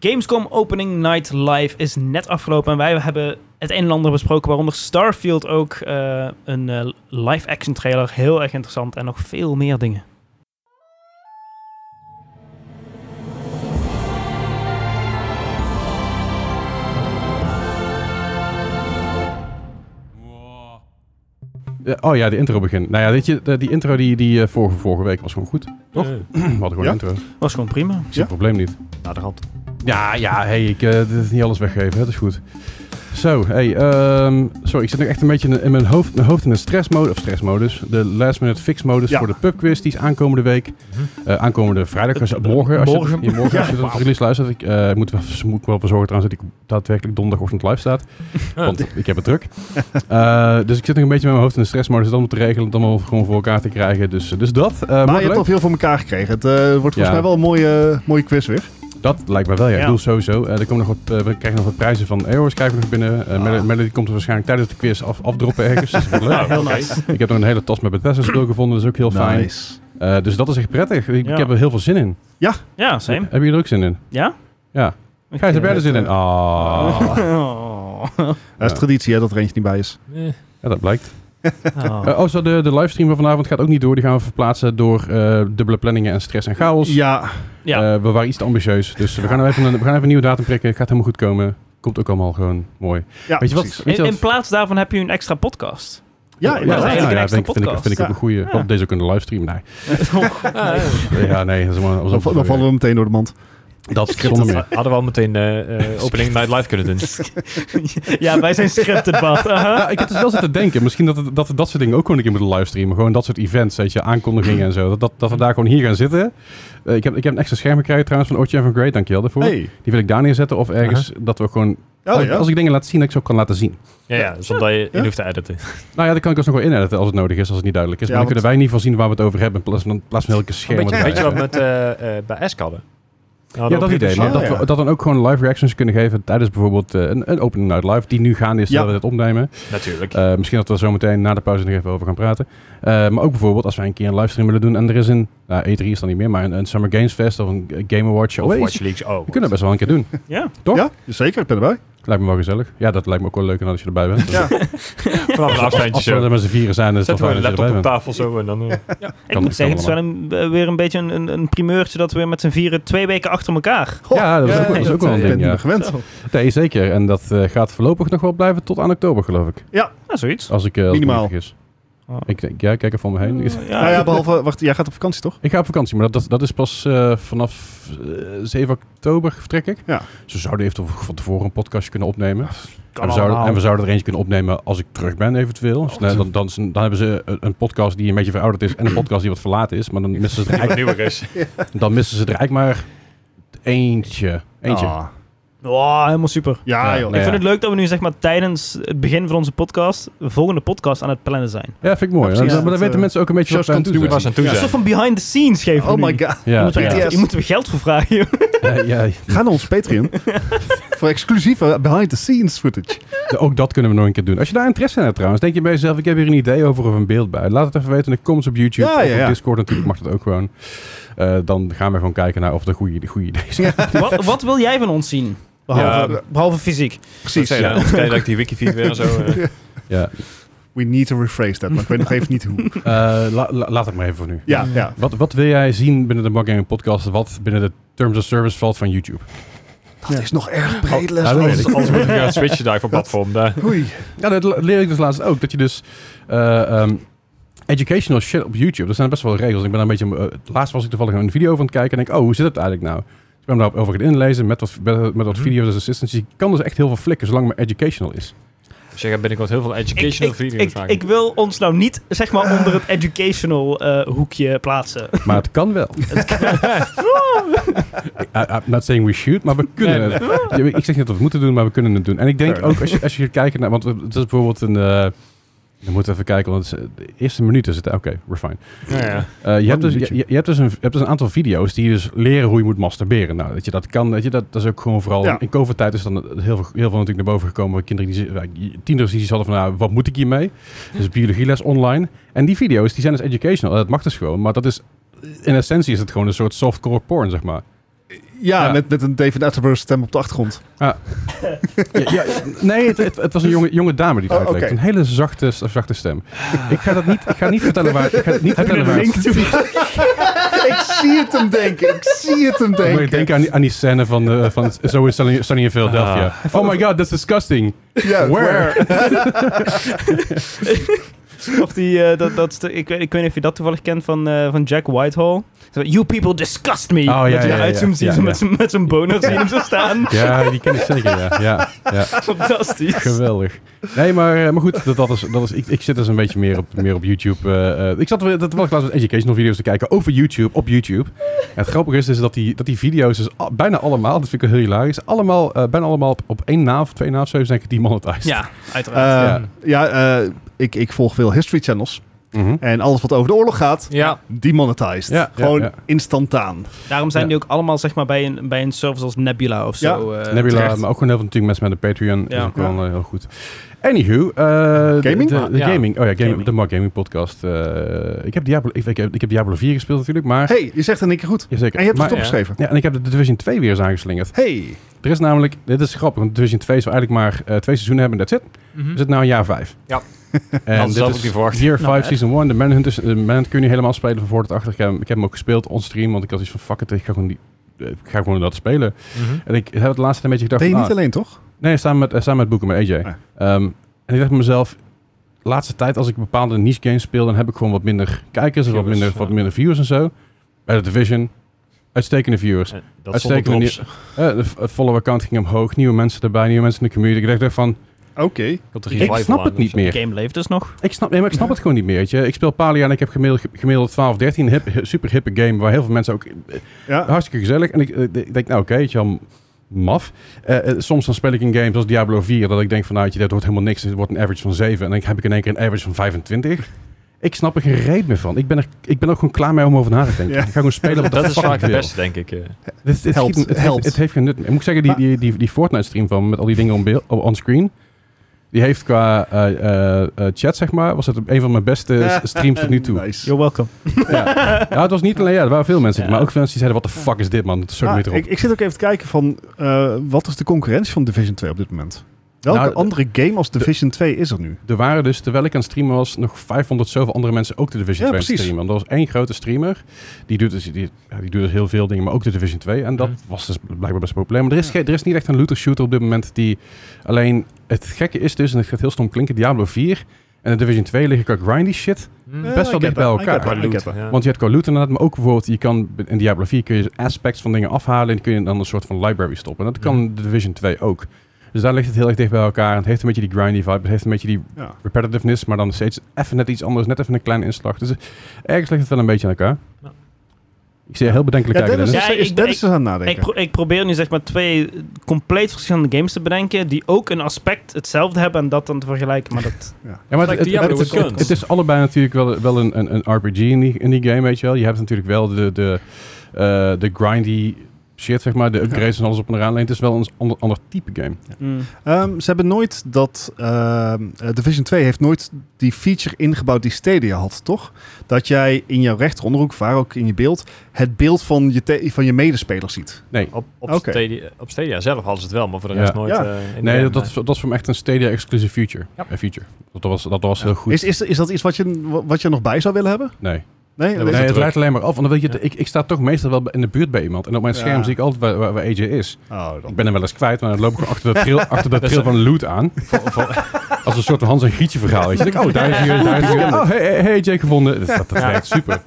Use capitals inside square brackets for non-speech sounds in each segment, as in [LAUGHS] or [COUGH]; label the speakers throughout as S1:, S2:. S1: Gamescom Opening Night Live is net afgelopen en wij hebben het een en ander besproken, waaronder Starfield ook eh, een eh, live-action trailer, heel erg interessant en nog veel meer dingen.
S2: Ja, oh ja, de intro begint. Nou ja, weet je, de- die intro die, die eh, vorige, vorige week was gewoon goed. Toch?
S3: Eh,
S2: [CLEARS THROAT] We hadden gewoon
S3: Ja?
S2: intro. Ik
S1: Was gewoon prima.
S2: zie het probleem niet.
S3: nou, de hand.
S2: Ja, ja, hey, ik, eh, dit is niet alles weggeven, het is goed. Zo, hey, ehm, sorry, ik zit nu echt een beetje in, in mijn hoofd, mijn hoofd in de stressmodus, of stressmodus, de last minute fix modus
S3: Ja. Mhm.
S2: voor de pubquiz, die is aankomende week, Eh, aankomende vrijdag, als, morgen, als
S3: Eh, Morgen.
S2: je, ja, morgen als je
S3: Ja.
S2: dat release luistert, ik eh, moet, wel, moet ik wel voor zorgen trouwens dat ik daadwerkelijk donderdagochtend live
S3: [LAUGHS]
S2: staat, want ik heb het druk. Eh, dus ik zit nog een beetje met mijn hoofd in de stressmodus, het allemaal te regelen, het allemaal gewoon voor elkaar te krijgen, dus, dus dat. eh, wordt
S3: maar je
S2: leuk.
S3: hebt al veel voor elkaar gekregen. Het eh, wordt volgens
S2: Ja.
S3: mij wel een mooie, eh, mooie quiz weer.
S2: Dat lijkt me wel, ja.
S1: Ja.
S2: Ik bedoel sowieso. eh, er komen nog wat, eh, we krijgen nog wat prijzen van Airways krijgen we nog binnen.
S1: Ah.
S2: Eh, Mel- Melody komt er waarschijnlijk tijdens de quiz af, afdroppen
S1: [LAUGHS]
S2: ergens. Dus dat wordt leuk.
S1: Nou, Heel nice.
S2: Ik heb nog een hele tas met Bethesda speel gevonden. Dat is ook heel Oh, fijn.
S3: Nice.
S2: Eh, dus dat is echt prettig. Ik,
S1: Ja.
S2: ik heb er heel veel zin in.
S1: Ja, same.
S2: Hebben jullie er ook zin in?
S1: Ja? eh,
S2: Ja. Gijs, heb jij er zin in? Ah,
S1: [LAUGHS] Oh.
S3: Dat Eh, is traditie hè, dat er eentje niet bij is.
S2: ja, dat blijkt.
S1: Oh.
S2: Eh, oh, zo, de, de livestream van vanavond gaat ook niet door. Die gaan we verplaatsen door eh, dubbele planningen en stress en chaos.
S3: Ja,
S1: Ja.
S2: Eh, we waren iets te ambitieus. Dus we, gaan nou even een, we gaan even een nieuwe datum prikken. Gaat helemaal goed komen. Komt ook allemaal gewoon mooi.
S3: ja
S2: Weet je
S3: precies.
S2: wat? Weet je
S1: In,
S2: wat?
S1: in plaats daarvan heb je een extra podcast.
S3: Ja,
S2: ja,
S1: dat is
S2: ja,
S3: inderdaad.
S1: eigenlijk
S2: ja,
S1: een
S2: vind, ik- vind, ik,
S1: extra
S2: vind ik ook een goeie.
S1: Ja.
S2: Op deze kunnen livestreamen.
S4: Ah,
S2: Nee. Ja, nee, dat is maar...
S3: Dan, va- dan vallen we meteen door de mand.
S2: Dat zonder meer.
S4: Hadden we al
S2: [LAUGHS]
S4: meteen eh, eh, opening night live kunnen doen.
S1: ja, wij zijn scripted, Bart. Aha.
S2: Ja, ik heb dus wel zitten denken. Misschien dat, het- dat we dat soort dingen ook gewoon een keer moeten livestreamen. Gewoon dat soort events, weet je, aankondigingen en zo. Dat, dat, dat we daar gewoon hier gaan zitten. Eh, ik, heb, ik heb een extra scherm gekregen trouwens van Otje en van Great. Dankjewel daarvoor.
S3: Hey.
S2: Die wil ik daar neerzetten. Of ergens dat we gewoon...
S3: Oh
S2: Oh, als,
S3: ja.
S2: als ik dingen laat zien, dat ik ze ook kan laten zien.
S4: Ja, ja zonder je
S3: Ja.
S4: in hoeft te editen.
S2: Nou ja, dat kan ik alsnog wel inediten als het nodig is. Als het niet duidelijk is.
S3: Ja,
S2: maar dan
S3: want-
S2: kunnen wij niet voorzien waar we het over hebben. In plaats van, in plaats van elke scherm.
S4: Weet je,
S2: erbij.
S4: weet je wat we met, eh, eh, bij Esk hadden?
S2: Ja, dat idee. Maar
S3: Ah,
S2: dat,
S3: ja.
S2: we, dat dan ook gewoon live reactions kunnen geven tijdens bijvoorbeeld eh, een, een opening night live, die nu gaande is
S3: Ja.
S2: terwijl we dit opnemen.
S4: Natuurlijk.
S2: Eh, misschien dat we er zo meteen na de pauze nog even over gaan praten. Eh, maar ook bijvoorbeeld als wij een keer een livestream willen doen en er is een, nou E3 is dan niet meer, maar een, een Summer Games Fest of een Game Awards show.
S4: of
S2: Weet je,
S4: Watch Leaks. Oh,
S2: we kunnen dat best wel een keer doen. [LAUGHS]
S1: Ja.
S2: toch?
S3: Ja, zeker. Ik ben erbij.
S2: Lijkt me wel gezellig. Ja, dat lijkt me ook wel leuk en als je erbij bent.
S3: Ja.
S4: vanaf een afstandje
S2: Als we
S4: zo.
S2: er met z'n vieren zijn, is het
S4: Zetten
S2: wel
S4: we
S2: fijn
S4: een
S2: dat je erbij
S4: laptop op
S2: bent.
S4: tafel zo en dan... eh,
S1: Ik
S2: Kan-
S1: moet zeggen, het is
S2: kan
S1: wel een, eh, weer een beetje een, een, een primeurtje dat we met z'n vieren twee weken achter elkaar.
S2: Ja, dat is ook- dat is ook wel een
S3: ik
S2: ding,
S3: ben
S2: ja.
S3: er gewend.
S1: Zo.
S2: Nee, zeker. En dat eh, gaat voorlopig nog wel blijven tot aan oktober, geloof ik.
S1: Ja, zoiets.
S2: Als ik, eh, als ik me
S3: Minimaal.
S2: niet vergis.
S1: Oh.
S2: Ik, denk- ja, ik kijk er van me heen.
S3: [LAUGHS]
S2: [LAUGHS]
S3: Nou ja, behalve, wacht, jij gaat op vakantie toch?
S2: Ik ga op vakantie, maar dat, dat, dat is pas eh, vanaf eh, 7 oktober vertrek ik.
S3: Ja.
S2: Dus we zouden eventueel van tevoren een podcastje kunnen opnemen.
S1: kan
S2: en, we zouden,
S1: allemaal.
S2: en we zouden er eentje kunnen opnemen als ik terug ben eventueel. Dus, nou, dan, dan, is een- dan hebben ze een, een podcast die een beetje verouderd is en een podcast die wat verlaten is. Maar dan missen ze er
S4: Wat
S2: eigenlijk,
S4: nieuwer
S2: [LAUGHS]
S4: is.
S2: dan missen ze er eigenlijk maar eentje. Eentje.
S3: Ah.
S1: Wow, Oh, helemaal super.
S3: Ja,
S2: Ja,
S3: joh.
S2: nee.
S1: Ik vind het leuk dat we nu zeg maar tijdens het begin van onze podcast de volgende podcast aan het plannen zijn.
S2: Ja, vind ik mooi.
S3: Ja,
S2: hè?
S3: precies.
S2: maar dan
S3: Ja.
S2: weten mensen ook een beetje wat
S3: Shows
S2: we aan het
S3: continue
S2: doen zijn.
S4: Waar ze aan toe
S3: Ja.
S1: Een soort
S4: zijn.
S1: van behind the scenes geven we
S3: Oh my
S1: nu.
S3: god.
S1: Daar
S2: Ja,
S1: moeten we
S2: ja.
S1: echt-
S3: BTS.
S1: Hier moeten we geld voor vragen. [LAUGHS] joh.
S2: Ja, ja.
S3: Ga naar ons
S2: [LAUGHS]
S3: Patreon voor exclusieve behind-the-scenes footage.
S2: De- Ook dat kunnen we nog een keer doen. Als je daar interesse in hebt trouwens, denk je bij jezelf, ik heb hier een idee over of een beeld bij. Laat het even weten in de comments op YouTube
S3: Ja,
S2: of
S3: ja,
S2: op
S3: ja.
S2: Discord natuurlijk, mag dat ook gewoon. Eh, dan gaan we gewoon kijken naar of de goede, de goede ideeën zijn.
S1: wat, wat wil jij van ons zien? Behalve, behalve fysiek.
S3: Precies.
S4: Zei je nou, zei je dat ik die wikifeed weer en zo... eh,
S2: [LAUGHS] Ja.
S3: We need to rephrase that, maar ik weet nog even niet hoe.
S2: Eh, la- la- laat het maar even voor nu.
S3: Ja, ja.
S2: Wat, wat wil jij zien binnen de Bug Gaming podcast, wat binnen de Terms of Service valt van YouTube?
S3: Dat is nog erg breed,
S2: Ja, dat weet
S3: les. Oh,
S2: ik.
S4: Anders moet ik gaan switchen daar voor platform. Daar.
S3: Oei.
S2: Ja, dat le- leer ik dus laatst ook. Dat je dus eh, ehm, educational shit op YouTube, er zijn best wel regels. Ik ben daar een beetje, eh, laatst was ik toevallig een video van het kijken en denk, oh, hoe zit het eigenlijk nou? Dus ik ben me daarover gaan inlezen met wat, met, met wat video's als assistants. Je kan dus echt heel veel flikken, zolang het maar educational is.
S4: Dus jij gaat binnenkort heel veel
S1: Ik,
S4: educational
S1: ik,
S4: video's
S1: ik,
S4: maken.
S1: ik wil ons nou niet zeg maar onder het educational eh, hoekje plaatsen.
S2: Maar [LAUGHS] het kan wel. I, I'm not saying we shoot, maar we kunnen
S4: Nee,
S2: het. Ja, Ik zeg niet dat we het moeten doen, maar we kunnen het doen. En ik denk
S3: Fair
S2: ook, als je, als je gaat kijken naar... Want het is bijvoorbeeld een... eh we moeten even kijken, want het is, eh, de eerste minuut is het. Oké, we're fine.
S4: Ja, ja.
S2: Eh, je, hebt dus, je,
S3: minuutje.
S2: je- je hebt dus een, je hebt dus een aantal video's die je dus leren hoe je moet masturberen. Nou, dat je dat kan, dat, je, dat, dat is ook gewoon vooral...
S3: Ja.
S2: In COVID-tijd is dan heel veel, heel veel natuurlijk naar boven gekomen. waar Kinderen die, zi- waar tieners die hadden van, nou, wat moet ik hiermee? Dus biologieles online. En die video's, die zijn dus educational. Dat mag dus gewoon, maar dat is... In essentie is het gewoon een soort softcore porn, zeg maar.
S3: Ja,
S2: Ja.
S3: Met, met een David Attenborough stem op de achtergrond.
S2: Ja, ja, nee, het, het, het was een jonge, jonge dame die het
S3: Oh,
S2: uitlegde.
S3: oké.
S2: Een hele zachte, zachte stem. Ik ga dat niet, ik ga niet vertellen waar... Ik ga het niet
S1: Heb je
S2: vertellen
S1: een
S2: waar...
S1: link toe?
S3: ik zie het hem denken. Ik zie het hem
S2: Maar
S3: denken.
S2: ik denk aan, die- aan die scène van, eh, van Zo is Sunny Sunny in Philadelphia. oh my god, that's disgusting.
S3: Ja,
S2: Where?
S1: [LAUGHS] Of die, eh, dat, dat, stuk- ik, weet, ik weet niet of je dat toevallig kent van, eh, van Jack Whitehall. Zo, you people disgust me.
S2: Oh, ja,
S1: dat je
S2: ja, ja,
S1: uitzoomt,
S2: ja.
S1: zie je
S2: Ja,
S1: zo
S2: ja.
S1: met z'n- met zijn
S2: [LAUGHS]
S1: boner zien hem zo staan.
S2: Ja, die ken ik zeker, ja. ja, ja.
S1: Fantastisch.
S2: Geweldig. Nee, maar, eh, maar goed, dat, dat is, dat is, ik, ik zit dus een beetje meer op, meer op YouTube. eh, eh, ik zat wel- dat wel laatst met educational video's te kijken over YouTube, op YouTube. En het grappige is, is dat, die, dat die video's dus al- bijna allemaal, dat vind ik wel heel hilarisch, allemaal, eh, bijna allemaal op, op één naam of twee naam, zo denk ik, die monetized.
S1: Ja, uiteraard.
S3: Eh, ja, eh, ik, ik volg veel history channels.
S2: Mhm.
S3: En alles wat over de oorlog gaat,
S4: Ja.
S3: demonetized.
S2: Ja, ja,
S3: Gewoon
S2: ja.
S3: instantaan.
S1: Daarom zijn
S2: ja.
S1: die ook allemaal zeg maar, bij, een, bij een service als Nebula of zo. eh,
S2: Nebula,
S1: terecht.
S2: maar ook gewoon heel veel natuurlijk mensen met een Patreon.
S1: Ja.
S2: is ook wel eh, heel goed. Anywho, eh, de-
S3: Gaming?
S2: De, de
S4: Ja.
S2: gaming. Oh ja, gaming,
S1: Gaming.
S2: de Mark Gaming Podcast. eh, ik, heb Diablo, ik, ik heb, ik heb Diablo 4 gespeeld natuurlijk, maar...
S3: hey, je zegt het in één keer goed.
S2: Jazeker.
S3: En je hebt
S2: Maar-
S3: het opgeschreven.
S2: ja, en ik heb de Division 2 weer eens aangeslingerd.
S3: Hey,
S2: Er is namelijk, dit is grappig, want Division 2 zou eigenlijk maar eh, twee seizoenen hebben en that's it.
S1: Mhm.
S2: Is het nou jaar 5?
S4: Ja.
S2: [LAUGHS] En
S4: Hadden ze
S2: dit
S4: zelf
S2: is
S4: ook niet verwacht.
S2: Year
S1: Nou,
S2: 5,
S1: echt.
S2: Season 1. De Manhunt, is, de Manhunt kun je niet helemaal spelen van voor tot achter. Ik heb, ik heb hem ook gespeeld on-stream, want ik had iets van, fuck it, ik ga gewoon, die, eh, ik ga gewoon dat spelen.
S1: Mhm.
S4: Mhm.
S2: En ik heb het laatste een beetje gedacht
S3: ben je
S2: van,
S3: niet
S2: ah,
S3: alleen, toch?
S2: Nee, samen met, eh, samen met Boeken, met AJ.
S3: Ah.
S2: Ehm, en ik dacht bij mezelf, de laatste tijd als ik bepaalde niche games speel, dan heb ik gewoon wat minder kijkers en wat
S4: Viewers,
S2: minder,
S4: ja.
S2: wat minder viewers en zo. Bij de Division, uitstekende viewers.
S4: En Dat zonder
S2: Uitstekende
S4: drops.
S2: Eh, de f- het follower count ging omhoog, nieuwe mensen erbij, nieuwe mensen in de community. Ik dacht echt van,
S3: Oké.
S4: Komt er
S2: ik
S4: revival
S2: snap
S4: aan
S2: het
S4: of
S2: niet
S4: zo.
S1: De
S2: meer.
S1: game leeft dus nog.
S2: Ik snap, nee, maar ik snap het gewoon niet meer. weet je. Ik speel Palia en ik heb gemiddeld, gemiddeld 12, 13, hip, super hippe game waar heel veel mensen ook
S3: Ja.
S2: hartstikke gezellig. En ik, eh, ik denk, nou oké, weet je wel, maf. Eh, eh, soms dan speel ik een game zoals Diablo 4, dat ik denk van, nou, weet je, dat wordt helemaal niks. Het wordt een average van 7. En dan heb ik in één keer een average van 25. Ik snap er geen reet meer van. Ik ben, er, ik ben ook gewoon klaar mee om over na te denken.
S3: Ja.
S2: Ik ga gewoon spelen wat
S4: eh, Dat is vaak het
S2: de
S4: beste, denk ik. eh.
S2: Het, het,
S3: Helpt,
S2: schiet- het,
S3: helpt.
S2: Heeft, het heeft geen nut meer. Ik moet zeggen, die,
S3: Maar-
S2: die, die, die Fortnite-stream van me met al die dingen on, beeld- op- on screen. Die heeft qua eh, eh, eh, chat, zeg maar, was het een van mijn beste streams tot nu
S3: [LAUGHS]
S2: toe.
S3: Nice.
S1: You're welcome.
S2: Ja. Ja, het was niet alleen, ja, er waren veel mensen,
S1: Ja.
S2: maar ook veel mensen die zeiden, wat de fuck is dit, man? Het is zo
S3: Ah,
S2: niet erop.
S3: ik, ik zit ook even te kijken van, eh, wat is de concurrentie van Division 2 op dit moment? Welke
S2: Nou, de-
S3: andere game als Division 2 is er nu?
S2: Er waren dus, terwijl ik aan het streamen was, nog 500 zoveel andere mensen ook de Division 2
S3: Ja,
S2: aan het
S3: precies.
S2: streamen. Want er was één grote streamer, die doet dus, die, ja, die doet dus heel veel dingen, maar ook de Division 2. En dat
S4: Mhm.
S2: was dus blijkbaar best populair. Maar er is,
S3: Ja.
S2: geen- er is niet echt een looter shooter op dit moment die... Alleen, het gekke is dus, en het gaat heel stom klinken, Diablo 4 en de Division 2 liggen qua grindy shit.
S4: Hm.
S3: Eh,
S2: best
S3: I
S2: wel
S3: get
S2: dicht bij
S3: that, I
S2: elkaar.
S3: get that, I
S4: Qua
S3: get
S4: loot,
S3: that.
S4: ja.
S2: Want je hebt qua loot inderdaad, maar ook bijvoorbeeld, je kan in Diablo 4 kun je aspects van dingen afhalen en kun je dan een soort van library stoppen. En dat kan de Division 2 ook. Dus daar ligt het heel erg dicht bij elkaar. Het heeft een beetje die grindy vibe, het heeft een beetje die
S3: Ja.
S2: repetitiveness, maar dan steeds even net iets anders, net even een kleine inslag. Dus eh, ergens ligt het wel een beetje aan elkaar.
S4: Ja.
S2: Ik zie je heel bedenkelijk
S3: Ja,
S2: kijken,
S3: Dennis
S2: Dennis.
S1: Ja,
S3: is, is,
S1: ik-
S3: Dennis
S1: ik-
S3: is aan het
S1: Ik,
S3: nadenken.
S1: pro- ik probeer nu zeg maar twee compleet verschillende games te bedenken die ook een aspect hetzelfde hebben en dat dan te vergelijken. Maar
S2: [LAUGHS]
S1: dat,
S2: Ja, maar
S4: Like
S2: het, het-
S4: Diablo
S2: het is,
S4: with guns.
S2: het is allebei natuurlijk wel, wel een, een, een RPG in die, in die game, weet je wel. Je hebt natuurlijk wel de, de, eh, de grindy shit, zeg maar, de upgrades en alles op en eraan. Alleen het is wel een ander, ander type game.
S1: Mm.
S3: Ehm, ze hebben nooit dat... ehm, eh, Division 2 heeft nooit die feature ingebouwd die Stadia had, toch? Dat jij in jouw rechteronderhoek, waar ook in je beeld... het beeld van je, te- van je medespeler ziet.
S4: Op, op,
S3: Oké.
S4: Stadia, op Stadia zelf hadden ze het wel, maar voor de
S2: Ja.
S4: rest nooit.
S3: Ja.
S4: eh, in
S2: Nee,
S4: de-
S2: dat, dat, is- dat is voor me echt een Stadia-exclusive feature.
S4: Ja.
S2: Eh, feature. Dat was, dat was heel goed.
S3: Is, is, is dat iets wat je, wat je er nog bij zou willen hebben?
S2: Nee.
S3: Nee?
S4: Ja,
S2: Nee,
S4: is
S2: het
S4: druk.
S2: leidt alleen maar af. Want dan weet je,
S4: Ja.
S2: ik, ik sta toch meestal wel in de buurt bij iemand. En op mijn
S3: Ja.
S2: scherm zie ik altijd waar, waar, waar AJ is.
S3: Oh, dan.
S2: Ik ben hem wel eens kwijt, maar dan loop ik gewoon achter dat trail, achter dat
S4: Dat is
S2: trail van loot aan. Als een soort van Hans en Gietje verhaal. Je denkt, oh, daar is hij, daar is hij. Oh, hey, hey, hey, Jake gevonden. Dat, dat, dat
S4: Ja.
S2: werkt super.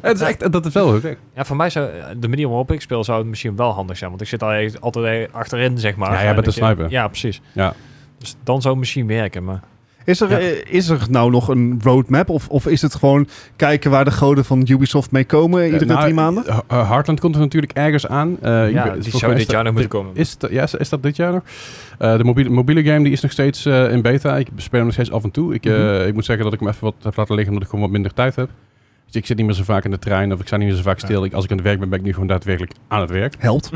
S2: Het is echt, dat is wel leuk.
S4: Ja, voor mij zou eh, de manier waarop ik speel zou het misschien wel handig zijn, want ik zit al e- altijd e- achterin, zeg maar.
S2: Ja, jij
S4: En
S2: bent
S4: ik- eh,
S2: de sniper.
S4: Ja, precies.
S2: Ja.
S4: Dus dan zou het misschien werken, maar
S3: Is er,
S2: Ja.
S3: eh, is er nou nog een roadmap? Of, of is het gewoon kijken waar de goden van Ubisoft mee komen eh, iedere
S2: Nou,
S3: drie maanden?
S2: H- eh, Heartland komt er natuurlijk ergens aan. Eh, ik
S4: ja,
S2: weet-
S4: die
S2: volgens
S4: zou
S2: mij
S4: dit
S2: is
S4: jaar nog
S2: dat-
S4: moeten komen.
S2: Is, dat- ja, is, is dat dit jaar nog? Eh, de mobiele, mobiele game die is nog steeds eh, in beta. Ik speel hem nog steeds af en toe. Ik, eh,
S3: Mhm.
S2: ik moet zeggen dat ik hem even wat heb laten liggen omdat ik gewoon wat minder tijd heb. Dus ik zit niet meer zo vaak in de trein of ik sta niet meer zo vaak stil. Ik, als ik aan het werk ben, ben ik nu gewoon daadwerkelijk aan het werk.
S3: Helpt.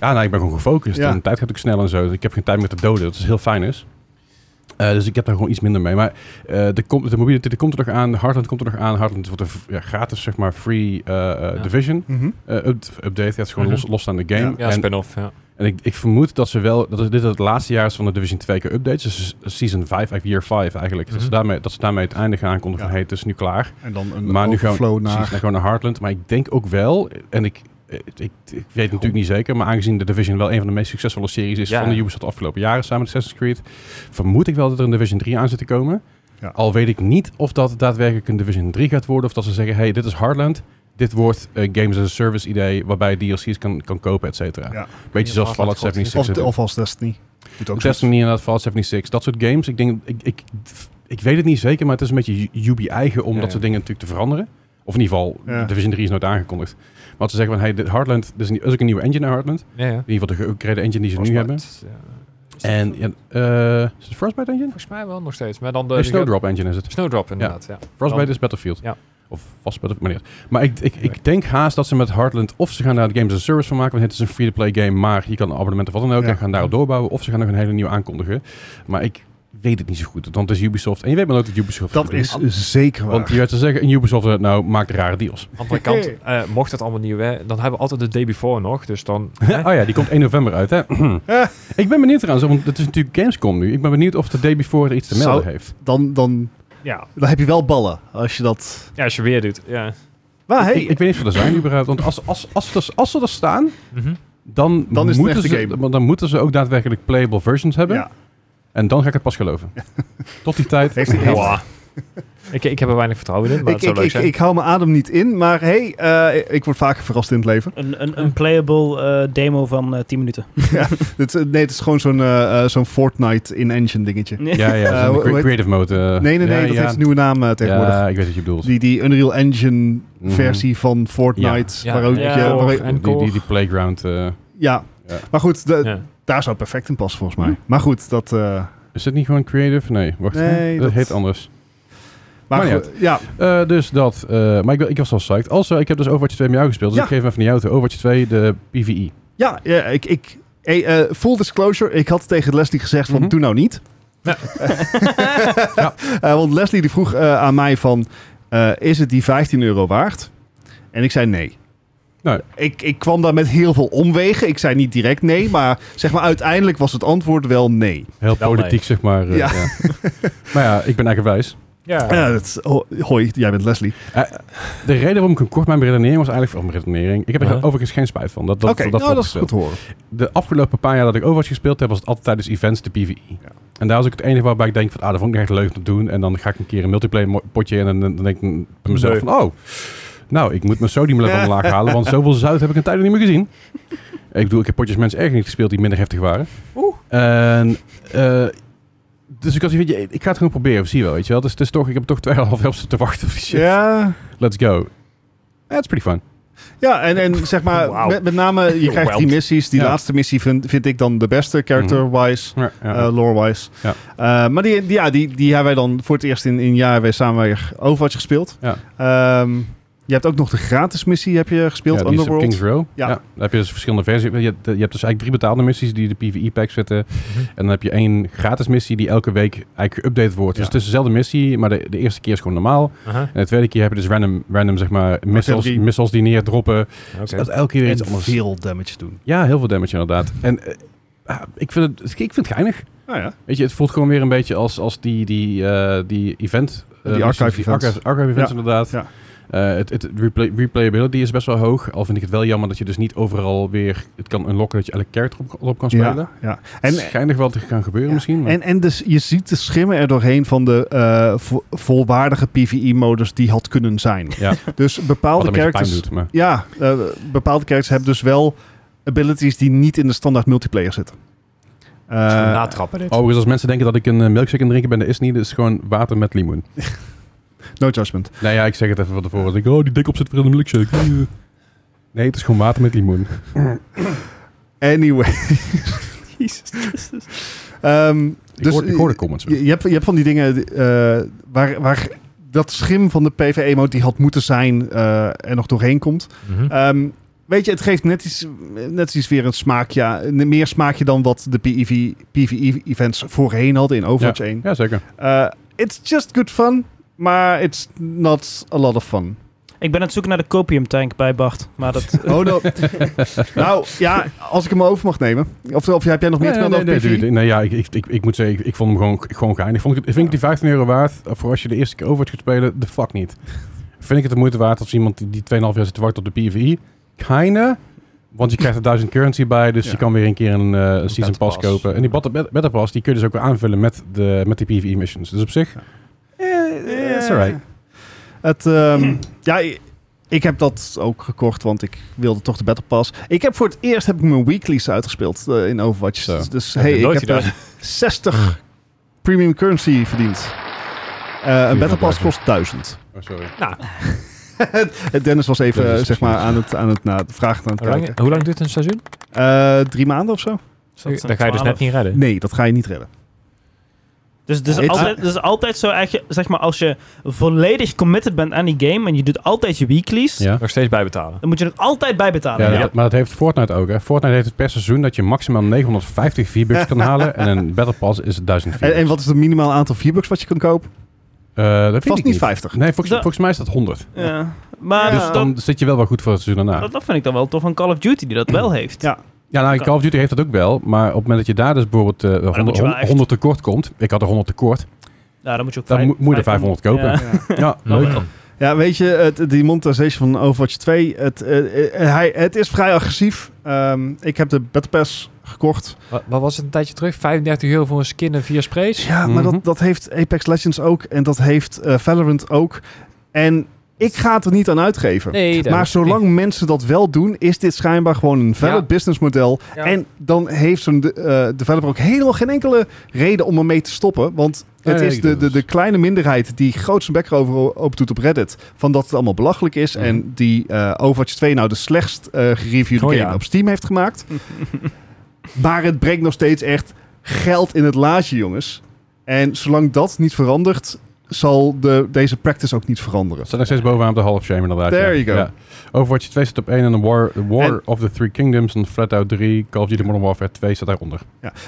S2: Ja, nou, ik ben gewoon gefocust.
S3: Ja.
S2: En de tijd gaat ook snel en zo. Dus ik heb geen tijd meer te doden, dat dus is heel fijn is. Eh, dus ik heb daar gewoon iets minder mee. Maar eh de, komt de mobiele titel komt er nog aan. Heartland komt er nog aan. Heartland wordt een v- ja, gratis, zeg maar, free eh, eh,
S4: Ja.
S2: division
S3: Mhm.
S2: eh, up- update. Ja, het is gewoon
S4: Mhm.
S2: los, los aan de game.
S4: Ja,
S2: en
S4: spin-off. Ja.
S2: en ik, ik vermoed dat ze wel, dat dit het laatste jaar is van de Division 2 keer updates. Dus season 5, eigenlijk year 5 eigenlijk. Dat, ze
S4: Mhm.
S2: daarmee, dat ze daarmee het einde aankondigen van
S3: Ja.
S2: hey, het is nu klaar.
S3: En dan een
S2: Maar nu gaan
S3: overflow
S2: we precies,
S3: naar...
S2: naar, gewoon naar Heartland. Maar ik denk ook wel, en ik, ik, ik, ik weet het natuurlijk niet zeker, maar aangezien de Division wel een van de meest succesvolle series is
S4: Ja.
S2: van de Ubisoft de afgelopen jaren samen met Assassin's Creed, vermoed ik wel dat er een Division 3 aan zit te komen.
S3: Ja.
S2: Al weet ik niet of dat daadwerkelijk een Division 3 gaat worden, of dat ze zeggen, hey, dit is Heartland. Dit wordt eh, Games as a Service idee waarbij je DLC's kan, kan kopen, et cetera.
S3: Ja.
S2: Beetje zoals
S4: Of
S2: Fallout
S4: dat God is.
S2: 76.
S3: Of,
S2: zit er.
S3: of als Destiny. Doet ook zoiets.
S2: Destiny inderdaad, Fallout 76, dat soort games. Ik denk, ik, ik, ik weet het niet zeker, maar het is een beetje U- Ubi eigen om
S4: Ja,
S2: dat
S4: ja.
S2: soort dingen natuurlijk te veranderen. Of in ieder geval,
S3: Ja.
S2: Division 3 is nooit aangekondigd. Maar ze zeggen van, hey, dit Heartland, er is, een, er is ook een nieuwe engine naar Heartland.
S4: Ja, ja.
S2: In ieder geval de geüpgrade engine die ze nu hebben.
S4: Frostbite, ja.
S2: En, ja, eh, is het Frostbite engine?
S4: Volgens mij wel nog steeds. Maar dan de
S2: Nee,
S4: de-
S2: Snowdrop engine is het.
S4: Snowdrop inderdaad, ja.
S2: Frostbite
S4: Dan-
S2: is Battlefield.
S4: Ja.
S2: Of was Battlefield, maar, niet. maar ik, ik, ik denk haast dat ze met Heartland of ze gaan daar de Games as a Service van maken, want het is een free-to-play game, maar je kan een abonnement of wat dan ook,
S3: Ja.
S2: en gaan daarop doorbouwen, of ze gaan nog een hele nieuwe aankondigen. Maar ik weet het niet zo goed, want het is Ubisoft. En je weet maar ook dat Ubisoft het
S3: Dat
S2: doet.
S3: is zeker waar.
S2: Want je hebt te zeggen, en Ubisoft eh, nou maakt rare deals.
S4: Andere kant, [LAUGHS] eh, mocht het allemaal nieuw, hè, dan hebben we altijd de day before nog.
S2: [LAUGHS]
S4: Dus dan... hè?
S2: oh ja, die komt 1 november uit, hè? [CLEARS THROAT] ik ben benieuwd trouwens, want het is natuurlijk Gamescom nu. Ik ben benieuwd of de day before er iets te
S3: Zou-
S2: melden heeft.
S3: Dan, dan,
S4: ja.
S3: dan heb je wel ballen als je dat...
S4: ja, als je weer doet. Ja.
S3: Maar hey,
S2: Ik, ik weet niet of ze er zijn überhaupt, want als, als, als, als, als ze er staan,
S4: Mhm.
S2: dan,
S3: Dan is
S2: moeten
S3: het een echte
S2: ze,
S3: game.
S2: want dan moeten ze ook daadwerkelijk playable versions hebben.
S3: ja.
S2: En dan ga ik het pas geloven. [LAUGHS] Tot die tijd.
S3: Heeft hij
S2: Ja.
S4: Wow. [LAUGHS] ik, ik heb er weinig vertrouwen in, maar
S3: ik,
S4: het zou
S3: ik,
S4: leuk
S3: ik,
S4: zijn.
S3: ik hou mijn adem niet in, maar hey, eh, ik word vaker verrast in het leven. [LAUGHS]
S1: Een, een, een playable eh, demo van eh, 10 minuten.
S3: Dit, eh, nee, het is gewoon zo'n eh, eh, zo'n Fortnite in-engine
S1: [LAUGHS]
S3: dingetje.
S2: Ja, ja.
S3: Eh,
S2: zo'n
S3: hoe-
S2: cre-
S3: hoe heet-
S2: creative mode. eh.
S3: Nee, nee, nee,
S2: Ja,
S3: dat
S2: ja.
S3: heeft een nieuwe naam eh, tegenwoordig.
S2: Ja, ik weet wat je bedoelt.
S3: Die, die Unreal Engine
S2: Mhm.
S3: versie van Fortnite.
S4: Ja.
S3: Waar ook
S4: Ja,
S3: je,
S4: ja.
S3: waar-
S4: En
S2: Die, die,
S4: Korg.
S2: die playground. eh,
S3: ja.
S2: Ja. Hm.
S3: maar goed, de-
S4: Ja.
S3: daar zou het perfect in passen volgens mij. Maar goed, dat... eh,
S2: is het niet gewoon creative? Nee, wacht. Eh,
S3: Nee,
S2: dat,
S3: dat-
S2: heet anders.
S3: maar
S2: Maar
S3: goed, ja.
S2: Eh, dus dat. eh, maar ik, wa- ik was al psyched. Also, ik heb dus Overwatch 2 met jou gespeeld. Dus
S3: Ja.
S2: ik geef hem even naar jou toe. Overwatch 2, de E. PvE.
S3: Ja, ja, ik... ik hey, eh, full disclosure, ik had tegen Leslie gezegd van
S2: Mhm.
S3: doe nou niet. [LAUGHS]
S4: Ja.
S3: Eh, want Leslie die vroeg eh, aan mij van eh, is het die 15 euro waard? En ik zei nee.
S2: Nee.
S3: Ik, ik kwam daar met heel veel omwegen. Ik zei niet direct nee, maar zeg maar uiteindelijk was het antwoord wel nee.
S2: Heel
S4: Wel
S2: politiek,
S4: nee.
S2: zeg maar. eh,
S3: Ja.
S2: ja. maar ja, ik ben eigenwijs.
S4: Ja.
S3: Ja, dat is- Eh, ho- hoi, jij bent Leslie.
S2: De reden waarom ik hem kort mijn redenering was eigenlijk... Of mijn redenering. Ik heb er
S4: Ja.
S2: overigens geen spijt van. Dat, dat,
S3: Oké,
S2: dat, dus
S3: nou, dat is
S2: vooropgesteld.
S3: goed te horen.
S2: de afgelopen paar jaar dat ik Overwatch gespeeld heb, was het altijd tijdens events de PvE.
S3: Ja.
S2: En daar was ik het enige waarbij ik denk van, ah, dat vond ik echt leuk om te doen. En dan ga ik een keer een multiplayer mo- potje in en dan, dan denk ik bij mezelf
S4: Nee.
S2: van, oh, nou, ik moet mijn sodium level
S3: Ja.
S2: omlaag halen, want zoveel zout heb ik een tijd niet meer gezien. ik bedoel, ik heb potjes mensen erg niet gespeeld die minder heftig waren.
S4: Oeh.
S2: En, eh, dus ik had zoiets van, je, ik ga het gewoon proberen, zie je wel, weet je wel. Dus het is toch, ik heb toch 2,5 helft te wachten. Shit.
S3: Ja,
S2: Let's go. Ja, it's pretty fun.
S3: ja en, en zeg maar,
S4: Wauw.
S3: met, met name, je krijgt die
S4: Wild.
S3: missies. Die
S2: Ja.
S3: laatste missie vind, vind ik dan de beste, character-wise.
S2: Ja, ja.
S3: eh lore-wise.
S2: Ja.
S3: Eh, maar die, die, ja, die, die hebben wij dan voor het eerst in in een jaar weer samen weer Overwatch gespeeld.
S2: Ja.
S3: Ehm, je hebt ook nog de gratis missie heb je gespeeld,
S2: ja, die is op
S3: Underworld.
S2: Kings Row.
S3: Ja.
S2: Ja. Daar heb je dus verschillende versies. Je, hebt- je hebt dus eigenlijk drie betaalde missies die de PvE-pack zitten. En dan heb je één gratis missie die elke week eigenlijk geüpdate wordt. Dus
S3: Ja.
S2: het is dezelfde missie, maar de, de eerste keer is gewoon normaal.
S4: Aha,
S3: eh,
S2: En de tweede keer heb je dus random, random zeg maar, missiles,
S3: Artillerie.
S2: missiles die neerdroppen. Dus
S4: oké.
S2: Dat elke keer weer iets
S3: En
S2: anders.
S3: veel damage doen.
S2: Ja, heel veel damage inderdaad. En eh, ah, ik, vind het, ik vind het geinig.
S3: Nou ja.
S2: Weet je, het voelt gewoon weer een beetje als, als die, die, eh, die event. eh,
S3: Die archive
S2: missies,
S3: events.
S2: Archive, archive events,
S3: Ja,
S2: inderdaad.
S3: ja.
S2: Eh, het, het replay- replayability is best wel hoog. Al vind ik het wel jammer dat je dus niet overal weer het kan unlocken dat je elke character op, op kan spelen.
S3: Ja, ja.
S2: En,
S3: En,
S2: Schijnig wel te gaan gebeuren
S3: Ja,
S2: misschien. Maar,
S3: en, en dus je ziet de schimmen er doorheen van de eh, vo- volwaardige PvE-modus die had kunnen zijn.
S2: Ja.
S3: Dus
S2: wat
S3: bepaalde
S2: een beetje pijn
S3: characters,
S2: doet. Maar,
S3: ja, eh, bepaalde characters hebben dus wel abilities die niet in de standaard multiplayer zitten.
S4: Dat is
S3: Eh,
S4: een natrappen dit.
S2: overigens, Oh, dus als mensen denken dat ik een eh, milkshake aan het drinken ben, dat is niet. Het is gewoon water met limoen.
S3: no judgment.
S2: nou ja, ik zeg het even van tevoren. Ik denk, oh, die dik op zit weer in de milkshake. Nee, het is gewoon water met limoen.
S3: Anyway. [LAUGHS]
S1: Jezus Christus.
S3: Ehm,
S2: Ik,
S3: Dus,
S2: hoor, ik hoor de comments.
S3: Je, je hebt, je hebt van die dingen eh, waar, waar dat schim van de PvE-mode die had moeten zijn eh, er nog doorheen komt.
S4: Mhm.
S3: Ehm, Weet je, het geeft net iets, net iets weer een smaakje. eh, Meer smaakje dan wat de E PvE-events voorheen hadden in Overwatch 1.
S2: Ja, zeker.
S3: Eh, it's just good fun, maar it's not a lot of fun.
S1: Ik ben aan het zoeken naar de copium tank bij Bart. Maar dat,
S3: Oh, no. [LAUGHS] nou, ja, als ik hem over mag nemen. Of, of heb jij nog meer te
S2: nee,
S3: melden
S2: nee, nee,
S3: over E? PvE?
S2: dude. nee, ja, ik, ik, ik, ik moet zeggen, ik, ik vond hem gewoon, gewoon geinig. Vond ik, het- vind ik die 15 euro waard eh, voor als je de eerste keer Overwatch gaat spelen? De fuck
S3: [LAUGHS]
S2: niet. Vind ik het de moeite waard als iemand die, die 2,5 jaar zit te wachten op de PvE? Keine. Want je krijgt er 1000 currency bij, dus
S3: Ja.
S2: je kan weer een keer een eh, season
S4: battle
S2: pass,
S4: pass.
S2: kopen. En die battle, bat- battle pass, die kun je dus ook weer aanvullen met de, met die PvE missions. Dus op zich, eh, it's alright.
S3: Het, ehm, [CLEARS THROAT] ja, i- ik heb dat ook gekocht, want ik wilde toch de Battle Pass. Ik heb voor het eerst heb ik mijn weeklies uitgespeeld eh, in Overwatch.
S2: Zo.
S3: Dus, dus
S4: Heb
S3: hey,
S4: je
S3: ik
S4: nooit
S3: heb eh, 60 premium currency verdiend. Eh een Battle Pass
S2: duizend.
S3: kost 1000.
S2: Oh, sorry.
S4: Nou,
S3: Dennis was even
S2: Dennis
S3: eh,
S2: is
S3: zeg maar aan het, aan het na, vragen aan het
S4: hoe lang,
S3: kijken.
S4: hoe lang duurt een seizoen?
S3: Eh, drie maanden of zo?
S1: dat zijn
S4: Dan ga je dus
S1: 12.
S4: net niet redden.
S3: Nee, dat ga je niet redden.
S1: Dus
S2: [LAUGHS]
S1: het is,
S3: It's-
S1: altijd, het is altijd zo, eigenlijk, zeg maar, als je volledig committed bent aan die game en je doet altijd je weeklies,
S2: Ja.
S4: Nog steeds bijbetalen.
S1: dan moet je het altijd bijbetalen.
S2: Ja,
S1: Ja.
S2: dat- maar dat heeft Fortnite ook. Hè. Fortnite heeft het per seizoen dat je maximaal 950 V-bucks kan halen. En een Battle Pass is 1000 V-bucks.
S3: En, en wat is het minimaal aantal V-bucks wat je kunt kopen?
S2: Eh, dat weet
S3: Vast
S2: ik
S3: niet 50.
S2: Nee, volgens,
S1: Da-
S2: volgens mij is dat 100.
S1: Ja. Maar
S3: Ja.
S1: dus
S2: Dus dan zit je wel wel goed voor het seizoen daarna.
S1: dat, dat vind ik dan wel tof van Call of Duty, die dat wel heeft.
S3: Ja.
S2: ja, nou, Call of Duty heeft dat ook wel. Maar op het moment dat je daar dus bijvoorbeeld eh,
S1: moet
S2: 100,
S1: je wel echt-
S2: 100 tekort komt. Ik had er 100 tekort.
S1: Ja, dan moet je ook
S2: Dan
S1: vijf-
S2: moet- moet je er 500 kopen.
S1: Ja.
S3: Ja.
S2: Ja,
S1: Leuk.
S2: leuk.
S3: Ja, weet je, het, die monetization van Overwatch 2, het, eh, eh, hij, het is vrij agressief. Ehm, ik heb de Battle Pass gekocht.
S4: Wat, wat was het een tijdje terug? 35 euro voor een skin en vier sprays?
S3: Ja, maar
S2: Mhm.
S3: dat, dat heeft Apex Legends ook en dat heeft eh, Valorant ook. En ik ga het er niet aan uitgeven.
S4: Nee, dat
S3: maar
S4: hoeft
S3: zolang mensen dat wel doen, is dit schijnbaar gewoon een valid
S4: Ja.
S3: businessmodel.
S4: niet. Ja.
S3: En dan heeft zo'n de- eh, developer ook helemaal geen enkele reden om ermee te stoppen. Want het
S2: Nee,
S3: is
S2: ik
S3: de,
S2: doe
S3: de,
S2: het.
S3: de kleine minderheid die groot zijn bek over op doet op Reddit. Van dat het allemaal belachelijk is.
S2: Mhm.
S3: En die eh, Overwatch 2 nou de slechtst eh gereviewde
S4: Oh,
S3: game
S4: ja.
S3: op Steam heeft gemaakt. maar het brengt nog steeds echt geld in het laagje, jongens. En zolang dat niet verandert, zal de, deze practice ook niet veranderen.
S2: Dat staat nog steeds bovenaan op de Hall of Shame inderdaad.
S3: There
S2: ja.
S3: you go.
S2: Ja. Overwatch 2 zit op 1 en de War, The War
S3: En-
S2: of the Three Kingdoms en Flatout 3. Call of Duty Modern Warfare 2 staat daaronder.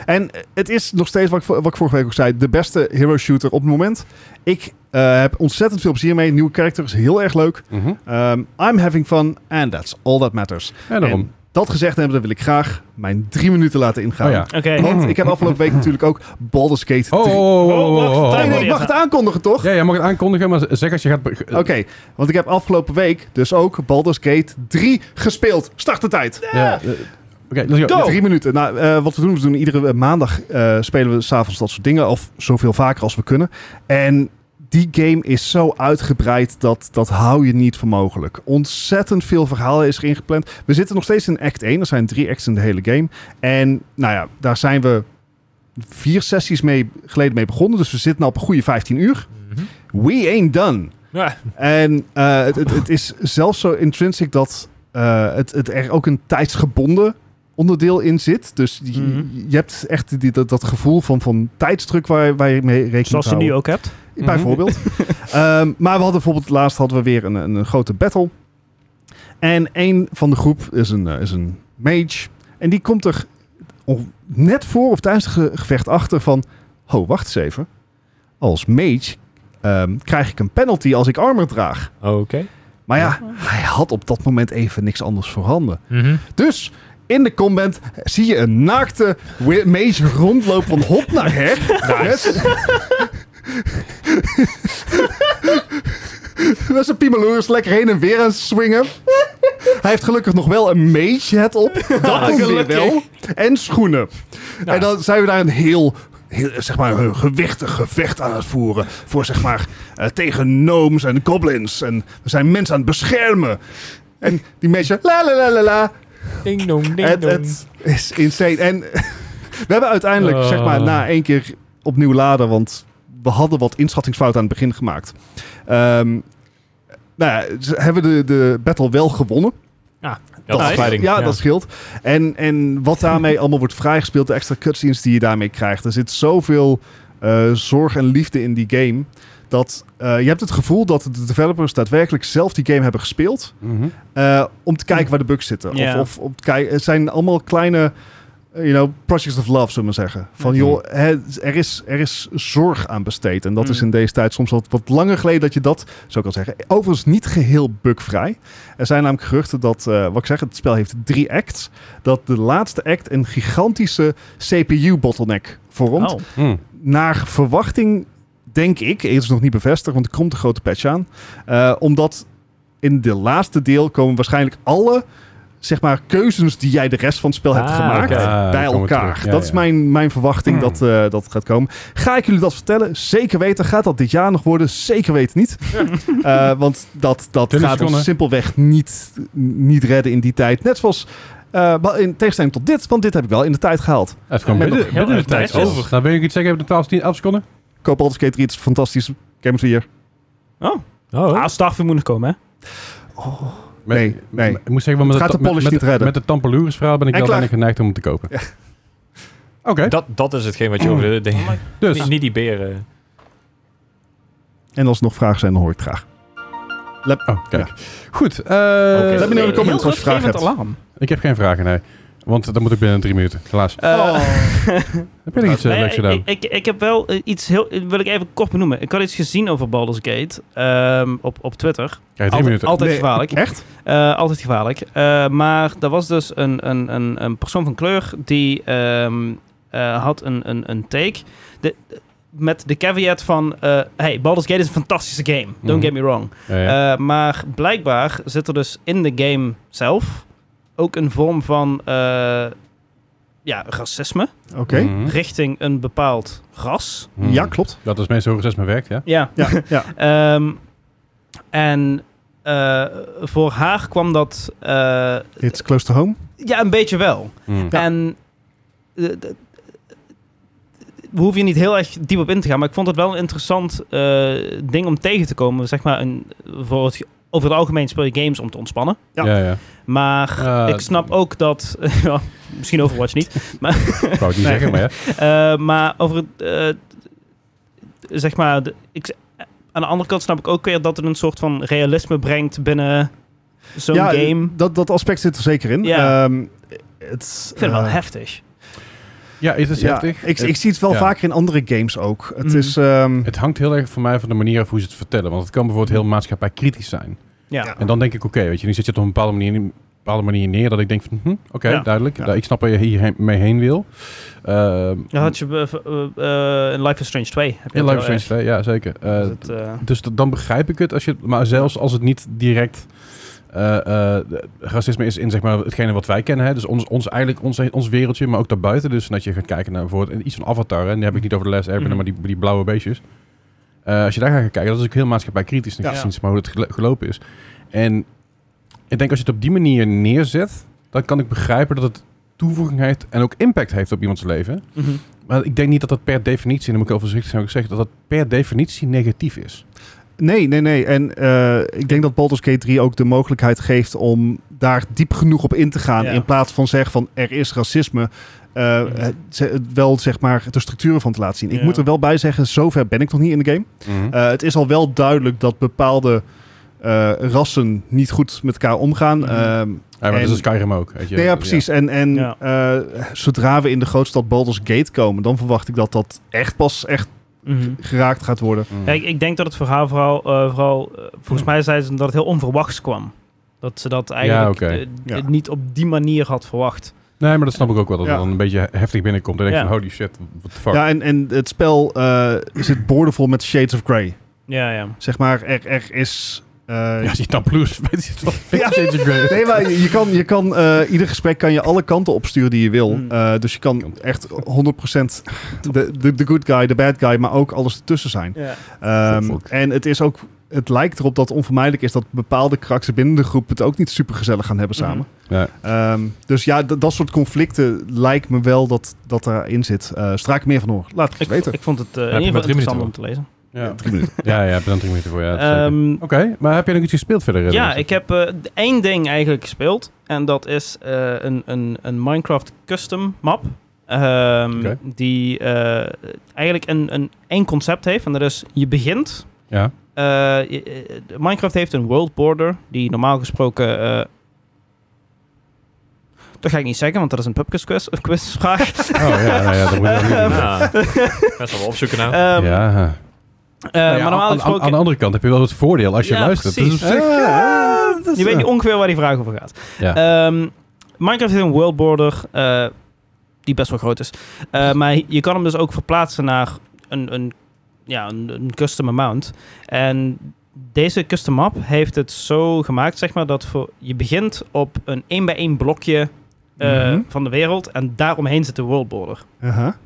S3: En het is nog steeds, wat ik, vo- wat ik vorige week ook zei, de beste hero shooter op het moment. Ik eh, heb ontzettend veel plezier mee. Nieuwe character is heel erg leuk.
S2: Mhm.
S3: Ehm, I'm having fun and that's all that matters.
S2: Ja, daarom.
S3: Dat gezegd hebben, dan wil ik graag mijn drie minuten laten ingaan.
S2: oh ja.
S1: Oké.
S3: Want ik heb afgelopen week natuurlijk ook Baldur's Gate
S2: Oh, oh,
S3: 3.
S2: oh, oh,
S1: Oh, wacht,
S2: oh, oh,
S3: nee,
S2: oh.
S3: nee, ik mag het aankondigen toch?
S2: Ja, jij mag het aankondigen, maar zeg als je gaat... be-
S3: Oké, want ik heb afgelopen week dus ook Baldur's Gate 3 gespeeld. Start de tijd!
S2: Ja, eh, Oké, let's go.
S3: Ja, Drie minuten. Nou, eh, wat we doen, we doen iedere eh, maandag eh, spelen we s'avonds dat soort dingen. Of zoveel vaker als we kunnen. En die game is zo uitgebreid dat dat hou je niet voor mogelijk. Ontzettend veel verhaal is erin gepland. We zitten nog steeds in act 1. Er zijn drie acts in de hele game. En nou ja, daar zijn we vier sessies mee, geleden mee begonnen. Dus we zitten al op een goede 15 uur.
S4: Mhm.
S3: We ain't done.
S4: Ja.
S3: En eh, het, het, het is zelfs zo intrinsic dat eh, het, het er ook een tijdsgebonden onderdeel in zit. Dus je,
S1: Mhm.
S3: je hebt echt die, dat, dat gevoel van, van tijdsdruk waar, waar je mee rekening
S1: Zoals
S3: moet
S1: je nu
S3: houden.
S1: ook hebt.
S2: Mhm.
S1: [LAUGHS]
S3: Bijvoorbeeld. Ehm, maar we hadden bijvoorbeeld laatst hadden we weer een, een, een grote battle. En een van de groep is een, eh, is een mage. En die komt er on- net voor of tijdens het ge- gevecht achter van... Ho, wacht eens even. Als mage ehm, krijg ik een penalty als ik armor draag.
S4: Oké.
S3: Maar ja, hij had op dat moment even niks anders voorhanden.
S4: Mhm.
S3: Dus in de comment zie je een naakte wi- mage rondlopen van hop naar her. Yes. Met zijn piemeloers lekker heen en weer aan het swingen. Hij heeft gelukkig nog wel een mage hat op. Dat is weer wel. En schoenen. En dan zijn we daar een heel, heel, zeg maar, een gewichtig gevecht aan het voeren. Voor zeg maar eh, tegen gnomes en goblins. En we zijn mensen aan het beschermen. En die mensen, la la la la la.
S4: Ding dong, ding
S3: Het,
S4: dong.
S3: het is insane. En [LAUGHS] we hebben uiteindelijk,
S4: Oh.
S3: zeg maar, na één keer opnieuw laden. Want we hadden wat inschattingsfouten aan het begin gemaakt. Ehm nou ja, ze hebben de, de battle wel gewonnen.
S4: Ja, dat is
S3: ja,
S4: leiding.
S3: dat scheelt. En, en wat daarmee allemaal wordt vrijgespeeld, de extra cutscenes die je daarmee krijgt. Er zit zoveel eh, zorg en liefde in die game. dat eh, je hebt het gevoel dat de developers daadwerkelijk zelf die game hebben gespeeld.
S2: Mhm.
S3: eh, om te kijken waar de bugs zitten.
S1: Ja.
S3: Of, of om te kijken. Het zijn allemaal kleine. eh, You know, projects of love, zullen we maar zeggen. Van
S2: Mhm.
S3: joh, hè, er, is, er is zorg aan besteed. En dat
S1: Mm.
S3: is in deze tijd soms wat, wat langer geleden dat je dat zo kan zeggen. Overigens niet geheel bugvrij. Er zijn namelijk geruchten dat, eh, wat ik zeg, het spel heeft drie acts. Dat de laatste act een gigantische CPU-bottleneck vormt.
S1: Oh,
S2: Mhm.
S3: Naar verwachting, denk ik, het is nog niet bevestigd, want er komt een grote patch aan. eh, omdat in de laatste deel komen waarschijnlijk alle zeg maar, keuzes die jij de rest van het spel hebt
S4: Ah,
S3: gemaakt
S4: oké. Hmm.
S2: Ah,
S3: bij
S2: dan komen we
S3: elkaar.
S2: terug. Ja,
S3: dat is
S2: ja.
S3: mijn, mijn verwachting dat, eh, dat het gaat komen. Ga ik jullie dat vertellen? Zeker weten. Gaat dat dit jaar nog worden? Zeker weten
S4: [LAUGHS]
S3: niet. Eh, want dat, dat
S2: Twintig
S3: gaat ons
S2: seconden.
S3: simpelweg niet, niet redden in die tijd. Net zoals eh, maar in tegenstelling tot dit, want dit heb ik wel in de tijd gehaald.
S2: Het kwam
S1: Met
S2: binnen,
S1: nog heel
S2: binnen de
S1: erg
S2: tijd
S1: tijdjes.
S2: over. Nou, wil ik iets zeggen? Hebben de 12, 10, 11 seconden?
S3: Koop Baldur's Gate 3, het is fantastisch. Game of the Year.
S1: oh.
S4: Oh,
S1: Ah, Starfield moet nog komen, hè?
S2: Met-
S3: Nee, nee.
S2: Ik moet zeggen, want met
S3: Het gaat
S2: ta-
S3: de polish
S2: met- met-
S3: niet redden.
S2: Met de Tampeloeres verhaal ben ik
S3: En
S2: wel
S3: klaar.
S2: weinig geneigd om hem te kopen. Oké,
S4: dat, dat is hetgeen wat je over de dingen...
S2: dus.
S4: Niet, niet die beren.
S3: En als er nog vragen zijn, dan hoor ik het graag.
S2: Oh, kijk.
S3: Ja.
S2: Goed. eh,
S4: Oké.
S3: Laat me nou in de
S1: Heel
S3: comments als je vragen
S1: rustgevend
S3: hebt.
S1: alarm.
S2: Ik heb geen vragen, nee. Want dan moet ik binnen drie minuten, helaas.
S1: Oh.
S3: Oh.
S2: Heb je nog iets eh,
S1: Nee,
S2: leuks gedaan?
S1: Eh, ik, ik, ik heb wel eh, iets heel... eh, wil ik even kort benoemen. Ik had iets gezien over Baldur's Gate ehm, op, op Twitter.
S2: Krijg je drie
S1: altijd,
S2: minuten.
S1: altijd
S3: Nee,
S1: gevaarlijk.
S3: Echt?
S1: Eh, altijd gevaarlijk. Eh, maar er was dus een, een, een, een persoon van kleur die ehm, eh, had een, een, een take. De, met de caveat van: eh hey, Baldur's Gate is een fantastische game. Don't
S2: Mhm.
S1: get me wrong.
S2: Ja, ja.
S1: Eh, maar blijkbaar zit er dus in de game zelf ook een vorm van eh, ja, racisme
S3: Oké.
S2: Mhm.
S1: richting een bepaald ras.
S2: Mhm.
S3: Ja, klopt.
S2: Dat is meestal hoe racisme werkt, ja?
S1: Ja,
S3: Ja, [LAUGHS] ja.
S1: Ehm, en eh, voor haar kwam dat eh,
S3: It's close to home.
S1: ja, een beetje wel.
S2: Mhm.
S3: Ja.
S1: En eh, d- we hoeven hier niet heel erg diep op in te gaan, maar ik vond het wel een interessant eh, ding om tegen te komen. Zeg maar een, voor het, ge- over het algemeen speel je games om te ontspannen.
S3: Ja.
S2: Ja, ja.
S1: Maar
S2: Eh,
S1: ik snap ook dat. [LAUGHS] ja, misschien Overwatch niet.
S2: Ik wou het niet
S3: Nee.
S2: zeggen, maar ja.
S1: Eh, maar over het. eh, zeg maar. de- ik, aan de andere kant snap ik ook weer dat het een soort van realisme brengt binnen zo'n
S2: eh,
S1: game.
S3: Dat, dat aspect zit er zeker in.
S1: Ja.
S3: Ehm, het, is,
S1: Ik vind het
S3: eh,
S1: wel heftig.
S2: Ja, is het
S3: ja,
S2: heftig?
S3: Ik, ik zie het wel
S2: Ja.
S3: vaker in andere games ook. Het
S1: Mhm.
S3: is... ehm,
S2: Het hangt heel erg voor mij van de manier af hoe ze het vertellen. Want het kan bijvoorbeeld heel maatschappijkritisch zijn.
S1: Ja.
S3: Ja.
S2: En dan denk ik, oké, weet je, nu zit je het op een bepaalde manier, een bepaalde manier neer dat ik denk van, hm, oké,
S1: Ja.
S2: duidelijk.
S3: Ja.
S2: Nou, Ik snap waar je hierheen mee heen wil. Ehm,
S1: Ja, had je eh, eh, eh, in Life is Strange 2. Heb je
S2: in
S1: dat
S2: Life is
S1: heel
S2: Strange 2, ja, zeker. Eh,
S1: erg. Is het, eh,
S2: dus dat- dan begrijp ik het. Als je, maar zelfs als het niet direct eh, eh, racisme is in zeg maar, hetgene wat wij kennen. Hè? Dus ons, ons, eigenlijk ons, ons wereldje, maar ook daarbuiten. Dus dat je gaat kijken naar bijvoorbeeld iets van Avatar. Hè? En die heb ik niet over de les Airbnb,
S1: Mhm.
S2: maar die, die blauwe beestjes. Eh, als je daar gaat kijken, dat is ook heel maatschappijkritisch. Dan
S3: Ja.
S2: ja. je zien zeg maar, hoe het gelo- gelopen is. En ik denk als je het op die manier neerzet, dan kan ik begrijpen dat het toevoeging heeft en ook impact heeft op iemands leven.
S1: mhm.
S2: Maar ik denk niet dat dat per definitie, en dan moet ik heel voorzichtig zijn wat ik zeg, dat dat per definitie negatief is.
S3: Nee, nee, nee. En eh, ik denk dat Baldur's Gate 3 ook de mogelijkheid geeft om daar diep genoeg op in te gaan.
S1: Ja.
S3: In plaats van zeggen van er is racisme. eh,
S1: Mhm.
S3: het- ze- het wel zeg maar de structuren van te laten zien. Ik
S1: Ja.
S3: moet er wel bij zeggen, zover ben ik nog niet in de game. Eh, het is al wel duidelijk dat bepaalde eh, rassen niet goed met elkaar omgaan.
S1: Mhm.
S3: Ehm,
S2: Ja, maar
S3: En-
S2: dat is dus Skyrim ook. Weet je.
S3: nee, ja, precies. En, en
S1: Ja.
S3: eh, zodra we in de grootstad Baldur's Gate komen, dan verwacht ik dat dat echt pas echt
S1: Mhm.
S3: geraakt gaat worden.
S2: Mm.
S1: Ja, ik, ik denk dat het verhaal vooral, eh, vooral eh, volgens mij zei ze dat het heel onverwachts kwam. Dat ze dat eigenlijk
S2: oké.
S1: eh, d-
S3: Ja.
S1: niet op die manier had verwacht.
S2: Nee, maar dat snap ik ook wel. Dat het
S3: Ja.
S2: dan een beetje heftig binnenkomt. En denk je
S1: Ja.
S2: van, holy shit, what the fuck.
S3: Ja, en, en het spel eh, zit boordevol met Shades of Grey.
S1: Ja, ja.
S3: Zeg maar, er, er is... eh,
S2: Ja, als je dan plus [LAUGHS] weet je het wel.
S3: Ja.
S2: Shades of Grey.
S3: [LAUGHS] Nee, maar je je kan, je kan eh, ieder gesprek kan je alle kanten opsturen die je wil.
S1: Mm.
S3: Eh, dus je kan echt 100% de, de, de good guy, de bad guy, maar ook alles ertussen zijn. Ehm,
S2: Fuck, fuck.
S3: en het is ook, het lijkt erop dat het onvermijdelijk is dat bepaalde karakters binnen de groep het ook niet super gezellig gaan hebben samen.
S2: Mhm. Ja.
S3: Ehm, dus ja, d- dat soort conflicten lijkt me wel dat dat erin zit. Eh straak meer van hoor. Laat
S1: Ik,
S3: het eens weten.
S1: ik vond het eh,
S2: je
S1: in ieder geval
S2: maar drie minuten
S1: interessant om te lezen.
S2: Ja,
S3: Drie minuten.
S2: ja, ja, bedankt drie minuten voor ja, dat zeker. Oh,
S1: Ehm,
S2: Oké, maar heb je nog iets gespeeld verder?
S1: ja, ik heb eh, d- één ding eigenlijk gespeeld. En dat is eh, een, een, een Minecraft custom map. Ehm,
S2: Oké.
S1: Die eh, eigenlijk een, een, één concept heeft. En dat is, je begint
S2: Ja.
S1: Eh, je- eh, Minecraft heeft een world border die normaal gesproken. eh, dat ga ik niet zeggen, want dat is een pubquiz quiz, quizvraag.
S2: Oh [LAUGHS] ja, nou ja, dat moet je
S1: [LAUGHS]
S2: ook niet doen.
S3: [LAUGHS]
S4: Ja. Best wel opzoeken nou.
S1: Ehm, eh,
S2: Ja. Nou ja,
S1: maar normaal
S2: aan, aan-
S1: gesproken.
S2: aan de andere kant heb je wel het voordeel als je
S1: Ja,
S2: luistert. Dus
S1: precies.
S2: op zich,
S3: Ah,
S2: ja, dat is,
S1: je weet
S2: eh,
S1: niet ongeveer waar die vraag over gaat.
S2: Ja.
S1: Ehm, Minecraft heeft een world border eh, die best wel groot is. Eh, maar je kan hem dus ook verplaatsen naar een, een, ja, een, een custom amount. En deze custom map heeft het zo gemaakt, zeg maar, dat voor, je begint op een 1 bij 1 blokje eh,
S3: Mhm.
S1: van de wereld en daaromheen zit de world border.
S3: aha.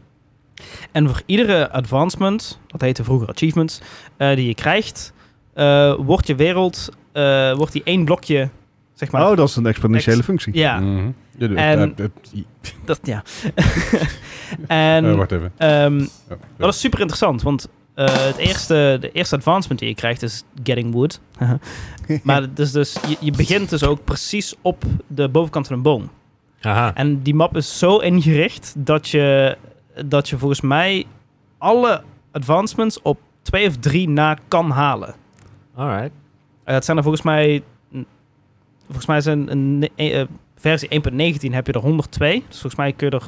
S1: En voor iedere advancement, dat heette vroeger achievements, eh, die je krijgt, eh, wordt je wereld, eh, wordt die één blokje, zeg maar.
S3: Oh, dat is een exponentiële functie.
S1: ja,
S2: Mhm. Ja, de-
S1: En-
S2: eh, eh, eh,
S1: dat, ja. [LAUGHS] en
S2: eh, wacht even.
S1: ehm,
S2: Oh,
S1: dat is super interessant, want eh, het eerste, de eerste advancement die je krijgt is Getting Wood. [LAUGHS] maar het is dus, je, je begint dus ook precies op de bovenkant van een boom.
S4: Haha.
S1: En die map is zo ingericht dat je, dat je volgens mij alle advancements op twee of drie na kan halen.
S4: Alright.
S1: Eh, het zijn er volgens mij. mm, Volgens mij zijn een, eh, eh, versie 1.19 heb je er 102. Dus volgens mij kun je er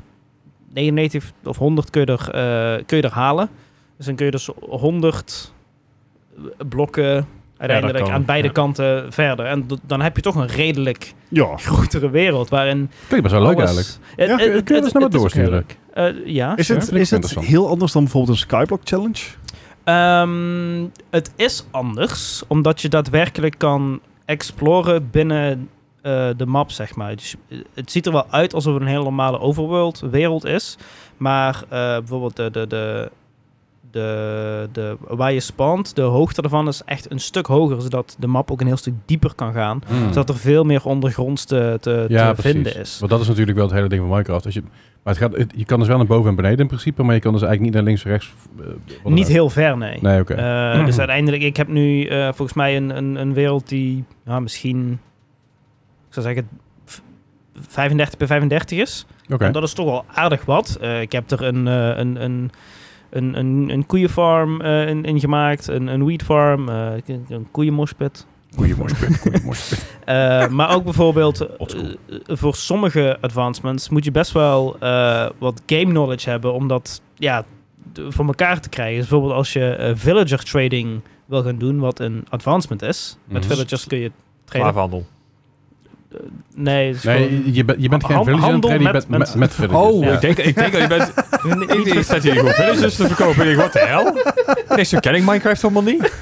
S1: 99 of 100 kun je er, eh, kun je er halen. Dus dan kun je dus 100 blokken uiteindelijk
S4: kan,
S1: aan beide
S4: ja.
S1: kanten verder. En d- dan heb je toch een redelijk [LAUGHS]
S3: Ja.
S1: grotere wereld waarin.
S2: Klinkt best wel leuk
S1: alles-
S2: eigenlijk.
S1: Het-
S3: Ja,
S1: het-
S2: kun je
S1: het-
S2: dat eens naar me
S1: het is ook heel
S2: doorsturen?
S1: leuk. Eh, ja.
S3: Is
S1: sure.
S3: het,
S2: Vind ik
S3: is het
S2: interessant.
S3: heel anders dan bijvoorbeeld een Skyblock Challenge?
S1: Ehm, het is anders, omdat je daadwerkelijk kan exploren binnen eh, de map, zeg maar. Dus, eh, het ziet er wel uit alsof het een hele normale overworld wereld is. Maar eh, bijvoorbeeld de, de, de, de, de, waar je spant, de hoogte ervan is echt een stuk hoger, zodat de map ook een heel stuk dieper kan gaan.
S2: Mm.
S1: Zodat er veel meer ondergronds te, te,
S2: Ja,
S1: te
S2: precies.
S1: vinden is.
S2: Want dat is natuurlijk wel het hele ding van Minecraft. Als je, maar het gaat, het- je kan dus wel naar boven en beneden in principe, maar je kan dus eigenlijk niet naar links en rechts. eh, wat
S1: Niet
S2: dan
S1: heel ver, nee.
S2: ook. Nee, oké. [CLEARS THROAT]
S1: Eh, dus uiteindelijk, ik heb nu eh, volgens mij een, een, een wereld die nou, misschien, ik zou zeggen, v- 35 bij 35 is.
S2: Oké.
S1: En dat is toch wel aardig wat. Eh, ik heb er een, eh, een, een, een, een, een koeienfarm eh, in, in gemaakt, een, een wheatfarm, eh, een, een koeienmospit.
S2: Goeie morspit, goeie morspit.
S1: Eh, maar ook bijvoorbeeld
S2: [LAUGHS]
S1: eh,
S2: Old school.
S1: eh, voor sommige advancements moet je best wel eh, wat game knowledge hebben om dat ja, d- voor elkaar te krijgen. Dus bijvoorbeeld als je eh, villager trading wil gaan doen, wat een advancement is. Met
S2: Mhm.
S1: villagers kun je traden.
S4: Slaafhandel.
S1: Nee, het is gewoon-
S2: [LAUGHS] Nee, je, bent- je bent geen
S1: Han-
S2: villager aan het
S1: handel
S2: traden,
S1: met
S2: je bent met,
S1: mensen.
S2: met villagers.
S3: Oh,
S1: Ja.
S4: Ik denk, ik denk dat je [LAUGHS] bent... ik denk dat je gewoon villagers dus te verkopen. Ik denk, wat de hel? Nee, zo ken ik Minecraft helemaal niet.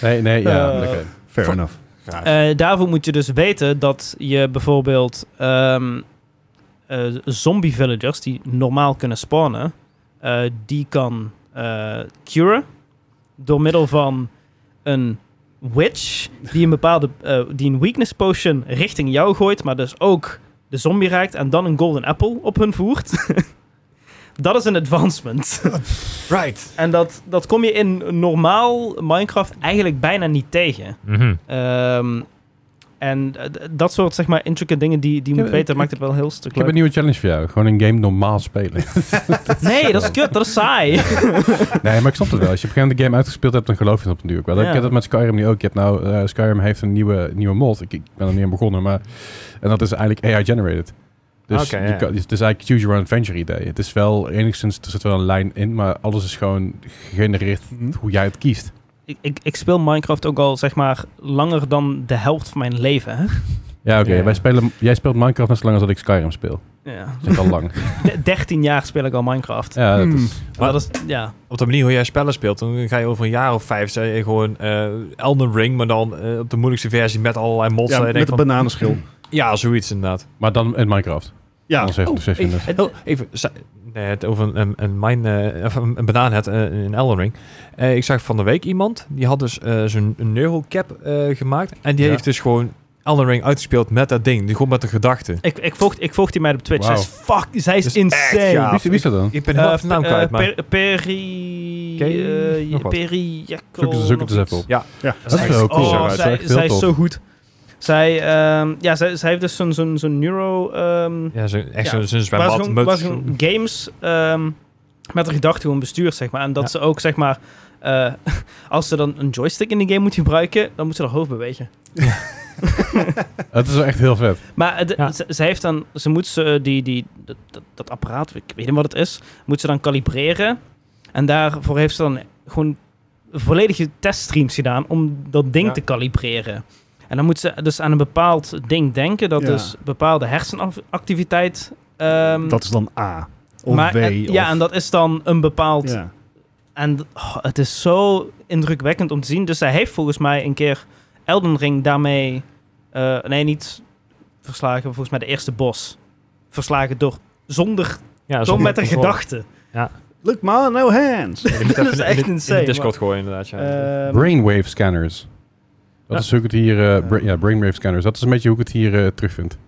S2: Nee, nee, ja.
S1: Oh. Eh,
S2: oké.
S3: Fair
S2: Fuck.
S3: enough.
S1: Eh, daarvoor moet je dus weten dat je bijvoorbeeld ehm, eh, zombie villagers die normaal kunnen spawnen, eh, die kan eh curen door middel van een witch die een bepaalde eh, die een weakness potion richting jou gooit, maar dus ook de zombie raakt en dan een golden apple op hun voert. [LAUGHS] Dat is een advancement.
S4: Right.
S1: En dat, dat kom je in normaal Minecraft eigenlijk bijna niet tegen. Ehm, en eh, d- dat soort, zeg maar, intricate dingen die, die je
S2: Ja,
S1: moet weten,
S2: ik-
S1: maakt het wel een heel stuk
S2: Ik heb een
S1: leuk.
S2: nieuwe challenge voor jou. Gewoon een game normaal spelen.
S1: Nee, dat is kut, dat is saai. [LAUGHS]
S2: Nee, maar ik snap het wel. Als je op een gegeven moment de game uitgespeeld hebt, dan geloof je het op natuurlijk wel. Ik
S1: Ja.
S2: heb dat met Skyrim nu ook. Je hebt nou, eh, Skyrim heeft een nieuwe, nieuwe mod. Ik, ik ben er niet aan begonnen, maar... En dat is eigenlijk AI-generated. Dus
S4: Oké,
S2: je
S4: ja.
S2: kan- het is eigenlijk choose your own adventure idee. Het is wel enigszins, er zit wel een lijn in, maar alles is gewoon gegenereerd
S4: Mhm.
S2: hoe jij het kiest.
S1: ik, ik, ik speel Minecraft ook al, zeg maar, langer dan de helft van mijn leven. Hè?
S2: Ja, oké.
S4: Ja.
S2: Wij spelen, jij speelt Minecraft net zo lang als dat ik Skyrim speel.
S1: Ja.
S2: Dat is al lang.
S1: De- 13 jaar speel ik al Minecraft.
S2: [LAUGHS] Ja, dat
S3: Hmm.
S2: is...
S1: Maar dat is, ja.
S4: Op de manier hoe jij spellen speelt, dan ga je over een jaar of vijf zeg je gewoon eh, Elden Ring, maar dan eh, op de moeilijkste versie met allerlei mods.
S3: Ja,
S4: dat je
S3: met
S4: denkt
S3: een
S4: van,
S3: bananenschil.
S4: ja, zoiets inderdaad.
S2: Maar dan in Minecraft.
S4: Ah.
S3: Ja.
S2: Anders heeft het
S3: Oh,
S2: zes in de-
S4: Heel even, ze- nee, het over een, een, een, mijn, eh, of een, een banaanhead eh, in Elden Ring. Eh, ik zag van de week iemand, die had dus eh, zo'n neural cap eh, gemaakt. En die
S2: Ja.
S4: heeft dus gewoon Elden Ring uitgespeeld met dat ding. Die- Gewoon met de gedachte.
S1: Ik, ik, volg, ik volg die meid op Twitch.
S2: Wauw.
S1: Zij is fuck, zij is
S4: Dat is
S1: insane.
S4: echt gaaf.
S2: Wie, is- wie is dat dan?
S4: Ah, Ik ben heel
S1: Eh,
S4: even de naam
S1: eh,
S4: kwijt, maar...
S1: Per- Peri...
S4: Ken je
S1: eh,
S4: nog wat?
S1: Peri... Jacco,
S2: Zoek, het- zoek het
S1: nog iets.
S2: eens even op.
S1: Dat
S2: is wel cool.
S1: Oh,
S2: Ja, dat is
S1: zij,
S2: echt heel
S1: zij is
S2: tof.
S1: zo goed. Zij, ehm, ja, zij, zij heeft dus zo'n zo'n zo'n neuro... ehm
S4: Ja, zo,
S1: Ja.
S4: echt zo'n- zo'n
S1: waar ze
S4: zwembad.
S1: gewoon-
S4: met-
S1: waar ze gewoon games ehm, met de gedachte gewoon bestuurt, zeg maar. En dat
S4: Ja.
S1: ze ook, zeg maar... eh, eh, [LAUGHS] als ze dan een joystick in de game moet gebruiken, dan moet ze haar hoofd bewegen.
S2: Het is wel echt heel vet.
S1: Maar het-
S4: Ja.
S1: ze, ze heeft dan, ze moet ze eh, die, die, dat, dat- dat apparaat, ik weet niet wat het is, moet ze dan kalibreren. En daarvoor heeft ze dan gewoon volledige teststreams gedaan om dat ding
S4: Ja.
S1: te kalibreren. En dan moet ze dus aan een bepaald ding denken, dat
S3: Ja.
S1: dus bepaalde hersenactiviteit. ehm,
S3: Dat is dan A. Of
S1: maar-
S3: W.
S1: en-
S3: of-
S1: Ja, en dat is dan een bepaald
S3: Ja.
S1: en d- oh, het is zo indrukwekkend om te zien. Dus hij heeft volgens mij een keer Elden Ring daarmee... eh, nee, niet verslagen. maar Volgens mij de eerste bos. Verslagen door... Zonder...
S4: Ja,
S1: Tom
S4: zonder
S1: met een
S4: controle.
S1: gedachte.
S3: Look man, no hands.
S4: Ja, die
S1: [LAUGHS]
S4: moet
S1: Dat
S4: even
S1: is
S4: in
S1: echt
S4: de- in de
S1: insane,
S4: Discord gooien, inderdaad. Ja.
S1: Ehm,
S2: Brainwave scanners. Dat
S4: Ja.
S2: is hoe ik het hier... eh, bra- ja, brainwave scanners. Dat is een beetje hoe ik het hier eh, terugvind.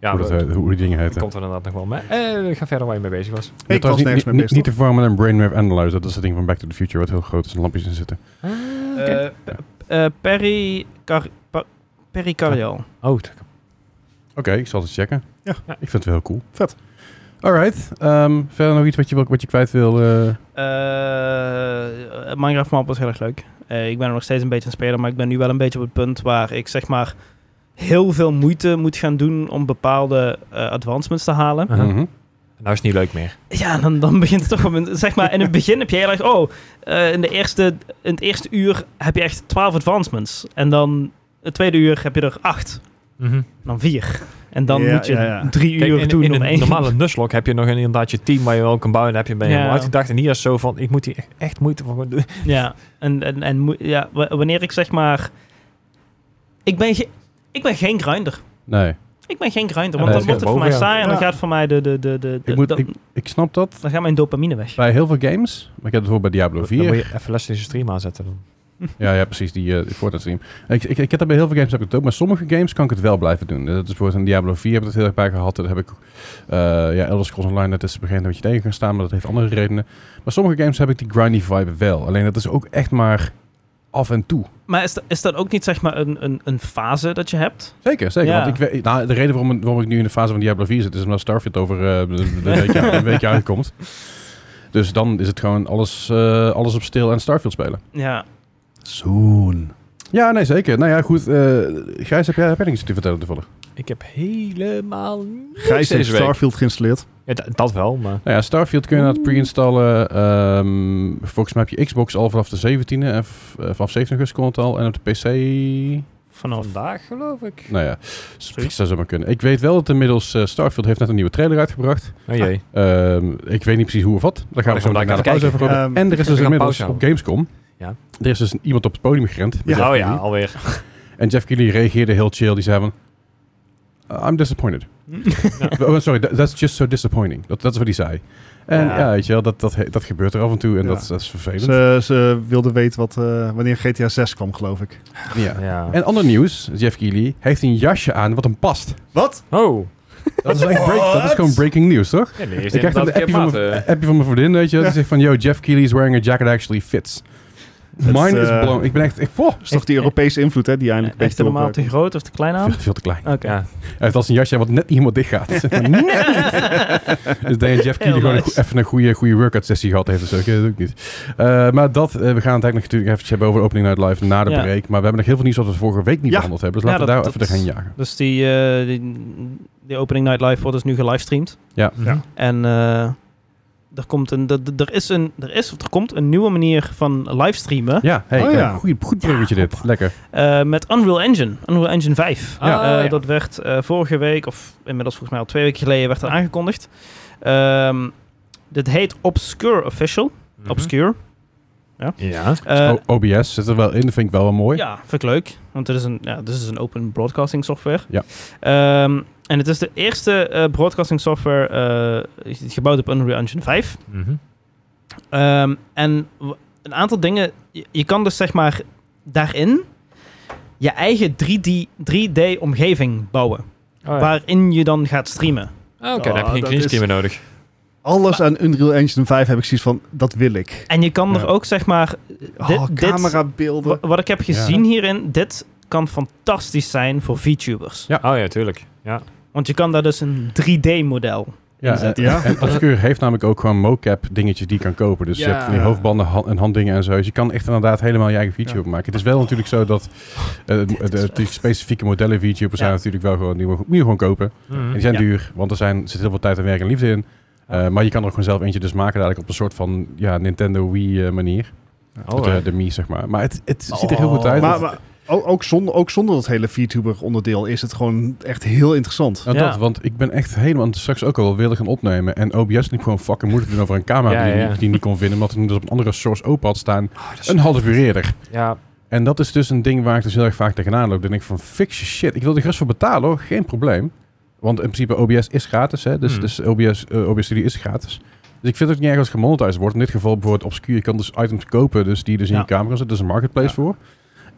S4: ja,
S2: hoe, dat,
S4: maar-
S2: heet- hoe die dingen heten.
S4: komt er inderdaad nog wel. Maar eh, ga verder waar je mee bezig was.
S2: Ja,
S3: Ik
S2: trouwens,
S3: was
S2: niet-
S3: nergens mee
S2: niet,
S3: bezig.
S2: niet te verwarren met een brainwave analyzer. Dat is het ding van Back to the Future, wat heel groot is en lampjes in zitten.
S1: eh, p- eh, Perry... Car Pa- Perry Carriel.
S4: Oh,
S2: Oké, ik zal het checken.
S3: Ja.
S4: Ja.
S2: Ik vind het wel heel cool.
S3: Vet.
S2: Alright. ehm, verder nog iets wat je, wil- wat je kwijt wil? eh?
S1: Eh, Minecraft map was heel erg leuk. Eh, ik ben nog steeds een beetje een speler, maar ik ben nu wel een beetje op het punt waar ik zeg maar heel veel moeite moet gaan doen om bepaalde eh, advancements te halen.
S4: Aha.
S2: Mhm.
S4: nou is het niet leuk meer.
S1: Ja, dan, dan begint het toch wel met- Zeg maar, in het begin heb je heel erg... Oh, eh, in, de eerste, in het eerste uur heb je echt 12 advancements. En dan het tweede uur heb je er acht. En dan vier. En dan
S3: Ja,
S1: moet je
S3: ja, ja.
S1: drie
S4: Kijk,
S1: Mhm. uur
S4: in,
S1: doen
S4: in
S1: om
S4: een
S1: één.
S4: normale nuslock heb je nog inderdaad je team waar je wel kan bouwen. Dan heb je ben je
S1: Ja.
S4: helemaal uitgedacht. En hier is zo van, ik moet hier echt, echt moeite voor gaan doen.
S1: [LAUGHS] Ja, en, en, en moe- ja, wa- wanneer ik zeg maar... Ik ben, ge- ik ben geen grinder.
S2: Nee.
S1: Ik ben geen grinder, want
S2: Nee,
S1: dan
S2: oké,
S1: wordt het voor mij
S4: boven, ja.
S1: saai en dan
S3: Ja.
S1: gaat voor mij de... de, de, de, de-
S2: Ik, moet,
S1: dan,
S2: ik, ik snap dat
S1: dan gaat mijn dopamine weg.
S2: bij heel veel games. Maar ik heb het voor bij Diablo
S4: Dan
S2: 4.
S4: moet je even les deze stream aanzetten. Dan.
S2: Ja, ja, precies. Die eh, Fortnite stream. Ik, ik, ik heb dat bij heel veel games heb ik het ook. Maar sommige games kan ik het wel blijven doen. Dat is bijvoorbeeld in Diablo 4 heb ik het heel erg bij gehad. Dat heb ik... eh, ja, Elder Scrolls Online, dat is op een gegeven moment wat je tegen kan staan. Maar dat heeft andere redenen. Maar sommige games heb ik die grindy vibe wel. Alleen dat is ook echt maar af en toe.
S1: Maar is dat, is dat ook niet zeg maar een, een, een fase dat je hebt?
S2: Zeker, zeker.
S1: Ja.
S2: Want ik weet, nou, de reden waarom, waarom ik nu in de fase van Diablo 4 zit, is omdat Starfield over eh, een, weekje, een [LAUGHS] weekje uitkomt. Dus dan is het gewoon alles, eh, alles op stil en Starfield spelen.
S1: Ja,
S3: Soon.
S2: Ja, nee, zeker. Nou ja, goed. eh Gijs, heb jij, heb jij nog iets te vertellen toevallig?
S4: Ik heb helemaal niks
S3: Gijs heeft
S4: deze week.
S3: Starfield geïnstalleerd.
S4: Ja, da- dat wel, maar...
S2: Nou ja, Starfield kun je aan het pre-installen. Ehm, volgens mij heb je Xbox al vanaf de 17e. En v- eh, vanaf 17 augustus komt het al. En op de PC...
S1: vanaf...
S4: Vandaag geloof ik.
S2: Nou ja, s- dat zou zomaar kunnen. Ik weet wel dat inmiddels eh, Starfield heeft net een nieuwe trailer uitgebracht.
S4: Oh jee.
S2: Ehm, ik weet niet precies hoe of wat. Daar gaan we zo
S4: gaan we
S2: meteen naar de pauze
S4: even kijken.
S2: over hebben.
S3: Ehm,
S2: en er is
S4: we
S2: dus
S4: gaan
S2: inmiddels
S4: pauze
S2: op
S4: houden.
S2: Gamescom...
S4: Ja.
S2: Er is dus een- iemand op het podium gerend. met
S3: Ja.
S2: Jeff
S4: oh ja,
S2: Keighley.
S4: alweer.
S2: [LAUGHS] En Jeff Keighley reageerde heel chill. Die zei van... "Uh, I'm disappointed. [LAUGHS] oh, sorry, that- that's just so disappointing. Dat, dat is wat hij zei. En ja,
S4: Ja.
S2: weet je wel, dat, dat, he- dat gebeurt er af en toe. En
S3: Ja.
S2: dat, is- dat is vervelend.
S3: Ze, ze wilden weten wat, eh, wanneer GTA 6 kwam, geloof ik.
S2: ja.
S4: Ja.
S2: En ander nieuws. Jeff Keighley heeft een jasje aan wat hem past.
S3: Wat?
S4: Oh.
S2: Dat is, echt break, dat is gewoon breaking news, toch?
S4: Ja, nee, is
S2: Ik krijg dan
S4: inderdaad
S2: een appje van,
S4: keermaat,
S2: mijn,
S4: eh.
S2: appje van mijn vriendin, weet je. wel. Die zegt van, yo, Jeff Keighley is wearing a jacket that actually fits. Mine is
S3: eh,
S2: blown. Ik ben echt, ik, oh,
S3: Dat is toch die Europese invloed, hè, die eindelijk een
S1: Echt
S3: beetje
S1: normaal te
S3: doorwerkt.
S1: groot of te klein aan?
S2: [LAUGHS] veel, veel te klein.
S1: Oké.
S4: Ja.
S2: Hij heeft als een jasje aan wat net iemand dicht gaat. dus denk je Jeff Keighley
S1: Heel
S2: gewoon een
S1: nice.
S2: go- even een goede, goede workout sessie gehad heeft. Dus ook, dat ook niet. Eh, maar dat, eh, we gaan het eigenlijk nog natuurlijk even hebben over opening night live na de
S1: Ja.
S2: break. Maar we hebben nog heel veel nieuws wat we vorige week niet
S3: Ja.
S2: behandeld hebben. Dus
S1: Ja,
S2: laten we
S1: dat-
S2: daar
S1: dat-
S2: even doorheen jagen.
S1: [LAUGHS] Dus die, eh, die, die opening night live wordt dus nu gelivestreamd.
S4: Ja.
S1: En eh, er, komt een, er, er is een, er is of er komt een nieuwe manier van livestreamen
S2: Ja, hey,
S3: Oh,
S2: kijk,
S3: ja.
S2: Goed, goed bruggetje
S1: Ja,
S2: dit. Lekker.
S1: eh, met Unreal Engine, Unreal Engine 5.
S4: Ah,
S1: Eh,
S4: ja.
S1: Dat werd eh, vorige week, of inmiddels volgens mij al twee weken geleden, werd dat aangekondigd. Ehm, dit heet Obscure Official.
S4: Mhm. Oh,
S1: Obscure.
S4: Ja.
S1: Eh,
S2: O- OBS zit er wel in, dat vind ik wel wel mooi.
S1: Ja, vind ik leuk. Want dit is een, ja, dit is een open broadcasting software.
S2: Ja.
S1: Ehm, en het is de eerste eh, broadcasting software eh, gebouwd op Unreal Engine 5.
S4: Mhm.
S1: Ehm, en w- een aantal dingen. Je, je kan dus zeg maar daarin je eigen 3D, 3D-omgeving
S2: Ah,
S1: bouwen.
S4: Oh, ja.
S1: Waarin je dan gaat streamen.
S4: Ah, Oké, dan heb je geen
S3: Ah,
S4: green
S3: dat
S4: screen meer nodig.
S3: Alles aan Unreal Engine 5 heb ik zoiets van, dat wil ik.
S1: En je kan
S2: Ja.
S1: er ook zeg maar.
S3: Oh,
S1: dit- dit-
S3: camerabeelden.
S1: wa- wat ik heb gezien hierin, dit kan fantastisch zijn voor VTubers.
S2: Ja.
S4: Oh ja, tuurlijk. Ja.
S1: Want je kan daar dus een 3D-model
S2: Ja, eh, en,
S1: inzetten.
S3: Ja.
S2: en Obscure heeft namelijk ook gewoon mocap dingetjes die je kan kopen. Dus je
S1: Ja.
S2: hebt van die hoofdbanden han- en handdingen en zo. Dus je kan echt inderdaad helemaal je eigen VTuber maken. Het is wel natuurlijk zo dat eh, de, de- die specifieke modellen VTubers zijn
S1: Ja.
S2: natuurlijk wel gewoon, die moet moet je gewoon kopen.
S4: Mhm.
S2: En die zijn
S1: Ja.
S2: duur, want er zijn, zit heel veel tijd en werk en liefde in. Eh, maar je kan er gewoon zelf eentje dus maken eigenlijk op een soort van ja, Nintendo Wii eh, manier.
S4: Oh,
S2: de, de Mii, zeg maar. Maar het, het ziet er heel goed
S1: Oh.
S2: uit.
S3: Maar,
S2: Het-
S3: maar ook, ook, zonder, ook zonder dat hele VTuber-onderdeel is het gewoon echt heel interessant.
S2: Nou,
S1: Ja.
S2: dat, want ik ben echt helemaal want straks ook al wel willen gaan opnemen. En OBS liep gewoon fucking moeilijk doen over een camera
S4: Ja,
S2: die,
S4: ja.
S2: die ik niet kon vinden. Omdat ik hem dus op een andere source open had staan. Een half uur eerder.
S4: ja.
S2: En dat is dus een ding waar ik dus heel erg vaak tegenaan loop. Dan denk ik van, fix je shit. Ik wil er gerust voor betalen hoor, geen probleem. Want in principe OBS is gratis hè. Dus,
S4: Hmm.
S2: dus OBS, eh, OBS Studio is gratis. Dus ik vind het niet erg als het gemonetized wordt. In dit geval bijvoorbeeld Obscure. Je kan dus items kopen dus die dus in
S1: Ja.
S2: je camera zitten. Dus een marketplace
S1: Ja.
S2: voor.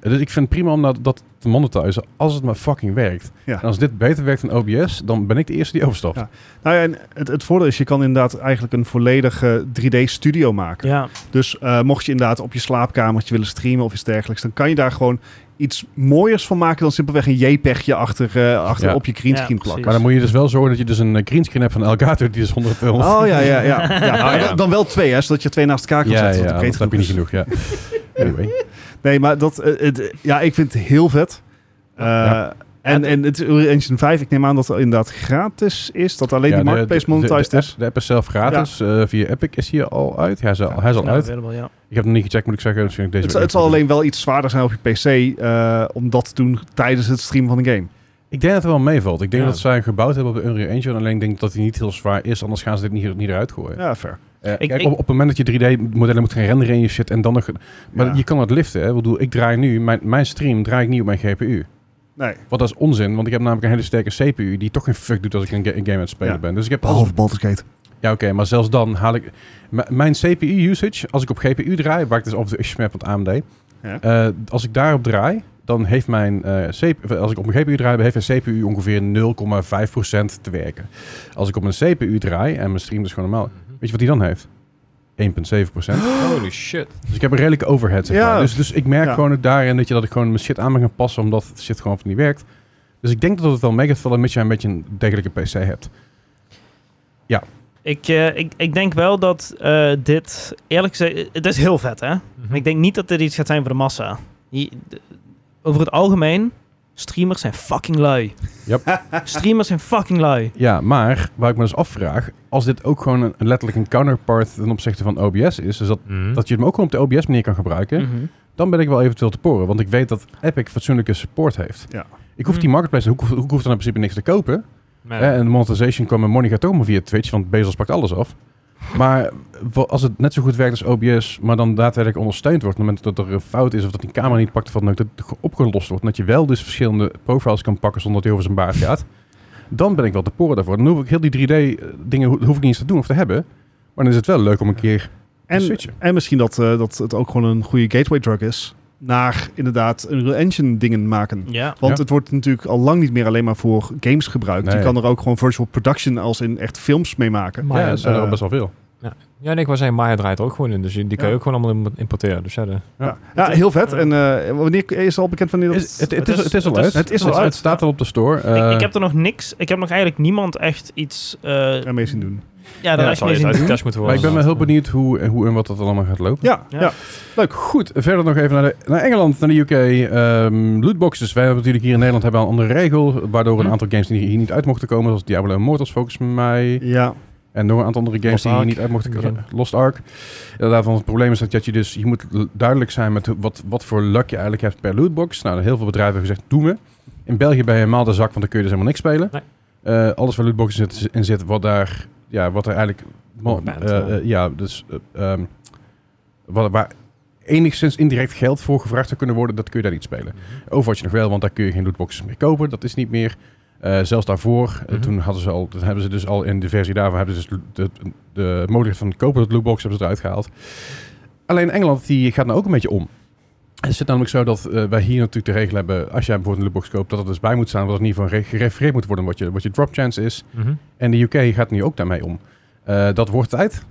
S2: Eh, Dus ik vind het prima om dat, dat te monetizen als het maar fucking werkt.
S3: Ja.
S2: En als dit beter werkt dan OBS, dan ben ik de eerste die overstapt.
S3: Ja. Nou ja, en het, het voordeel is, je kan inderdaad eigenlijk een volledige 3D-studio maken.
S1: Ja,
S3: Dus eh, mocht je inderdaad op je slaapkamertje willen streamen of iets dergelijks, dan kan je daar gewoon iets mooiers van maken dan simpelweg een JPEGje achter, eh, achter
S2: Ja.
S3: op je green
S1: Ja,
S3: screen
S1: precies.
S3: plakken.
S2: Maar dan moet je dus wel zorgen dat je dus een eh, greenscreen hebt van Elgato die is 100 film. [LAUGHS]
S3: Oh ja, ja, ja. ja.
S4: Oh, ja.
S3: Dan wel twee, hè, zodat je twee naast elkaar kan
S2: ja,
S3: zetten.
S2: ja,
S3: zodat het breed
S2: dat heb je niet
S3: genoeg
S2: genoeg.
S3: [LAUGHS]
S2: Ja. Anyway.
S3: is. Nee, maar dat, eh, het- ja, ik vind het heel vet. Eh,
S2: Ja.
S3: En, en het is Unreal Engine 5, ik neem aan dat het inderdaad gratis is. Dat alleen
S2: Ja,
S3: die
S2: de-
S3: marketplace
S2: de- de-
S3: monetized
S2: de app-
S3: is.
S2: De app is zelf gratis. eh, via Epic is hij al uit. Ja, hij is al, hij is al
S1: nou,
S2: uit.
S1: available, ja.
S2: Ik heb hem niet gecheckt, moet ik zeggen. Misschien deze
S3: Het,
S2: week
S3: het zal
S2: nog
S3: alleen wel iets zwaarder zijn op je PC eh, om dat te doen tijdens het streamen van de game.
S2: doen. Ik denk dat het wel meevalt. Ik denk
S4: Ja.
S2: dat zij hem gebouwd hebben op de Unreal Engine. Alleen ik denk dat hij niet heel zwaar is. Anders gaan ze dit niet, niet eruit gooien.
S3: Ja, fair.
S2: Eh,
S1: Ik-
S2: kijk,
S1: ik-
S2: op, op het moment dat je 3D-modellen moet gaan renderen in je shit en dan nog... Maar
S3: Ja.
S2: je kan dat liften, hè. Ik bedoel, ik draai nu... Mijn, mijn stream draai ik niet op mijn GPU.
S3: Nee.
S2: Wat dat is onzin, want ik heb namelijk een hele sterke CPU... die toch geen fuck doet als ik een, ga- een game aan het spelen
S3: Ja.
S2: ben. Dus ik heb alles
S3: Baldur's Gate.
S2: Ja, oké, maar zelfs dan haal ik... M- mijn CPU-usage, als ik op GPU draai... waar ik dus op de SMAP van AMD...
S3: Ja.
S2: eh, als ik daarop draai, dan heeft mijn... eh, CPU, als ik op mijn GPU draai, heeft mijn CPU ongeveer 0,5% te werken. Als ik op mijn CPU draai en mijn stream dus gewoon normaal... Weet je wat die dan heeft? 1,7%.
S4: Oh.
S3: [GASPS]
S4: Holy shit.
S2: Dus ik heb een redelijke overhead, zeg
S3: Ja.
S2: maar. Dus, dus ik merk
S3: Ja.
S2: gewoon ook daarin dat, je, dat ik gewoon mijn shit aan mag gaan passen... omdat het shit gewoon niet werkt. Dus ik denk dat het wel mee gaat vallen... met je een beetje een degelijke PC hebt.
S1: Ik, eh, ik, ik denk wel dat eh, dit, eerlijk gezegd, eh, het is heel vet hè.
S4: Mhm.
S1: Maar ik denk niet dat dit iets gaat zijn voor de massa. Je- de- over het algemeen, streamers zijn fucking lui.
S2: Yep.
S1: [LAUGHS] streamers zijn fucking lui.
S2: Ja, maar waar ik me dus afvraag... als dit ook gewoon een, letterlijk een counterpart... ten opzichte van OBS is... dus dat,
S4: Mhm.
S2: dat je hem ook gewoon op de OBS manier kan gebruiken...
S1: Mhm.
S2: dan ben ik wel eventueel te poren. Want ik weet dat Epic fatsoenlijke support heeft.
S3: Ja.
S2: Ik hoef
S1: Hm.
S2: die marketplace... ik hoef, ik hoef dan in principe niks te kopen... Ja, en de monetization kwam en money gaat ook maar via Twitch, want Bezos pakt alles af. Maar wa- als het net zo goed werkt als OBS, maar dan daadwerkelijk ondersteund wordt, op het moment dat er een fout is of dat die camera niet pakt, of wat dan ook, dat het opgelost wordt. En dat je wel dus verschillende profiles kan pakken zonder dat hij over zijn baard gaat. Dan ben ik wel te poren daarvoor. Dan hoef ik heel die 3D-dingen hoef ik niet eens te doen of te hebben. Maar dan is het wel leuk om een keer te
S3: En,
S2: switchen.
S3: en misschien dat, eh, dat het ook gewoon een goede gateway drug is naar inderdaad Unreal Engine dingen maken.
S1: Ja.
S3: Want
S2: Ja.
S3: het wordt natuurlijk al lang niet meer alleen maar voor games gebruikt.
S2: Nee.
S3: Je kan er ook gewoon virtual production als in echt films mee maken.
S2: Maar ja,
S4: Maya,
S2: er zijn er al
S3: eh,
S2: best wel veel.
S4: ja, nee, ik wou zeggen, Maya draait er ook gewoon in. Dus die die kan
S3: Ja.
S4: je ook gewoon allemaal im- importeren. Dus ja, de-
S3: Ja, ja heel vet. En eh, wanneer is al bekend wanneer dat...
S2: Is- Het het
S1: het
S2: is-
S1: is-
S2: het is al
S1: het is-
S2: uit.
S1: het
S3: is al uit.
S2: Het staat al op de store.
S1: ik,
S2: Eh,
S1: ik heb er nog niks, ik heb nog eigenlijk niemand echt iets... eh,
S3: ermee zien doen.
S1: ja,
S4: ja,
S1: daar is
S4: zou je
S1: mee
S4: het
S1: zien
S4: uit de
S1: doen.
S4: test moeten
S2: maar
S4: worden.
S2: ik ben wel heel benieuwd hoe, hoe en wat dat allemaal gaat lopen.
S3: Ja, ja.
S1: Ja.
S2: Leuk, goed. Verder nog even naar, de, naar Engeland, naar de UK. Ehm lootboxes. Wij hebben natuurlijk hier in Nederland hebben we een andere regel. Waardoor een
S1: Hm.
S2: aantal games die hier niet uit mochten komen. Zoals Diablo Immortals, volgens mij.
S3: Ja,
S2: En nog een aantal andere games
S4: Lost
S2: die hier
S4: Ark.
S2: niet uit mochten komen.
S4: Ja.
S2: Lost Ark. Inderdaad, want het probleem is dat, dat je dus... Je moet l- duidelijk zijn met wat, wat voor luck je eigenlijk hebt per lootbox. Nou, heel veel bedrijven hebben gezegd, doe me. In België ben je helemaal de zak, want dan kun je dus helemaal niks spelen.
S4: Nee.
S2: Eh, alles waar lootboxen in zit, in zit, wat daar... Ja, wat er eigenlijk... mo-
S4: Bent,
S2: eh,
S4: ja.
S2: eh, ja, dus... eh, ehm, wat, waar enigszins indirect geld voor gevraagd zou kunnen worden, dat kun je daar niet spelen. Overwatch nog wel, want daar kun je geen lootboxes meer kopen. Dat is niet meer. Eh, zelfs daarvoor, eh,
S4: Mhm.
S2: toen hadden ze al, dat hebben ze dus al in de versie daarvan hebben ze dus de, de mogelijkheid van het kopen dat lootbox hebben ze eruit gehaald. Alleen Engeland die gaat nou ook een beetje om. Het zit namelijk zo dat eh, wij hier natuurlijk de regel hebben, als jij bijvoorbeeld een lootbox koopt, dat er dus bij moet staan wat in ieder geval gere- gerefereerd moet worden wat je, wat je drop chance is.
S4: Mhm.
S2: En de UK gaat nu ook daarmee om. Eh, dat wordt tijd. dus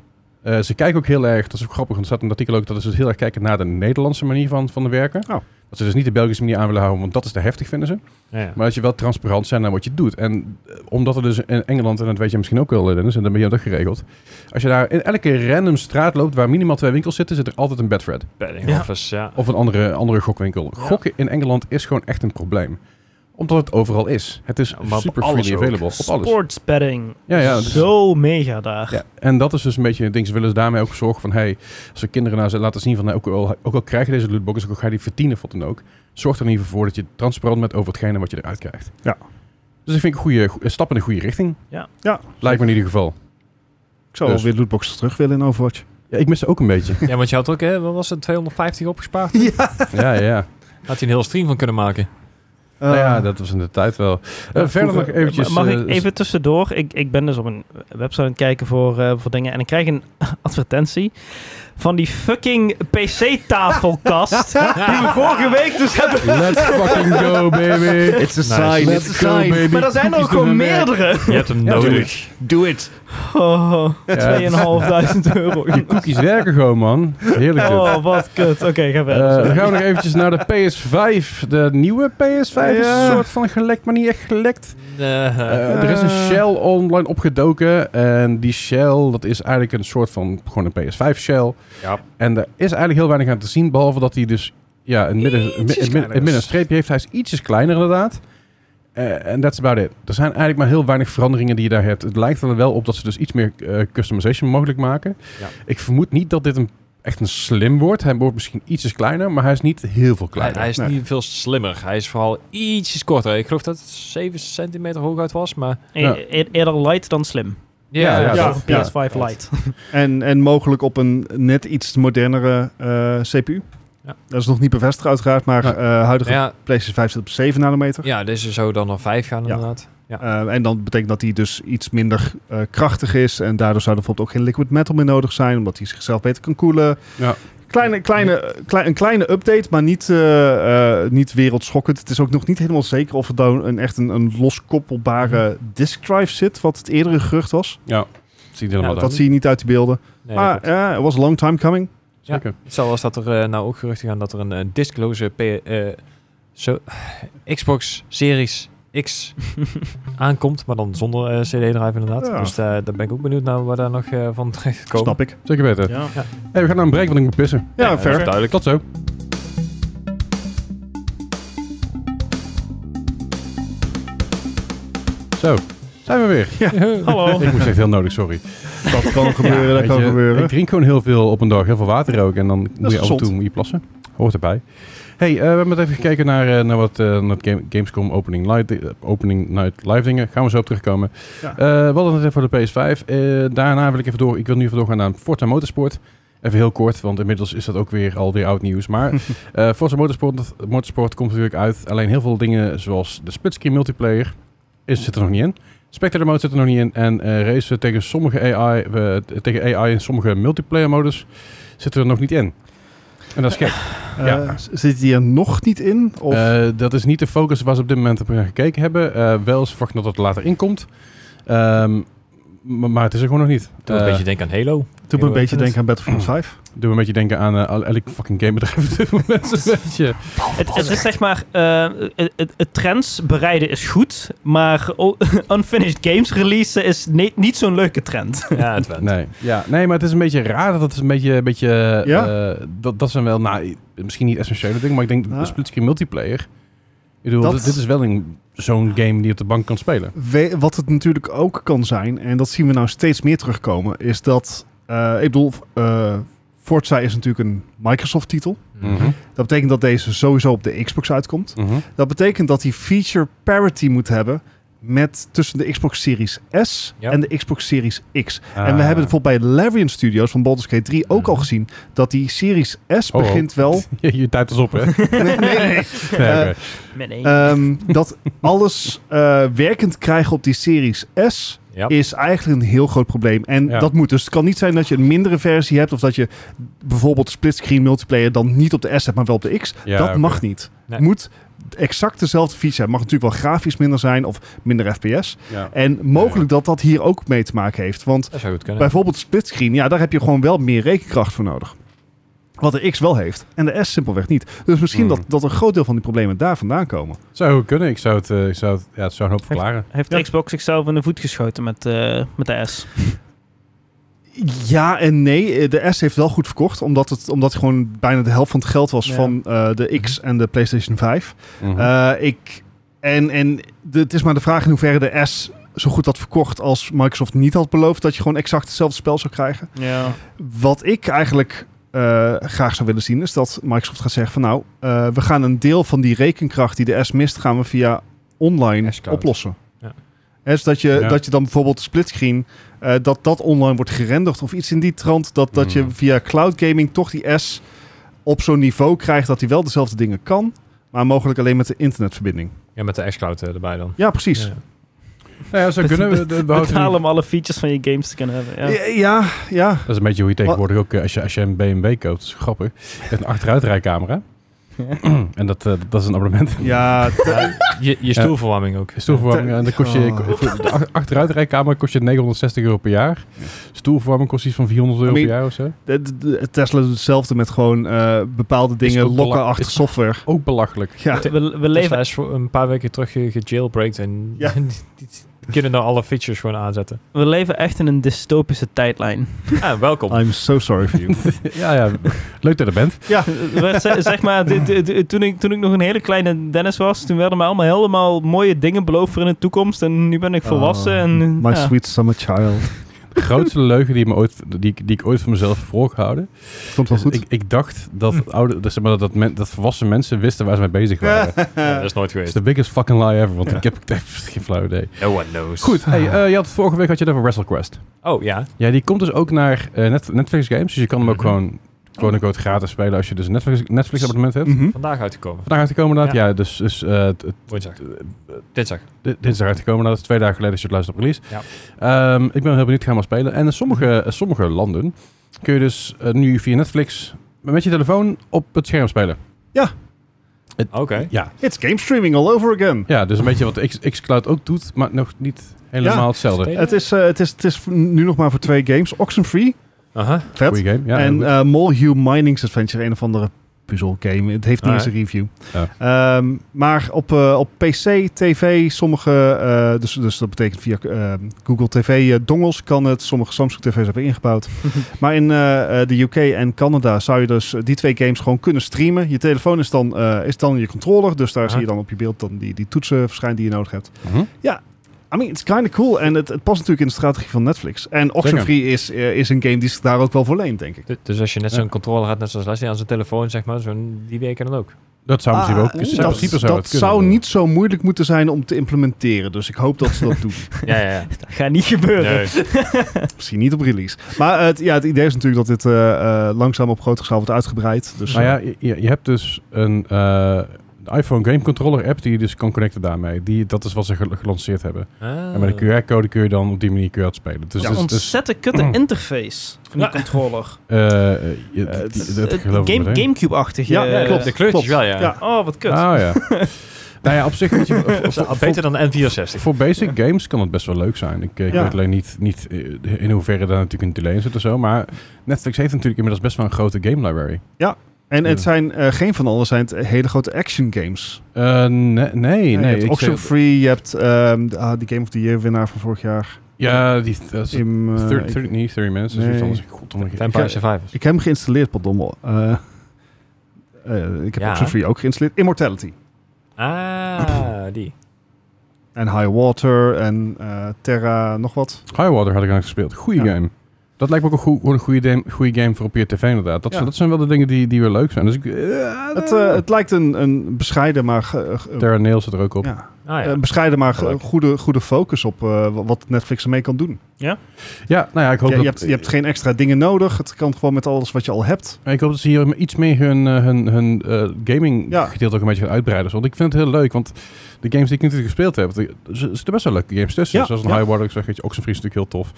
S2: Eh, ze kijken ook heel erg, dat is ook grappig, want er staat in het artikel ook dat ze heel erg kijken naar de Nederlandse manier van, van de werken.
S3: Oh.
S2: Dat ze dus niet de Belgische manier aan willen houden, want dat is te heftig, vinden ze.
S4: Ja, ja.
S2: Maar dat je wel transparant zijn naar wat je doet. En eh, omdat er dus in Engeland, en dat weet je misschien ook wel, Dennis, en dan ben je dat geregeld. Als je daar in elke random straat loopt waar minimaal twee winkels zitten, zit er altijd een bedfred.
S4: Betting
S1: Ja.
S4: office, ja.
S2: Of een andere, andere gokwinkel.
S4: Ja.
S2: Gokken in Engeland is gewoon echt een probleem. Omdat het overal is. Het is
S4: Ja, maar op
S2: super
S4: alles
S2: freely
S4: ook.
S2: available. Op alles.
S1: Sports betting.
S2: Ja, ja, dus-
S1: Zo mega daar.
S2: Ja, en dat is dus een beetje het ding. Ze willen daarmee ook zorgen van, hey, als de kinderen nou ze laten zien van, hey, ook, al, ook al krijg je deze lootbox, ook al ga je die verdienen of wat dan ook, zorg er in ieder geval voor dat je transparant bent over hetgene wat je eruit krijgt.
S3: Ja.
S2: Dus ik vind een, goede, een stap in de goede richting.
S1: Ja.
S3: Ja.
S2: Lijkt me in ieder geval.
S3: Ik zou
S2: Dus-
S3: wel weer lootboxen terug willen in Overwatch.
S2: Ja, ik mis ze ook een beetje.
S4: ja, want je had ook, hè, wat was het, 250 opgespaard?
S2: [LAUGHS] ja, ja, ja.
S4: Had hij een heel stream van kunnen maken.
S2: Nou
S3: Eh,
S2: ja, dat was in de tijd wel. Eh, verder nog
S1: Vroeger-
S2: eventjes...
S1: Mag
S2: eh,
S1: ik even tussendoor? Ik, ik ben dus op een website aan het kijken voor, eh, voor dingen. En ik krijg een [LAUGHS] advertentie van die fucking PC-tafelkast. die we vorige week dus hebben.
S2: [LAUGHS] Let's fucking go, baby.
S3: It's a
S4: Nice.
S3: sign,
S2: Let's
S3: it's a
S2: go,
S3: sign.
S2: baby.
S1: Maar er zijn er ook
S2: Koekjes
S1: gewoon
S2: doen hun werk.
S1: meerdere.
S4: Je hebt hem
S2: Ja,
S4: nodig.
S3: Do it.
S1: Oh,
S2: Ja.
S1: 2500 euro.
S2: Die koekjes werken gewoon, man. Heerlijk dit.
S1: Oh, wat kut. Oké, ga
S2: Eh,
S1: verder.
S2: dan gaan we nog eventjes naar de PS5. De nieuwe PS5 is een
S3: Ja.
S2: soort van gelekt, maar niet echt gelekt. Eh,
S4: Eh,
S2: er is een
S3: Eh.
S2: shell online opgedoken. En die shell, dat is eigenlijk een soort van gewoon een PS5 shell.
S4: Ja.
S2: En er is eigenlijk heel weinig aan te zien, behalve dat hij dus ja, een midden, een mi- een mi- een midden een streepje heeft. Hij is ietsjes kleiner inderdaad. Eh, En that's about it. Er zijn eigenlijk maar heel weinig veranderingen die je daar hebt. Het lijkt er wel op dat ze dus iets meer eh, customization mogelijk maken.
S4: Ja.
S2: Ik vermoed niet dat dit een, echt een slim wordt. Hij wordt misschien ietsjes kleiner, maar hij is niet heel veel
S4: Hij,
S2: kleiner.
S4: hij is
S3: Nee.
S4: niet veel slimmer. Hij is vooral ietsjes korter. Ik geloof dat het 7 centimeter hooguit was, maar...
S1: E- e- eerder light dan slim.
S2: Ja, ja,
S1: Dus
S2: dat-
S1: voor
S3: ja.
S1: PS5 light.
S3: En, en mogelijk op een net iets modernere eh, CPU.
S4: Ja.
S3: Dat is nog niet bevestigd uiteraard, maar
S2: Ja.
S3: eh huidige
S4: Ja,
S3: PlayStation 5 zit op 7 nanometer.
S4: ja, deze zou dan naar 5 gaan
S3: Ja.
S4: inderdaad.
S3: Eh, en dan betekent dat die dus iets minder eh, krachtig is. En daardoor zou er bijvoorbeeld ook geen liquid metal meer nodig zijn, omdat hij zichzelf beter kan koelen.
S2: Ja.
S3: Kleine, kleine, eh, klei- een kleine update, maar niet, eh, eh, niet wereldschokkend. Het is ook nog niet helemaal zeker of er dan een, echt een, een loskoppelbare
S2: Mm.
S3: disk drive zit, wat het eerdere gerucht was.
S2: Zie je helemaal
S4: Ja,
S2: uit.
S3: Dat zie je niet uit die beelden.
S4: Nee,
S3: maar eh, it was a long time coming.
S2: Zeker.
S4: Hetzelfde als dat er eh, nou ook geruchten gaan dat er een eh, diskloze P- eh, zo, Xbox Series
S3: [LAUGHS]
S4: X aankomt, maar dan zonder CD-drive inderdaad.
S3: Ja.
S4: Dus eh, daar ben ik ook benieuwd naar waar daar nog eh, van terecht komen.
S3: Snap ik.
S2: Zeker weten.
S1: Ja.
S2: Hey, we gaan naar een break, want ik moet pissen.
S3: Ja,
S4: dat is
S3: fair.
S4: duidelijk.
S2: Tot zo. Zo, zijn we weer.
S1: Hallo.
S2: Ik moest echt heel nodig, sorry.
S3: Dat
S2: [LAUGHS]
S3: kan gebeuren, dat
S2: Weet
S3: kan
S2: je,
S3: gebeuren.
S2: Ik drink gewoon heel veel op een dag, heel veel water ook. En dan moet je af en
S3: gezond.
S2: toe moet je plassen. Hoort erbij. hey, eh, we hebben net even gekeken naar, eh, naar wat eh, naar het Game- Gamescom opening, light, eh, opening night live dingen. Gaan we zo op terugkomen.
S3: Ja.
S2: Eh, we hadden het even voor de PS5. Eh, daarna wil ik even door. Ik wil nu even doorgaan naar Forza Motorsport. Even heel kort, want inmiddels is dat ook weer alweer oud nieuws.
S3: [LAUGHS]
S2: Maar eh, Forza Motorsport, Motorsport komt natuurlijk uit. Alleen heel veel dingen zoals de splitscreen multiplayer is, zit er nog niet in. Spectator mode zit er nog niet in. En eh racen tegen sommige AI, eh, tegen AI en sommige multiplayer modus zitten er nog niet in. En dat is gek.
S3: Eh,
S2: ja.
S3: z- Zit die er nog niet in? Of?
S2: Eh, dat is niet de focus waar ze op dit moment op naar gekeken hebben. Eh, wel is verwacht dat het later inkomt. Ehm, m- maar het is er gewoon nog niet.
S4: Doe een
S2: Eh,
S4: beetje denken aan Halo.
S3: Doe me een
S4: Halo
S3: beetje
S4: Infinite.
S3: denken aan Battlefield 5.
S2: Doe me een beetje denken aan eh, elk fucking gamebedrijf op dit moment.
S4: [LAUGHS]
S2: een beetje.
S1: Het, het is zeg maar, eh, het, het- het trends bereiden is goed, maar o- [LAUGHS] unfinished games releasen is ne- niet zo'n leuke trend.
S4: Ja, het went.
S2: Nee. [LAUGHS] Ja, nee, maar het is een beetje raar dat het is een beetje... Een beetje
S3: Ja?
S2: eh, dat, dat zijn wel, nou, misschien niet essentiële dingen, maar ik denk
S3: Ja.
S2: de splitscreen multiplayer. Ik bedoel,
S3: Dat-
S2: dit- dit is wel een- zo'n game die op de bank kan spelen.
S3: We- wat het natuurlijk ook kan zijn, en dat zien we nou steeds meer terugkomen, is dat. eh, ik bedoel, eh, Forza is natuurlijk een Microsoft-titel.
S2: Mhm.
S3: Dat betekent dat deze sowieso op de Xbox uitkomt.
S2: Mhm.
S3: Dat betekent dat die feature parity moet hebben met tussen de Xbox Series S
S4: Ja.
S3: en de Xbox Series X. en we
S2: Ah.
S3: hebben bijvoorbeeld bij Larian Studios van Baldur's Gate 3 ook
S4: Mhm.
S3: al gezien dat die Series S
S2: Oh, oh.
S3: begint
S2: [LAUGHS]
S3: wel.
S2: Je, je tijd is op,
S3: [LAUGHS]
S2: hè? nee,
S3: Nee, nee, nee. Eh,
S2: oké.
S1: Min één.
S3: Ehm, dat alles eh, werkend krijgen op die Series S
S4: Ja.
S3: is eigenlijk een heel groot probleem. En
S2: Ja.
S3: dat moet dus. Het kan niet zijn dat je een mindere versie hebt... of dat je bijvoorbeeld splitscreen multiplayer dan niet op de S hebt... maar wel op de X.
S2: Ja,
S3: dat
S2: oké.
S3: mag niet.
S4: Nee.
S3: Moet exact dezelfde feature hebben. Mag natuurlijk wel grafisch minder zijn of minder FPS.
S2: Ja.
S3: En mogelijk dat dat hier ook mee te maken heeft. Want
S4: Dat zou goed kunnen.
S3: bijvoorbeeld splitscreen... ja, daar heb je gewoon wel meer rekenkracht voor nodig. Wat de X wel heeft en de S simpelweg niet. Dus misschien
S2: Hmm.
S3: dat, dat een groot deel van die problemen daar vandaan komen.
S2: Zou goed kunnen. Ik zou het, eh, ik zou het, ja, het zou een hoop verklaren.
S1: Heeft
S3: Ja.
S1: Xbox zichzelf in de voet geschoten met, eh, met de S?
S3: Ja en nee. Eh, De S heeft wel goed verkocht, omdat het, omdat het gewoon bijna de helft van het geld was
S1: Ja.
S3: van eh, de X en de PlayStation 5.
S2: Mhm.
S3: Eh, ik, en en de, het is maar de vraag in hoeverre de S zo goed had verkocht als Microsoft niet had beloofd dat je gewoon exact hetzelfde spel zou krijgen.
S1: Ja.
S3: Wat ik eigenlijk eh, graag zou willen zien, is dat Microsoft gaat zeggen van nou, eh, we gaan een deel van die rekenkracht die de S mist, gaan we via online
S4: S-cloud.
S3: oplossen.
S4: Ja.
S3: Hè, dus dat je,
S2: Ja.
S3: dat je dan bijvoorbeeld splitscreen, eh dat dat online wordt gerenderd of iets in die trant, dat, dat je
S2: Hmm.
S3: via cloud gaming toch die S op zo'n niveau krijgt dat hij wel dezelfde dingen kan, maar mogelijk alleen met de internetverbinding.
S4: Ja, met de xCloud eh, erbij dan.
S3: Ja, precies.
S4: Ja.
S2: nou ja, zou kunnen. We, we- we houden
S1: Betalen
S2: niet-
S1: om alle features van je games te kunnen hebben. Ja.
S3: Ja, ja. ja.
S2: dat is een beetje hoe je tegenwoordig ook, eh, als je, als je een BMW koopt, dat is grappig, je hebt een achteruitrijcamera. [CLEARS THROAT] en dat, eh, dat is een abonnement.
S3: Ja,
S4: Je, je stoelverwarming ook.
S2: Stoelverwarming, en dan kost je,
S3: Oh.
S2: voor de ach- achteruitrijkamer kost je 960 euro per jaar. Stoelverwarming kost iets van 400 euro
S3: I mean,
S2: per jaar of zo.
S3: de- de- de- Tesla doet hetzelfde met gewoon eh, bepaalde dingen
S2: ook
S3: lokken
S2: bela-
S3: achter
S2: is-
S3: software.
S2: Ook belachelijk. [LAUGHS]
S3: Ja,
S1: We, we
S4: Leven
S1: leven,
S4: is voor een paar weken terug ge- gejailbreakt en
S3: Ja.
S4: [LAUGHS] die, die- die kunnen nou alle features gewoon aanzetten.
S1: we leven echt in een dystopische [LAUGHS] tijdlijn.
S4: Ja, welkom.
S3: I'm so sorry for you.
S2: ja, ja, leuk dat je er bent.
S3: ja,
S1: Het werd, ze- zeg maar, dit- dit- dit- toen, ik, toen ik nog een hele kleine Dennis was, toen werden me allemaal helemaal mooie dingen beloofd voor in de toekomst. En nu
S2: Oh,
S1: ben ik volwassen. en,
S3: Ah, My
S1: ja.
S3: sweet summer child.
S2: De grootste leugen die, me ooit, die, ik- die ik ooit van mezelf heb voorgehouden,
S3: Komt wel
S2: Dus
S3: goed.
S2: Ik, ik dacht
S3: [LAUGHS]
S2: dat, oude, dat, zeg maar, dat, men, dat volwassen mensen wisten waar ze mee bezig waren. Dat
S4: Ja, dat is nooit
S2: is
S4: geweest.
S2: de biggest fucking lie ever, want
S3: Ja.
S2: ik heb echt geen flauw idee.
S4: No one knows.
S2: Goed, hey, eh, je had, vorige week had je het over WrestleQuest.
S4: Oh ja.
S2: Ja, die komt dus ook naar eh, Net- Netflix Games, dus je kan hem ook
S4: Mhm.
S2: gewoon quote unquote gratis spelen als je dus een Netflix, Netflix abonnement hebt.
S3: Mhm.
S4: Vandaag uitgekomen.
S2: Vandaag uitgekomen dat, ja.
S4: Ja.
S2: dus, dus eh, t-
S4: Woensdag.
S2: eh,
S4: Dinsdag.
S2: di- dinsdag uitgekomen dat, is twee dagen geleden als je het luistert op release. Ehm, ik ben heel benieuwd, gaan we spelen. En in
S3: Mhm.
S2: sommige, in sommige landen kun je dus eh, nu via Netflix met je telefoon op het scherm spelen.
S4: Oké.
S2: Ja,
S3: It's game streaming all over again.
S2: Ja, dus een beetje wat X, xCloud ook doet, maar nog niet helemaal
S3: Ja.
S2: hetzelfde.
S4: Ja.
S3: Het, is, eh, het, is, het is nu nog maar voor twee games. Oxenfree,
S4: Aha.
S3: vet.
S2: Goeie game. Ja,
S3: en
S2: goed.
S3: eh, Molehue Mining's Adventure, een of andere puzzelgame. Het heeft niet
S4: Ah,
S3: eens een review.
S2: Ja.
S3: Ehm, maar op, eh, op PC, TV, sommige... eh, dus, dus dat betekent via eh, Google TV eh dongles kan het. Sommige Samsung TV's hebben
S2: [LAUGHS]
S3: ingebouwd. maar in eh, eh, de UK en Canada zou je dus eh, die twee games gewoon kunnen streamen. Je telefoon is dan, eh, is dan je controller. Dus daar
S4: Ah.
S3: zie je dan op je beeld dan die, die toetsen verschijnen die je nodig hebt.
S2: Mhm.
S3: I mean, it's kind of cool. En het, het past natuurlijk in de strategie van Netflix. En Oxenfree is, eh, is een game die zich daar ook wel voor leent, denk ik.
S4: Du- Dus als je net
S2: Ja.
S4: zo'n controller had, net zoals Leslie aan zijn telefoon, zeg maar, zo'n, die werken dan ook.
S2: Dat zou misschien ook.
S3: Ah,
S2: in
S3: dat
S2: principe
S3: dat
S2: zou het kunnen.
S3: zou niet zo moeilijk moeten zijn om te implementeren. Dus ik hoop dat ze
S2: [LAUGHS]
S3: dat doen.
S4: Ja, ja, ja.
S1: Dat gaat niet gebeuren.
S3: Misschien niet op release. Maar eh, het, ja, het idee is natuurlijk dat dit eh, eh, langzaam op grote schaal wordt uitgebreid. Dus,
S2: Nou ja,
S3: eh,
S2: je- je, je hebt dus een eh, de iPhone Game Controller app die je dus kan connecten daarmee. Die, dat is wat ze gel- gelanceerd hebben.
S4: Ah.
S2: En met een QR-code kun je dan op die manier kun je dat spelen. Dus,
S1: Ja,
S2: dus, dus
S1: ontzettend kutte interface van die
S4: Ja.
S1: controller.
S2: eh, eh, je-
S3: Eh,
S2: die-
S3: het-
S2: dat
S1: Het eh,
S2: geloof ik
S1: Game,
S2: meteen.
S1: Gamecube-achtige.
S3: Ja,
S1: eh,
S3: klopt.
S4: De kleurtjes
S3: Klopt.
S4: wel, ja.
S3: Ja.
S1: Oh, wat kut.
S2: Ah [LAUGHS] ja. nou ja, op zich weet je... voor- voor- voor-
S4: Beter dan de N64.
S2: Voor basic games kan het best wel leuk zijn. Ik, eh, ik
S3: Ja.
S2: weet alleen niet, niet eh, in hoeverre daar natuurlijk een delay in zit of zo. Maar Netflix heeft natuurlijk inmiddels best wel een grote game library.
S3: en het
S2: Ja.
S3: zijn eh, geen van alles, zijn het hele grote action games.
S2: Eh, nee, nee.
S3: Eh,
S2: nee
S3: je hebt
S2: ik zeg-
S3: Oxenfree, je hebt ehm, de- ah, die Game of the Year winnaar van vorig jaar.
S2: ja, die dat is
S3: Im, eh,
S2: 30,
S3: ik,
S2: 30, nee, 30 minutes. dat is iets
S3: Nee.
S2: anders. Goddomme, ik-
S4: Vampire
S2: ik-
S4: Survivors.
S3: ik heb hem geïnstalleerd, pardon. Eh eh, ik heb
S4: Ja.
S3: Oxenfree ook geïnstalleerd. Immortality.
S4: Ah, die.
S3: En High Water en eh, Terra, nog wat.
S2: Highwater had ik aan gespeeld. Goeie
S3: Ja.
S2: game. Dat lijkt me ook een, goe- gewoon een goede game, goede game voor op je tv inderdaad. Dat,
S3: Ja.
S2: zijn, dat zijn wel de dingen die, die weer leuk zijn. Dus ik,
S3: Het, eh, het lijkt een, een bescheiden, maar, ge- ge-
S2: Terra Nail zit er ook op.
S3: ja,
S4: Ah
S3: eh,
S4: ja.
S3: bescheiden, maar ge-
S4: Leuk.
S3: goede, goede focus op eh, wa- wat Netflix ermee kan doen.
S2: Ja, nou ja, ik hoop
S3: Ja,
S2: dat...
S3: je, hebt, je hebt geen extra dingen nodig. Het kan gewoon met alles wat je al hebt.
S2: Maar Ik hoop dat ze hier iets meer hun, eh, hun, hun eh, gaming
S3: Ja.
S2: gedeelte ook een beetje gaan uitbreiden. Want ik vind het heel leuk, want de games die ik nu toe gespeeld heb, er zitten best wel leuke games tussen.
S3: Ja,
S2: Zoals een
S3: ja.
S2: High Water, ik zeg, weet je, Oxenfree is natuurlijk heel tof.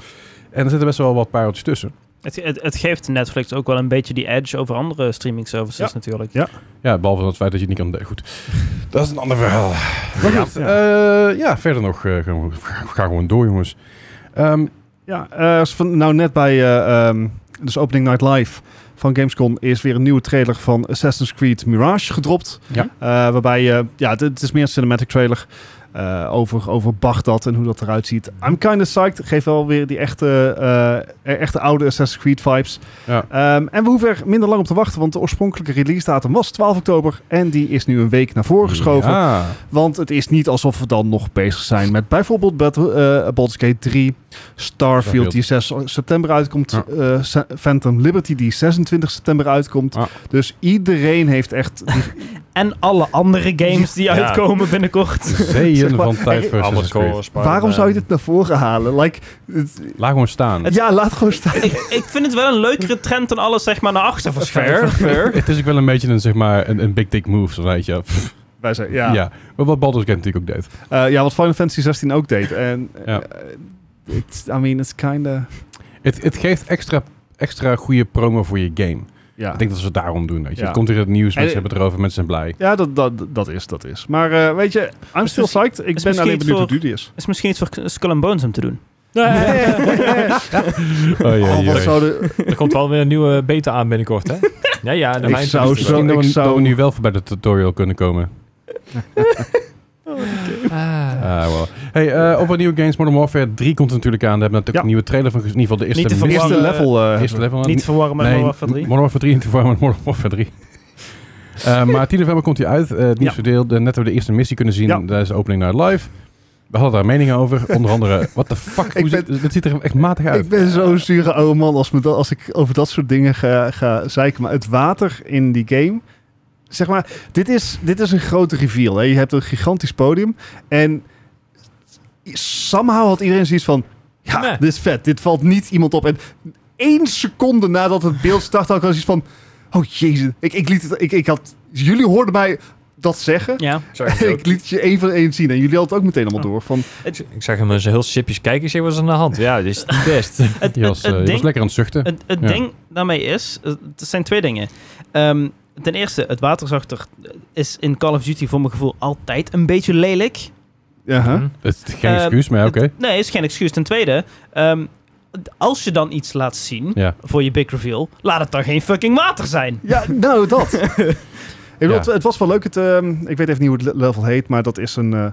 S2: En er zitten best wel wat pareltjes tussen.
S1: Het, het, het geeft Netflix ook wel een beetje die edge over andere streaming services
S3: Ja.
S1: natuurlijk.
S3: Ja.
S2: Ja, behalve het feit dat je het niet kan... Goed, [LAUGHS] dat is een ander verhaal. Maar goed, eh, ja. verder nog. eh, gaan [LAUGHS] we, we gaan gewoon door, jongens. Ehm,
S3: Ja, eh, als van, nou net bij eh, ehm, dus Opening Night Live van Gamescom, is weer een nieuwe trailer van Assassin's Creed Mirage gedropt.
S2: Ja.
S3: Eh, waarbij, eh, ja, het- het is meer een cinematic trailer eh, over, over Baghdad en hoe dat eruit ziet. I'm kinda psyched. Geeft wel weer die echte, eh, e- echte oude Assassin's Creed vibes.
S2: Ja.
S3: Ehm, en we hoeven er minder lang op te wachten, want de oorspronkelijke release datum was 12 oktober. En die is nu een week naar voren geschoven.
S2: Ja. [LAUGHS]
S3: Want het is niet alsof we dan nog bezig zijn met bijvoorbeeld Battle, eh, Baldur's Gate 3, Starfield die 6 september uitkomt,
S2: Ja.
S3: eh, Sa- Phantom Liberty die 26 september uitkomt.
S2: Ja.
S3: Dus iedereen heeft echt...
S1: En alle andere games die
S4: Ja.
S1: uitkomen binnenkort.
S2: Zeeën
S3: Zeg maar,
S2: van tijd
S3: er-
S2: voor Assassin's Creed.
S3: Waarom zou je dit naar voren halen? Like, het-
S2: Laat gewoon staan. Het,
S3: ja, laat gewoon
S2: [LAUGHS]
S3: staan.
S1: ik, ik vind het wel een leukere trend dan alles zeg maar naar achter verschuiven.
S4: Fair, fair.
S2: is ook wel een beetje een, zeg maar, een, een big dick move, zo weet je. Pff,
S3: Wij zijn,
S2: ja.
S3: ja. Ja.
S2: Maar wat Baldur's Gate natuurlijk ook deed.
S3: ja, wat Final Fantasy 16 ook deed. En,
S2: Ja.
S3: eh, it's- I mean, it's kinda...
S2: Het, het geeft extra, extra goede promo voor je game.
S3: Ja.
S2: Ik denk dat ze het daarom doen, weet je.
S3: Ja.
S2: Het komt weer in het nieuws,
S3: En-
S2: mensen hebben het erover, mensen zijn blij.
S3: Ja, dat, dat, dat is, dat is. Maar eh, weet je, I'm still
S1: misschien-
S3: psyched. Ik
S1: is
S3: ben
S1: misschien
S3: alleen
S1: iets
S3: benieuwd hoe
S1: voor-
S3: duur die is.
S1: [LAUGHS] Is misschien iets voor Skull and Bones om te doen.
S3: [LAUGHS]
S4: [LAUGHS]
S2: Oh, ja, ja.
S3: Oh, wat zouden...
S4: Er komt wel weer een nieuwe beta aan binnenkort, hè? Ja, ja. De
S3: Ik
S4: mijn-
S3: zou
S2: Misschien
S3: zo-
S2: dat, we,
S3: ik zou-
S2: dat we nu wel bij de tutorial kunnen komen.
S4: Ah.
S2: Ah, wel. Hey, eh, over nieuwe games, Modern Warfare 3 komt er natuurlijk aan. Daar hebben we natuurlijk
S3: Ja.
S2: een nieuwe trailer van gezien. In ieder geval de
S1: Niet
S2: eerste
S1: te
S2: mis-
S1: verwarren.
S3: Eerste level... eh,
S2: eerste level.
S1: Niet verwarren met
S2: Nee,
S1: Modern Warfare 3.
S2: Modern Warfare 3 niet te verwarren met Modern Warfare
S3: [LAUGHS]
S2: 3. Eh, maar 10 november komt hij uit. Eh, het nieuwste deel. De, net hebben we de eerste missie kunnen zien.
S3: Ja.
S2: Daar is de opening naar live. We hadden daar meningen over. Onder
S3: [LAUGHS]
S2: andere, what the fuck?
S3: Ik
S2: Hoe ziet- dit ziet er echt matig uit.
S3: Ik ben zo'n zure oude man als, me dat, als ik over dat soort dingen ga, ga zeiken. Maar het water in die game... Zeg maar, dit is, dit is een grote reveal. Hè? Je hebt een gigantisch podium. En somehow had iedereen zoiets van... Ja,
S4: Nee.
S3: dit is vet. Dit valt niet iemand op. En één seconde nadat het beeld start, had ik al zoiets van... Oh jezus, ik, ik liet het... Ik, ik had, jullie hoorden mij dat zeggen.
S1: Ja.
S4: Sorry,
S3: [LAUGHS] ik liet het je één van één zien. En jullie hadden het ook meteen allemaal door. Van,
S4: ik, ik zag hem eens heel sipjes kijken. Ik zeg, wat is er aan de hand? Ja, dit is niet
S3: [LAUGHS]
S4: best.
S1: Het,
S2: Je was,
S1: het- het
S2: eh, je was
S1: ding,
S2: lekker aan het zuchten.
S1: het, het
S2: Ja.
S1: ding daarmee is, eh, het zijn twee dingen. Ehm, ten eerste, het waterzachter is in Call of Duty voor mijn gevoel altijd een beetje lelijk.
S3: ja, hè?
S2: Het is geen
S1: Eh,
S2: excuus, maar oké.
S1: Het- Nee, is geen excuus. Ten tweede, ehm, d- als je dan iets laat zien
S2: Ja.
S1: voor je big reveal, laat het dan geen fucking water zijn.
S3: Ja,
S2: [LAUGHS]
S3: nou, dat. Ik bedoel,
S2: Ja.
S3: het, het was wel leuk. Het, ehm, ik weet even niet hoe het le- level heet, maar dat is een, eh,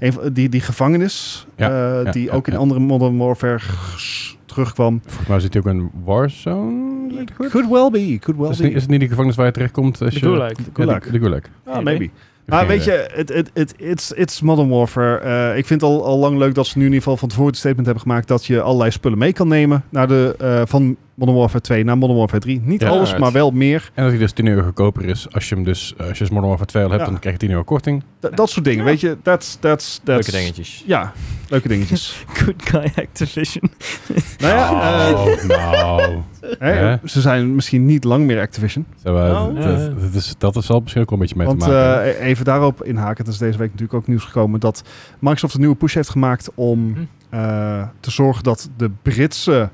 S3: een van- die, die gevangenis.
S2: Ja,
S3: eh,
S2: ja,
S3: die
S2: ja,
S3: ook in
S2: ja.
S3: andere Modern Warfare s- terugkwam.
S2: Volgens mij zit hij ook in Warzone. Is het goed?
S3: Could well be, could well
S2: Is, het niet, is het niet de gevangenis waar je terechtkomt? Als je,
S3: De
S2: Ja,
S3: gulag.
S2: de, de gulag.
S3: Ah, maybe. Maar weet je,
S2: eh,
S3: het het het it's, it's Modern Warfare. Eh, ik vind al, al lang leuk dat ze nu in ieder geval van tevoren het statement hebben gemaakt dat je allerlei spullen mee kan nemen naar de, eh, van Modern Warfare 2 naar Modern Warfare 3. Niet
S2: Ja,
S3: alles,
S2: right.
S3: maar wel meer.
S2: En dat hij dus 10 euro goedkoper is. Als je hem dus, eh, als je dus Modern Warfare 2 al hebt,
S3: Ja.
S2: dan krijg je 10 euro korting.
S3: Da- dat soort dingen, weet je. That's, that's, that's,
S4: Leuke dingetjes.
S3: Ja, leuke dingetjes.
S1: Good guy Activision. [LAUGHS]
S3: nou ja, eh,
S2: Oh,
S3: [LAUGHS]
S2: nou.
S3: Hè,
S2: Ja.
S3: Ze zijn misschien niet lang meer Activision.
S2: Zo, eh,
S1: Oh.
S2: dat, dat, dat is, dat zal misschien ook wel een beetje mee
S3: Want
S2: te maken.
S3: eh, even daarop inhaken, het is deze week natuurlijk ook nieuws gekomen dat Microsoft een nieuwe push heeft gemaakt om
S4: Hm.
S3: eh, te zorgen dat de Britse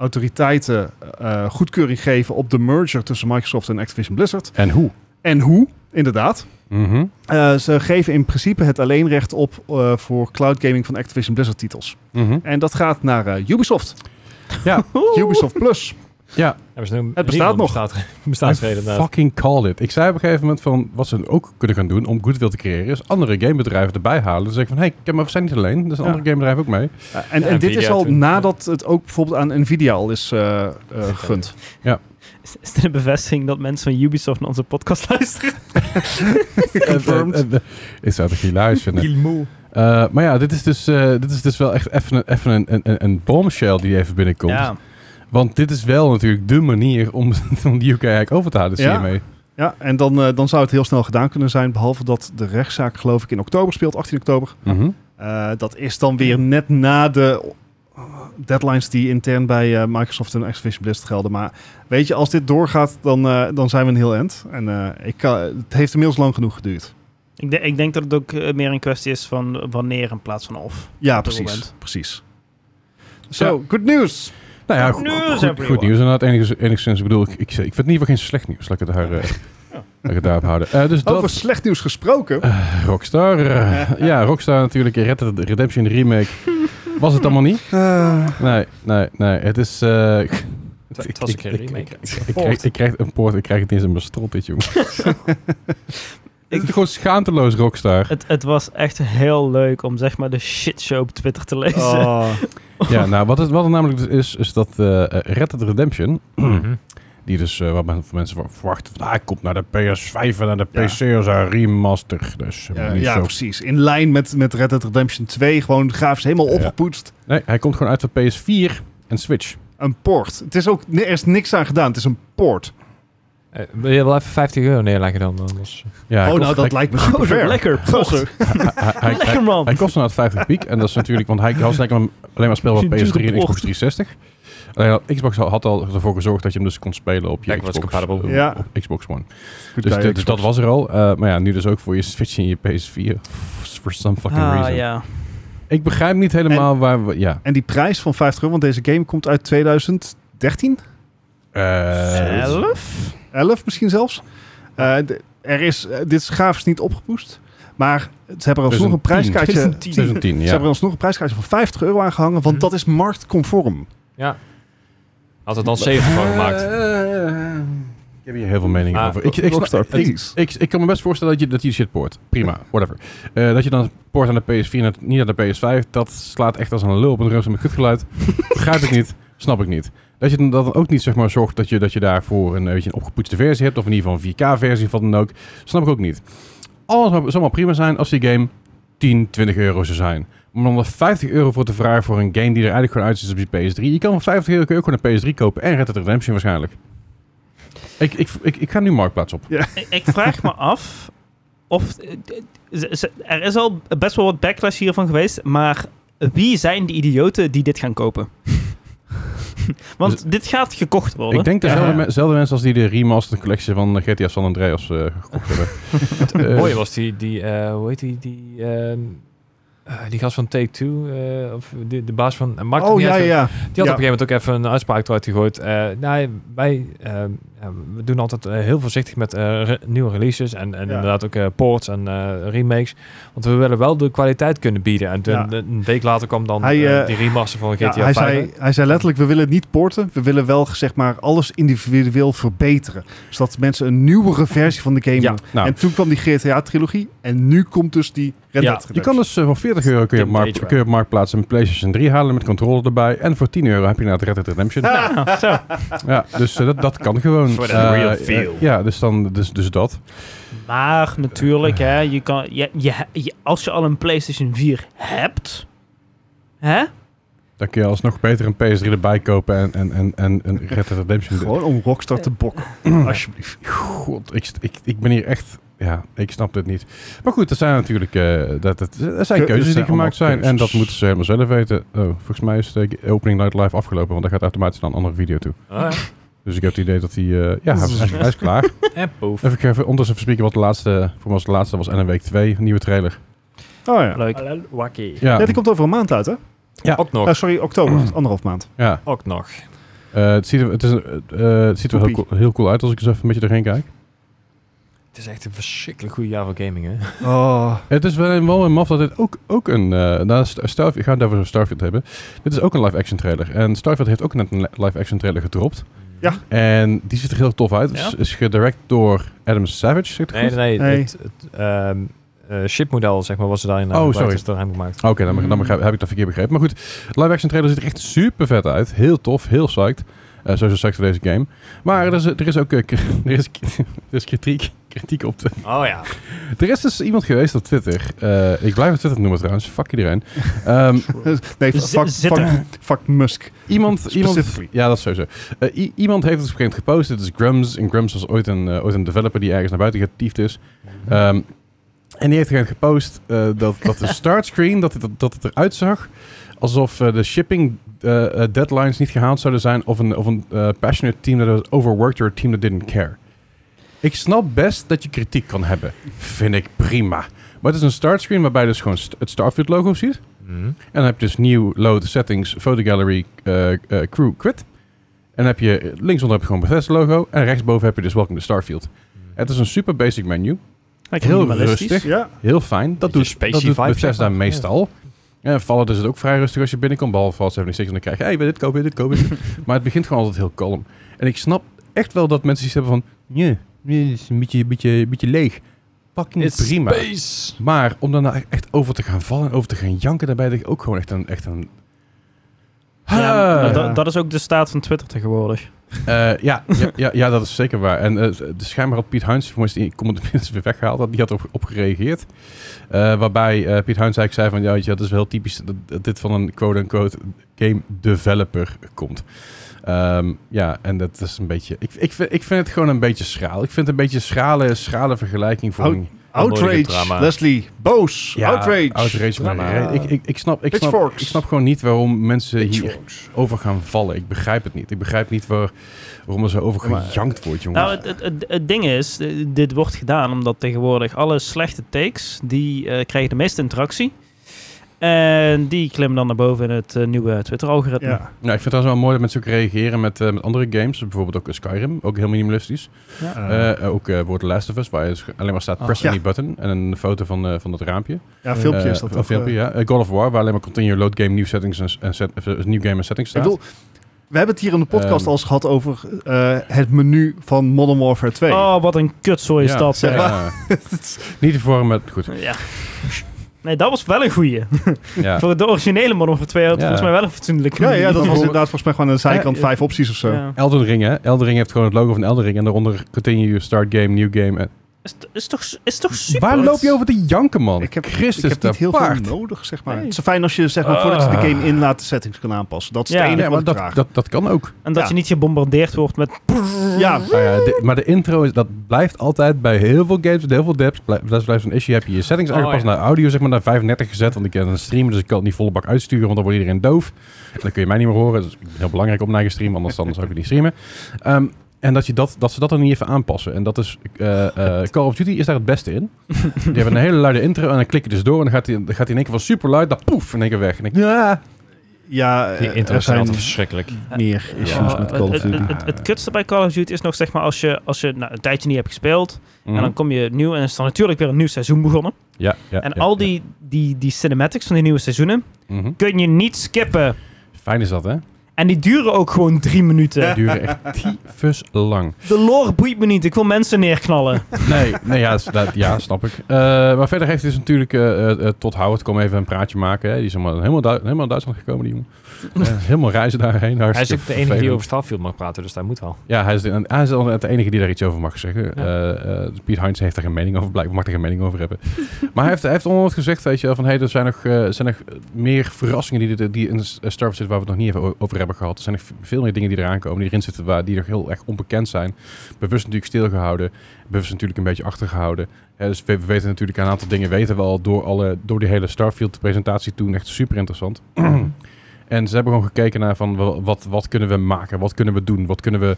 S3: autoriteiten eh, goedkeuring geven op de merger tussen Microsoft en Activision Blizzard.
S2: en hoe?
S3: En hoe, inderdaad.
S2: Mhm.
S3: Eh, ze geven in principe het alleenrecht op eh, voor cloud gaming van Activision Blizzard titels.
S2: Mhm.
S3: En dat gaat naar eh, Ubisoft.
S2: Ja.
S3: [LAUGHS] Ubisoft Plus.
S2: Ja,
S4: Hebben ze nu-
S3: Het bestaat nog.
S4: [LAUGHS] Bestaat, bestaansreden,
S2: I
S4: inderdaad.
S2: fucking call it. Ik zei op een gegeven moment van, wat ze ook kunnen gaan doen om goodwill te creëren, is andere gamebedrijven erbij halen. Dan zeggen van, hé, hey, maar we zijn niet alleen. Er zijn
S3: Ja.
S2: andere gamebedrijven ook
S3: [LAUGHS]
S2: mee.
S3: Eh, en,
S4: Ja,
S3: en dit is
S4: Nvidia
S3: al
S4: toen, ja.
S3: nadat het ook bijvoorbeeld aan Nvidia al is eh, eh, gegund.
S1: Is, is dit een bevestiging dat mensen van Ubisoft naar onze podcast luisteren?
S3: Confirmed.
S2: Eh, eh, eh, Ik zou het hilarisch vinden.
S4: moe.
S2: Eh, maar ja, dit is dus, eh, dit is dus wel echt even, een- even een, een, een bombshell die even binnenkomt.
S1: Ja.
S2: Want dit is wel natuurlijk de manier om, [LAUGHS] om de UK eigenlijk over te halen, zie je
S3: Ja.
S2: mee.
S3: Ja, en dan, eh, dan zou het heel snel gedaan kunnen zijn. Behalve dat de rechtszaak, geloof ik, in oktober speelt, 18 oktober.
S2: Mhm.
S3: Eh, dat is dan weer net na de eh, deadlines die intern bij eh, Microsoft en Activision Blizzard gelden. Maar weet je, als dit doorgaat, dan, eh, dan zijn we een heel end. En eh, ik kan, het heeft inmiddels lang genoeg geduurd.
S1: Ik, de- ik denk dat het ook eh, meer een kwestie is van wanneer in plaats van of.
S3: Ja,
S1: Op dit
S3: precies.
S1: moment.
S3: precies. Zo, good news.
S2: Nou ja,
S1: Good
S2: goed,
S1: news,
S2: goed,
S1: everyone.
S2: goed nieuws. Inderdaad, enigszins, enigszins ik bedoel, ik, ik, ik vind het in ieder geval geen slecht nieuws. Laat ik het, daar, eh, [LAUGHS] laat ik het daarop houden. Eh, dus
S3: Over
S2: dat,
S3: slecht nieuws gesproken.
S2: eh, Rockstar. eh, ja, Rockstar natuurlijk. Red Dead Redemption remake. Was het allemaal niet?
S3: Eh,
S2: Nee, nee, nee. Het is... eh,
S4: Het was een
S2: Ik-
S4: keer
S2: ik-
S4: een remake. [CLEARS THROAT]
S2: Ik krijg, ik krijg een poort, ik krijg het niet eens in mijn strot, dit jongen. Het is gewoon schaamteloos
S1: [LAUGHS]
S2: rockstar.
S1: Het, het was echt heel leuk om zeg maar de shitshow op Twitter te lezen. [LAUGHS]
S3: [LAUGHS] Oh,
S2: Ja, nou, wat, het, wat er namelijk dus is, is dat eh eh, Red Dead Redemption,
S4: Mhm.
S2: die dus, eh, wat men, van mensen ver- verwachten, van, ah, komt naar de PS5 en naar de
S3: Ja.
S2: PC als een remaster. Dus eh,
S3: ja,
S2: niet
S3: ja,
S2: zo.
S3: precies. In lijn met, met Red Dead Redemption 2. Gewoon grafisch helemaal
S2: Ja.
S3: opgepoetst.
S2: Nee, hij komt gewoon uit de PS4 en Switch.
S3: Een port. Het is ook, nee, er is niks aan gedaan. Het is een port.
S4: Eh, wil je wel even 50 euro neerleggen dan? anders?
S2: Ja, hij
S3: oh,
S2: kost-
S3: nou, dat
S2: hij,
S3: lijkt me
S1: Gozer,
S3: super ver.
S1: lekker. Gozer.
S2: hij, hij, hij-
S1: Lekker man.
S2: Hij kost dan uit 50 piek. En dat is natuurlijk, want hij was eigenlijk hem alleen maar speelbaar op
S1: Dure
S2: PS3 en Xbox
S1: port.
S2: 360. Alleen al- Xbox had al ervoor gezorgd dat je hem dus kon spelen op je
S4: Backwards
S2: Xbox, eh,
S4: compatible.
S3: Ja.
S2: op Xbox One.
S3: Goed
S2: Dus,
S3: bij
S2: dit-
S3: Xbox.
S2: dus dat was er al. Eh, maar ja, nu dus ook voor je Switch en je PS4. For some fucking
S1: Ah
S2: reason.
S1: ja.
S2: Ik begrijp niet helemaal waar we... Ja.
S3: En die prijs van 50 euro, want deze game komt uit 2013,
S2: Eh,
S1: Elf?
S3: 11 misschien zelfs. Eh, d- er is, eh, dit is grafisch niet opgepoest, maar ze hebben er alsnog Dus
S2: 2010.
S3: een prijskaartje...
S1: 2010.
S2: 2010,
S3: Ze
S2: ja.
S3: hebben er alsnog een prijskaartje van 50 euro aangehangen, want
S4: Mhm.
S3: dat is marktconform.
S4: Ja. Had het al 7 van gemaakt.
S2: Eh, ik heb hier heel veel meningen
S4: Ah,
S2: over. Ik, ik,
S3: Rockstar,
S2: ik, ik,
S3: please.
S2: ik, ik kan me best voorstellen dat je, dat je shit poort. Prima, whatever. Eh, dat je dan poort aan de PS4 en het- niet aan de PS5, dat slaat echt als een lul op een reus met kutgeluid. Begrijp ik niet, snap ik niet. Dat je dan- dat dan ook niet zeg maar, zorgt dat je, dat je daarvoor een, eh, weet je, een opgepoetste versie hebt, of in ieder geval een 4K-versie van dan ook, snap ik ook niet. Alles zou zou maar prima zijn als die game 10, 20 euro zou zijn. Om dan er 50 euro voor te vragen voor een game die er eigenlijk gewoon uit is op je PS3. Je kan voor 50 euro kun je ook gewoon een PS3 kopen en Red Dead Redemption waarschijnlijk. Ik, ik, ik, ik ga nu Marktplaats op.
S1: Ik- Ik vraag me af of... ze- ze- Er is al best wel wat backlash hiervan geweest, maar wie zijn de idioten die dit gaan kopen? [LAUGHS] Want dit gaat gekocht worden.
S2: Ik denk dezelfde
S3: Ja.
S2: me- dezelfde mensen als die de remastered collectie van eh, GTA San Andreas eh, gekocht hebben.
S4: Het
S2: Eh,
S4: mooie was die, die eh, hoe heet die, die, ehm, eh, die gast van Take-Two, eh, of de, de baas van... eh, Mark
S3: oh
S4: die
S3: ja,
S4: had-
S3: ja, ja.
S4: Die had
S3: Ja.
S4: op een gegeven moment ook even een uitspraak eruit gegooid. Eh, nee, wij ehm, ja, we doen altijd eh, heel voorzichtig met eh, re- nieuwe releases en, en
S3: Ja.
S4: inderdaad ook eh, ports en eh, remakes. Want we willen wel de kwaliteit kunnen bieden. En toen,
S3: Ja.
S4: een week later kwam dan
S3: Hij,
S4: eh,
S3: eh,
S4: die remaster van GTA
S3: Ja, hij,
S4: 5.
S3: zei, hij zei letterlijk, we willen het niet porten. We willen wel zeg maar, alles individueel verbeteren. Zodat mensen een nieuwere versie van de game
S4: Ja.
S3: doen.
S2: nou,
S3: En toen kwam die GTA-trilogie. En nu komt dus die Red
S4: Ja.
S3: Dead
S2: je kan
S3: Redemption.
S2: dus eh, voor 40 euro kun je, op
S4: Vintage
S2: markt,
S4: waard.
S2: kun je op Marktplaats een PlayStation 3 halen met controller erbij. En voor 10 euro heb je naar Red Dead Redemption. [LAUGHS]
S1: Ah, zo.
S2: Ja, dus eh, dat, dat kan gewoon.
S4: For the
S2: Eh,
S4: real
S2: eh,
S4: feel.
S2: ja, dus, dan, dus, dus dat.
S1: Maar natuurlijk, hè, je kan, je, je, je- als je al een PlayStation 4 hebt, hè,
S2: Dan kun je alsnog beter een PS3 erbij kopen en, en, en, en een Red Dead Redemption.
S3: Gewoon om Rockstar te [CLEARS THROAT] bokken. Alsjeblieft.
S2: God, ik, ik, ik ben hier echt... Ja, ik snap dit niet. Maar goed, er zijn natuurlijk eh, dat, dat, er zijn
S3: Keu-
S2: keuzes die
S3: zijn
S2: gemaakt zijn.
S3: allemaal
S2: En dat
S3: keuzes.
S2: moeten ze helemaal zelf weten. Oh, volgens mij is de opening night live afgelopen. Want daar gaat automatisch naar een andere video toe.
S4: Ah,
S2: Dus ik heb het idee dat hij... eh,
S3: [LAUGHS]
S2: ja, hij is, hij is klaar.
S4: en poef.
S2: Even, even ondertussen verspreken wat de laatste... Voor mij was de laatste was en een week 2. Een nieuwe trailer.
S3: Oh ja.
S1: leuk.
S4: Wakkie.
S2: Ja,
S3: Ja, die komt over een maand uit, hè?
S4: Ook nog,
S3: Eh, sorry,
S2: [CLEARS THROAT]
S3: oktober. Anderhalf maand.
S2: ja.
S4: ook nog.
S2: Eh, het ziet er, het is, een- eh, eh, het ziet er heel,
S3: Poepie.
S2: cool- heel cool uit als ik eens even een beetje erheen kijk.
S4: Het is echt een verschrikkelijk goed jaar voor gaming, hè?
S3: Oh.
S2: Het is wel een, wel een maf dat dit ook, ook een... eh nou, Star- Starfield, ik ga het even over Starfield hebben. Dit is ook een live-action trailer. En Starfield heeft ook net een li- live-action trailer gedropt.
S3: Ja.
S2: En die ziet er heel tof uit.
S4: Ja?
S2: Is, is gedirect door Adam Savage, zeg ik het
S4: Nee,
S2: goed?
S4: nee,
S3: Nee.
S4: Het, het ehm, eh, shipmodel, zeg maar, was ze daarin
S2: Oh,
S4: eh, gebruikt,
S2: sorry.
S4: is door hem gemaakt.
S2: Oké, dan, begrijp- dan begrijp- heb ik dat verkeerd begrepen. Maar goed, de live-action trailer ziet er echt super vet uit. Heel tof, heel psyched. Eh sowieso psyched voor deze game. Maar er is, er is ook eh, k- [LAUGHS] er is, er is kritiek, kritiek op de
S4: Oh ja.
S2: Er is dus iemand geweest op Twitter. eh, ik blijf het Twitter noemen trouwens. Fuck iedereen. Ehm,
S3: [LAUGHS] Nee,
S1: Z-
S3: fuck,
S1: zit
S3: fuck,
S1: er.
S3: fuck Musk.
S2: iemand, iemand,
S3: Specifically.
S2: ja, dat is sowieso. Eh, i- iemand heeft het op een gegeven moment gepost. Het is Grums. En Grums was ooit een, eh, ooit een developer die ergens naar buiten getiefd is.
S3: Eh,
S2: Ehm, en die heeft er gepost eh, dat, dat [LAUGHS] de startscreen, dat, het- dat, dat het eruit zag alsof eh, de shipping eh, eh, deadlines niet gehaald zouden zijn. Of een, of een eh, passionate team dat was overworked door een team that didn't care. Ik snap best dat je kritiek kan hebben. Vind ik prima. Maar het is een startscreen waarbij je dus gewoon st- het Starfield logo ziet.
S4: Mhm.
S2: En dan heb je dus nieuw load settings, photo gallery, eh, eh, crew quit. En dan heb je linksonder heb je gewoon Bethesda logo. En rechtsboven heb je dus welcome to Starfield.
S4: Hmm.
S2: Het is een super basic menu.
S1: Lekker
S2: Heel
S1: minimalistisch.
S2: rustig.
S3: Ja.
S2: Heel fijn. Dat
S4: Beetje
S2: doet,
S4: spacey
S2: dat doet
S4: vibe, zeg
S2: Bethesda
S4: maar.
S2: meestal. Ja, vallen is het ook vrij rustig als je binnenkomt, behalve Fallout 76. En dan krijg je, hey, wil je dit kopen, wil je dit kopen. wil je
S4: [LAUGHS]
S2: dit? maar het begint gewoon altijd heel kalm. En ik snap echt wel dat mensen iets hebben van, nee, nee, het is een beetje, beetje, beetje leeg. Fucking
S1: It's
S2: prima.
S4: Space.
S2: Maar om daarna echt over te gaan vallen en over te gaan janken, daarbij denk ik ook gewoon echt een... Echt een
S1: Ja, maar
S2: Ah.
S1: dat- dat is ook de staat van Twitter tegenwoordig.
S2: Eh, ja, ja, ja, ja, dat is zeker waar. En eh, de schijnbaar had Piet Huins, voor mij [LAUGHS] is die comment tenminste weer weggehaald, had- die had op, op gereageerd. Eh, waarbij eh, Piet Huins eigenlijk zei van, ja, weet je, dat is wel heel typisch dat, dat dit van een quote-unquote game developer komt. Ehm, ja, en dat is een beetje... Ik, ik, vind- ik vind het gewoon een beetje schraal. Ik vind het een beetje een schrale, schrale vergelijking voor...
S3: Houd-
S2: een-
S4: Onnodige
S3: Outrage,
S4: drama.
S3: Leslie. Boos.
S2: ja,
S3: outrage.
S2: Outrage, maar
S4: Drama.
S2: ik, ik, ik, snap, ik, snap,
S3: Pitchforks.
S2: ik snap gewoon niet waarom mensen hier over gaan vallen. Ik begrijp het niet. Ik begrijp niet waar, waarom er zo over
S1: Maar-
S2: gejankt wordt, jongens.
S1: Nou, het, het, het, het ding is, eh, dit wordt gedaan omdat tegenwoordig alle slechte takes, die eh, krijgen de meeste interactie. En die klimmen dan naar boven in het eh, nieuwe Twitter-algoritme.
S3: Ja.
S2: Nou, ik vind het trouwens wel mooi dat mensen ook reageren met, eh, met andere games. Bijvoorbeeld ook eh, Skyrim, ook heel minimalistisch.
S3: Eh,
S2: Eh, eh, ook eh wordt The Last of Us, waar dus alleen maar staat
S1: Ah.
S2: press
S3: Ja.
S2: any button en een foto van, eh, van dat raampje.
S3: ja, filmpje
S2: Eh,
S3: is dat.
S2: een
S3: toch,
S2: filmpje,
S3: eh.
S2: ja. Eh, God of War, waar alleen maar continue load game, new settings en, en set, of, eh, new game en settings
S3: Ik
S2: staat.
S3: bedoel, we hebben het hier in de podcast
S2: Ehm.
S3: al eens gehad over eh, het menu van Modern Warfare 2.
S1: Oh, wat een kutzooi is
S2: Ja,
S1: dat.
S3: zeg
S1: zeg.
S3: maar.
S2: ja.
S3: [LAUGHS]
S2: Niet te vormen, maar goed.
S1: Ja. Nee, dat was wel een goeie.
S3: [LAUGHS]
S2: Ja.
S1: Voor de originele Modern Warfare 2 had het
S2: Ja.
S1: volgens mij wel een fatsoenlijke
S3: Ja, ja, dat was
S1: manier.
S3: inderdaad volgens mij gewoon aan de zijkant
S1: Ja,
S3: vijf opties of zo.
S1: Eh, Ja.
S2: Elden Ring, hè. Elden Ring heeft gewoon het logo van Elden Ring en daaronder continue start game, new game. En...
S1: Is, is, toch, is toch super?
S2: Waar loop je over te janken, man?
S3: Ik heb,
S2: Christus,
S3: ik heb niet
S2: de
S3: heel
S2: paard.
S3: veel nodig, zeg maar.
S1: Nee.
S3: Het is fijn als je, zeg maar, voordat je de
S2: Ah.
S3: game inlaat, de settings kan aanpassen. Dat is
S1: Ja.
S3: het enige
S2: Ja, maar
S3: wat ik
S2: dat,
S3: vraag.
S2: dat, dat kan ook.
S1: En dat
S3: Ja.
S1: je niet gebombardeerd wordt met...
S3: ja,
S2: Nou ja, de- maar de intro is, dat blijft altijd bij heel veel games, met heel veel devs, blij- dat blijft een issue. Heb je je settings
S4: Oh,
S2: aangepast
S4: ja.
S2: naar audio, zeg maar naar 35 gezet, want ik ben aan het streamen, dus ik kan het niet volle bak uitsturen, want dan wordt iedereen doof. En dan kun je mij niet meer horen, dus ik ben heel belangrijk om naar je stream, anders dan zou ik het niet streamen. Ehm, en dat, je dat, dat ze dat dan niet even aanpassen. En dat is, eh, eh, Call of Duty is daar het beste in. Die hebben een hele luide intro en dan klik je dus door en dan gaat hij dan gaat die in één keer van super luid, dan poef, in één keer weg. En ik, ja,
S3: ja
S4: Die
S3: eh, er
S4: intro zijn
S3: zijn
S4: altijd verschrikkelijk.
S3: meer issues
S2: Ja,
S3: met Call of
S1: het, het,
S3: Duty.
S1: het, het kutste bij Call of Duty is nog zeg maar als je, als je nou, een tijdje niet hebt gespeeld en
S4: Mm.
S1: dan kom je nieuw en is dan natuurlijk weer een nieuw seizoen begonnen.
S2: ja, Mhm. ja,
S1: en
S2: ja,
S1: al
S2: ja.
S1: die, die, die cinematics van die nieuwe seizoenen
S2: Mhm.
S1: kun je niet skippen.
S2: Fijn is dat, hè?
S1: En die duren ook gewoon drie minuten.
S2: Die duren
S4: [LAUGHS]
S2: echt tyfus lang.
S1: De lore boeit me niet. Ik wil mensen neerknallen.
S2: Nee, nee ja, s- dat, ja, snap ik. Eh, maar verder heeft het dus natuurlijk eh eh eh, Todd Howard komen even een praatje maken. Hè. Die is helemaal, helemaal, Dui- helemaal naar Duitsland gekomen, die
S4: [LAUGHS]
S2: jongen. Eh, helemaal reizen daarheen.
S4: Hij is ook de enige die
S2: vervelend.
S4: over Starfield mag praten, dus daar moet wel.
S2: Ja, hij is, de, en hij is dan de enige die daar iets over mag zeggen.
S4: Ja.
S2: Eh, eh, Piet Heinz heeft daar geen mening over, blijkbaar mag er geen mening over hebben. [LAUGHS] maar hij heeft, hij heeft onder andere gezegd, weet je wel, van... hé, hey, er zijn nog, eh, zijn nog meer verrassingen die, dit- die in Star Wars zitten... waar we het nog niet even o- over hebben gehad. Er zijn nog veel meer dingen die eraan komen, die erin zitten... Waar, die nog heel erg onbekend zijn. Bewust natuurlijk stilgehouden. Bewust natuurlijk een beetje achtergehouden. Eh, dus we, we weten natuurlijk een aantal dingen weten we al... door, alle, door die hele Starfield-presentatie toen echt super interessant. [CLEARS THROAT] En ze hebben gewoon gekeken naar van wa- wat, wat kunnen we maken, wat kunnen we doen, wat kunnen we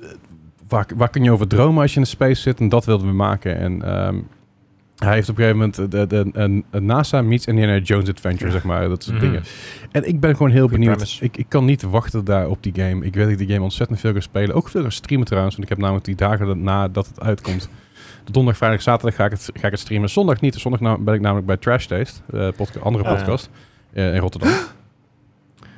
S2: eh, waar, waar kun je over dromen als je in de space zit? En dat wilden we maken. En ehm, hij heeft op een gegeven moment de, de, een- een NASA meets Indiana Jones Adventure, zeg maar. Dat soort
S4: Mhm.
S2: dingen. En ik ben gewoon heel
S4: Goeie
S2: benieuwd.
S4: premise.
S2: Ik, ik kan niet wachten daar op die game. Ik weet dat ik die game ontzettend veel ga spelen. Ook veel ga streamen trouwens. Want ik heb namelijk die dagen daarna dat het uitkomt. Donderdag, vrijdag, zaterdag ga ik het, ga ik het streamen. Zondag niet. Zondag na- ben ik namelijk bij Trash Taste, eh, podca- andere
S4: Ah, ja.
S2: podcast, eh, in Rotterdam.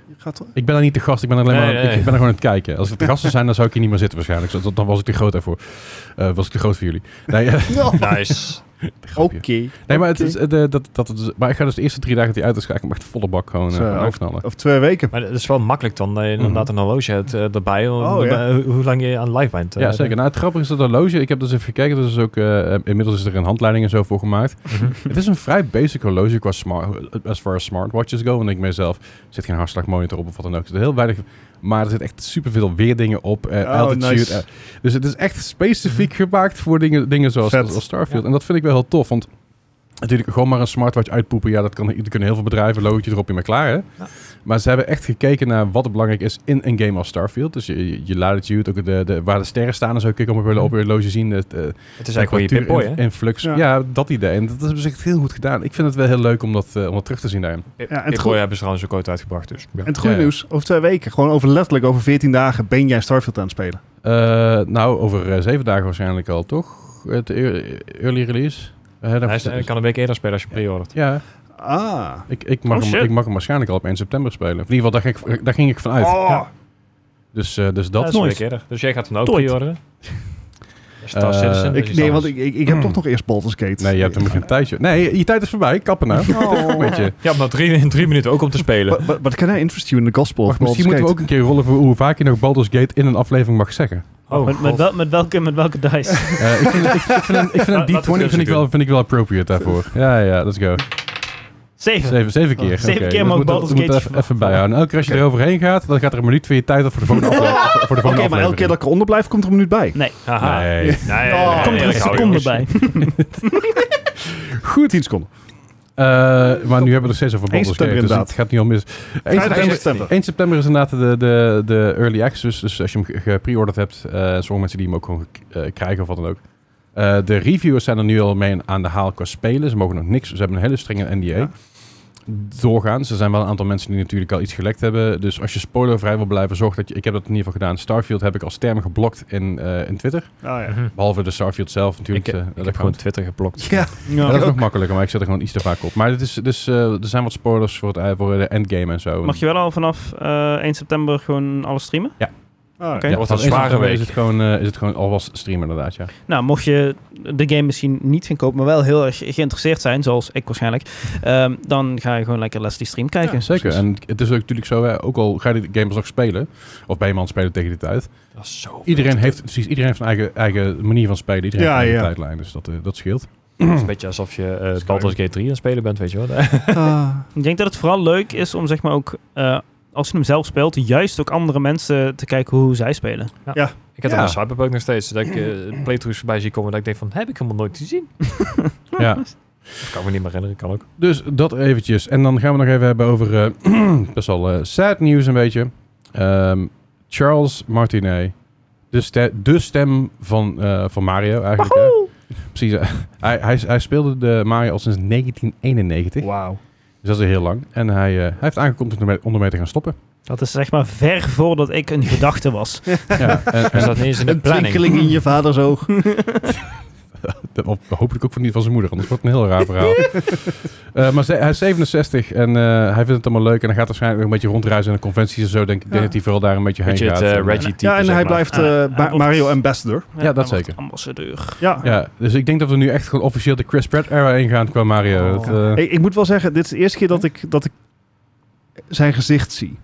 S3: Je gaat-
S2: Ik ben daar niet de gast, ik ben, alleen
S4: Nee,
S2: maar,
S4: nee,
S2: ik-
S4: nee.
S2: Ik, ben er gewoon aan het kijken. Als het de gasten zijn, dan zou ik hier niet meer zitten waarschijnlijk. Zo- Dan, dan was ik te groot daarvoor. Eh, was ik te groot voor jullie. Nee, eh,
S4: Nice.
S3: [LAUGHS] Oké.
S2: grapje. nee maar, het is, eh, de- dat, dat, is- maar ik ga dus de eerste drie dagen die uit is, ga ik hem echt volle bak gewoon
S3: Zo.
S2: uh, afknallen.
S3: Of twee weken.
S4: Maar dat is wel makkelijk dan, dat je inderdaad een horloge hebt eh, erbij,
S3: Oh, ja.
S4: eh, hoe- hoe lang je aan live bent. eh.
S2: Ja, zeker. Nou, het grappige is dat horloge, ik heb dus even gekeken, dus ook, eh, inmiddels is er een handleiding en zo voor gemaakt.
S4: Mhm.
S2: Het is een vrij basic horloge qua smart, as far as smartwatches go. En ik mezelf, er zit geen hartslagmonitor op of wat dan ook. Er zit heel weinig, maar er zit echt superveel weerdingen op. eh,
S3: Oh,
S2: altitude.
S3: nice. Mhm.
S2: eh. dus het is echt specifiek gemaakt voor dingen, dingen zoals,
S3: Vet.
S2: als Starfield. En dat vind ik wel heel tof, want natuurlijk gewoon maar een smartwatch uitpoepen. Ja, dat, kan, dat kunnen heel veel bedrijven. Logootje erop, je maar klaar, hè?
S4: Ja.
S2: Maar ze hebben echt gekeken naar wat er belangrijk is in een game als Starfield. Dus je, je, je latitude, ook de, de, waar de sterren staan en zo. Kun je allemaal willen op je horloge zien. Het, eh,
S4: Het is eigenlijk gewoon je Pip-Boy, hè?
S2: en, en flux.
S3: Ja.
S2: Ja. dat idee. En dat is echt heel goed gedaan. Ik vind het wel heel leuk om dat, eh, om dat terug te zien daarin.
S3: Ja, en het
S4: Pip-Boy
S3: goe-
S4: hebben ze trouwens ook ooit uitgebracht, dus... ja.
S3: En het goede
S2: Ja, ja.
S3: nieuws, over twee weken, gewoon over letterlijk over 14 dagen, ben jij Starfield aan het spelen.
S2: Eh, nou, over eh, zeven dagen waarschijnlijk al, toch? Het ear- early release. Eh, dat-
S4: Hij is- hij kan een week eerder spelen als je pre-ordert.
S2: Ja,
S3: Ah.
S2: Ik, ik, mag
S1: Oh,
S2: hem,
S1: shit.
S2: ik mag hem waarschijnlijk al op 1 september spelen. Of in ieder geval, daar ging ik, daar ging ik vanuit.
S1: Oh.
S2: Dus, eh, dus dat.
S1: nooit.
S4: is een week eerder. Dus jij gaat hem ook
S1: Nooit.
S4: [LAUGHS] pre-orderen? Star
S2: Eh,
S4: Citizen, dat
S3: Ik,
S4: is
S3: nee,
S4: iets
S3: want
S4: anders.
S3: ik, ik, ik heb toch nog eerst Baldur's Gate. Eh,
S2: Nee, je hebt hem geen tijdje. Nee, je tijd is voorbij. Kappen nou. [LAUGHS]
S3: Oh.
S2: Weet je.
S4: Ja, maar drie, [LAUGHS] drie minuten ook om te spelen.
S3: But, but, but can I interest you in the gospel
S2: Wacht,
S3: of
S2: misschien
S3: Baldur's
S2: moeten we
S3: Gate?
S2: ook een keer rollen voor hoe vaak je nog Baldur's Gate in een aflevering mag zeggen.
S4: Oh,
S1: met, met,
S4: God.
S1: wel- met, welke, met welke dice?
S2: Eh, ik, vind, ik, ik vind een, ik vind een
S4: Laat- laat
S2: D20
S4: het
S2: vind ik,
S4: Jesse
S2: wel,
S4: doen.
S2: vind ik wel appropriate daarvoor. Ja, ja, let's go.
S1: Zeven.
S2: Zeven, zeven keer.
S3: Oh,
S1: zeven
S2: Oké,
S1: keer
S2: dat
S1: mag
S2: moeten we-
S1: Baldur's
S2: we moeten
S1: Gate
S2: even, even Nou, bijhouden. Elke keer als je eroverheen gaat, dan gaat er een minuut van je tijd af voor de volgende aflevering. voor- Voor de
S3: [LAUGHS] Oké,
S2: volgende
S3: maar elke keer
S2: aflevering.
S3: dat ik eronder blijf, komt er een minuut bij.
S1: Nee,
S4: Haha. Nee,
S2: Nee.
S4: nee,
S3: Oh.
S4: nee,
S1: komt er een
S4: eerlijk houden,
S1: seconde
S4: jongens.
S1: bij.
S3: Goed. 10 seconden.
S2: Eh, maar nu hebben we het steeds over
S3: Eén
S2: Baldur's Gate,
S3: september
S2: dus het
S3: inderdaad.
S2: gaat niet om mis. Eén
S3: Vrijdag 1
S2: september, [LAUGHS]
S3: september.
S2: 1 september is inderdaad de, de, de early access, dus als je hem ge- gepreorderd hebt, eh sommige mensen die hem ook gewoon eh, krijgen of wat dan ook. Eh, de reviewers zijn er nu al mee aan de haal qua spelen. Ze mogen nog niks, ze hebben een hele strenge NDA.
S3: Ja.
S2: Doorgaans, er zijn wel een aantal mensen die natuurlijk al iets gelekt hebben. Dus als je spoilervrij wil blijven, zorg dat je... Ik heb dat in ieder geval gedaan. Starfield heb ik als term geblokt in, eh, in Twitter.
S3: Ah,
S4: Mhm.
S2: Behalve de Starfield zelf natuurlijk.
S4: Ik-
S2: eh,
S4: Ik
S2: dat
S4: heb gewoon
S2: kan.
S4: Twitter geblokt.
S3: ja.
S2: Ja,
S1: Ja.
S2: dat
S3: ik
S2: is nog
S3: ook.
S2: makkelijker, maar ik zet er gewoon iets te vaak op. Maar het is, dus, eh, er zijn wat spoilers voor, het, ei- voor de endgame en zo.
S1: Mag je wel al vanaf eh, 1 september gewoon alles streamen?
S3: Ah,
S1: Oké.
S2: Ja,
S4: Wordt
S2: dan
S4: een
S2: is het
S4: zware
S2: gewoon-
S4: week.
S2: Is het gewoon, eh, is het gewoon alvast streamen inderdaad, ja.
S1: Nou, mocht je de game misschien niet gaan kopen, maar wel heel erg geïnteresseerd zijn, zoals ik waarschijnlijk, ehm, dan ga je gewoon lekker Leslie stream kijken.
S2: Ja, zeker. Dus, eh, En het is ook natuurlijk zo, hè, ook al ga je de games nog spelen, of bij iemand spelen tegen die tijd.
S4: Dat is zo
S2: Iedereen heeft, precies, iedereen heeft een eigen, eigen manier van spelen, iedereen
S3: Ja,
S2: heeft een eigen
S3: ja.
S2: tijdlijn, dus dat, eh, dat scheelt.
S4: Het is een beetje alsof je eh Baldur's Gate 3 aan het spelen bent, weet je wel.
S3: Ah.
S1: Ik denk dat het vooral leuk is om zeg maar ook, eh, als je hem zelf speelt, juist ook andere mensen te kijken hoe zij spelen.
S4: Ik heb
S2: Ja.
S4: dat bij Cyberpunk nog steeds. Dat ik eh, playthroughs voorbij zie komen dat ik denk van, heb ik helemaal nooit gezien?
S2: ja.
S4: Dat kan ik me niet meer herinneren, kan ook.
S2: Dus dat eventjes. En dan gaan we nog even hebben over eh, [CLEARS THROAT] best wel eh, sad nieuws een beetje. Ehm, Charles Martinet. De, ste- de stem van, eh, van Mario eigenlijk. hè. Precies. eh, [LAUGHS] hij, hij, hij speelde de Mario al sinds 1991.
S3: Wauw.
S2: Dus dat is heel lang. En hij, eh, hij heeft aangekondigd om ermee- om ermee te gaan
S4: [LAUGHS]
S2: stoppen.
S1: Dat is zeg maar ver voordat ik een gedachte
S2: [LAUGHS]
S1: was.
S2: ja, en, en
S4: Is Dus dat niet eens in de
S3: Een
S4: planning?
S3: twinkeling in je vaders oog.
S2: dat- of hopelijk ook van niet van zijn moeder. Anders wordt het een heel raar
S1: [LAUGHS]
S2: verhaal. Eh, maar ze- hij is 67 en eh, hij vindt het allemaal leuk. En hij gaat waarschijnlijk nog een beetje rondreizen in de conventies en zo. Denk ik denk
S3: Ja.
S2: dat hij vooral daar een beetje heen
S4: Weet je,
S2: gaat.
S4: het eh,
S2: En, eh,
S4: Reggie type,
S3: Ja, en
S4: zeg
S3: hij
S4: maar.
S3: blijft
S1: Ah,
S3: eh,
S1: hij
S3: Ma-
S1: wordt-
S3: Mario Ambassador.
S2: dat
S1: dan
S2: zeker.
S1: wordt Ambassadeur.
S3: Ja.
S2: Ja, dus ik denk dat we nu echt gewoon officieel de Chris Pratt era heen gaan qua Mario.
S4: Oh.
S2: Dat, eh,
S3: Ik, ik moet wel zeggen, dit is de eerste keer dat ik, dat ik zijn gezicht zie.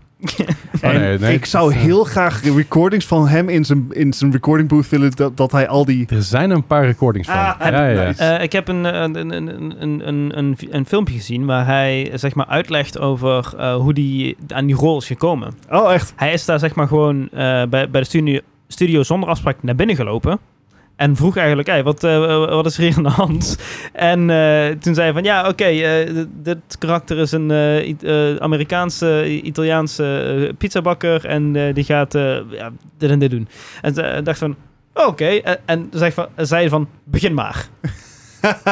S3: En
S2: nee, nee.
S3: ik zou heel graag recordings van hem in zijn, in zijn recording booth willen, dat, dat hij al die...
S2: Er zijn een paar recordings van.
S1: Ah,
S2: ja, ja.
S3: nice.
S1: Eh, ik heb een, eh, een, een, een, een, een, een, een filmpje gezien waar hij eh, zeg maar uitlegt over eh, hoe die aan die rol is gekomen.
S3: Oh, echt?
S1: Hij is daar zeg maar gewoon eh, bij, bij de studio, studio zonder afspraak naar binnen gelopen. En vroeg eigenlijk, hey, wat, eh, wat is er hier aan de hand? En eh, toen zei hij van, ja, oké, eh, d- dit karakter is een eh, I- eh, Amerikaanse, I- Italiaanse eh, pizzabakker. En eh, die gaat eh, ja, dit en dit doen. En ze- eh, dacht van, oké. eh, en zei van, zei van, begin maar.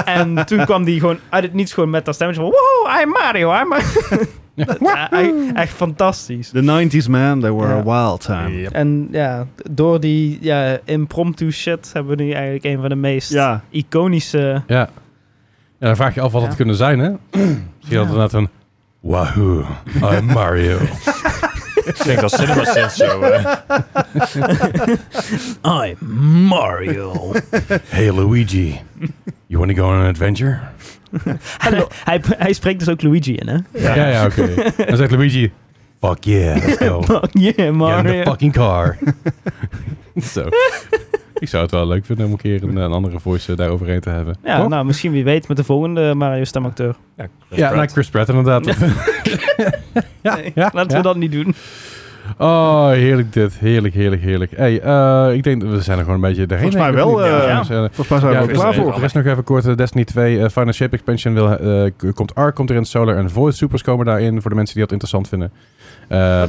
S1: en toen kwam die gewoon uit het niets gewoon met dat stemmetje van... Wow, I'm Mario, I'm Mario." [LAUGHS] Dat- eh, echt fantastisch.
S3: The 90s, man, they were
S1: Ja.
S3: a wild time.
S4: Yep.
S1: En ja, door die ja, impromptu shit hebben we nu eigenlijk een van de meest
S3: Ja.
S1: iconische...
S2: Ja. Ja, dan vraag je af wat het
S1: Ja.
S2: kunnen zijn,
S1: [CLEARS THROAT]
S2: hè? Zie je dat inderdaad een... Wahoo, I'm Mario.
S4: Ik denk dat Cinema Sense zo... eh,
S1: [LAUGHS] I'm Mario.
S2: [LAUGHS] Hey Luigi, you wanna go on an adventure?
S1: hij, [LAUGHS] hij, hij spreekt dus ook Luigi
S2: [LAUGHS]
S1: in, hè?
S2: Ja, ja, oké. Dan zegt Luigi... Fuck yeah, let's [LAUGHS] go.
S1: yeah,
S2: Get in
S1: Mario.
S2: the fucking car. [LAUGHS] Zo. Ik zou het wel leuk vinden om een keer een, een andere voice eh, daaroverheen te hebben.
S1: Ja,
S2: Toch?
S1: nou, misschien wie weet met de volgende Mario stemacteur.
S4: ja, Chris
S2: ja,
S4: Pratt.
S2: nou, Chris Pratt inderdaad. ja,
S1: Nee,
S2: ja,
S1: Laten
S2: ja.
S1: we dat niet doen.
S2: [LAUGHS] Oh, heerlijk dit. Heerlijk, heerlijk, heerlijk. Hey, eh, ik denk dat we zijn er gewoon een beetje doorheen.
S3: Volgens mij
S2: denk ik,
S3: wel,
S2: of niet?
S1: eh,
S2: Ja, ja.
S3: Volgens mij zijn we
S2: Ja,
S3: er
S2: we
S3: wel
S2: zijn er
S3: klaar voor.
S2: voor. Er is nog even kort eh, Destiny 2. eh, Final Shape Expansion wil, eh, k- komt Ark, komt erin, Solar en Void Supers komen daarin. Voor de mensen die dat interessant vinden. Eh,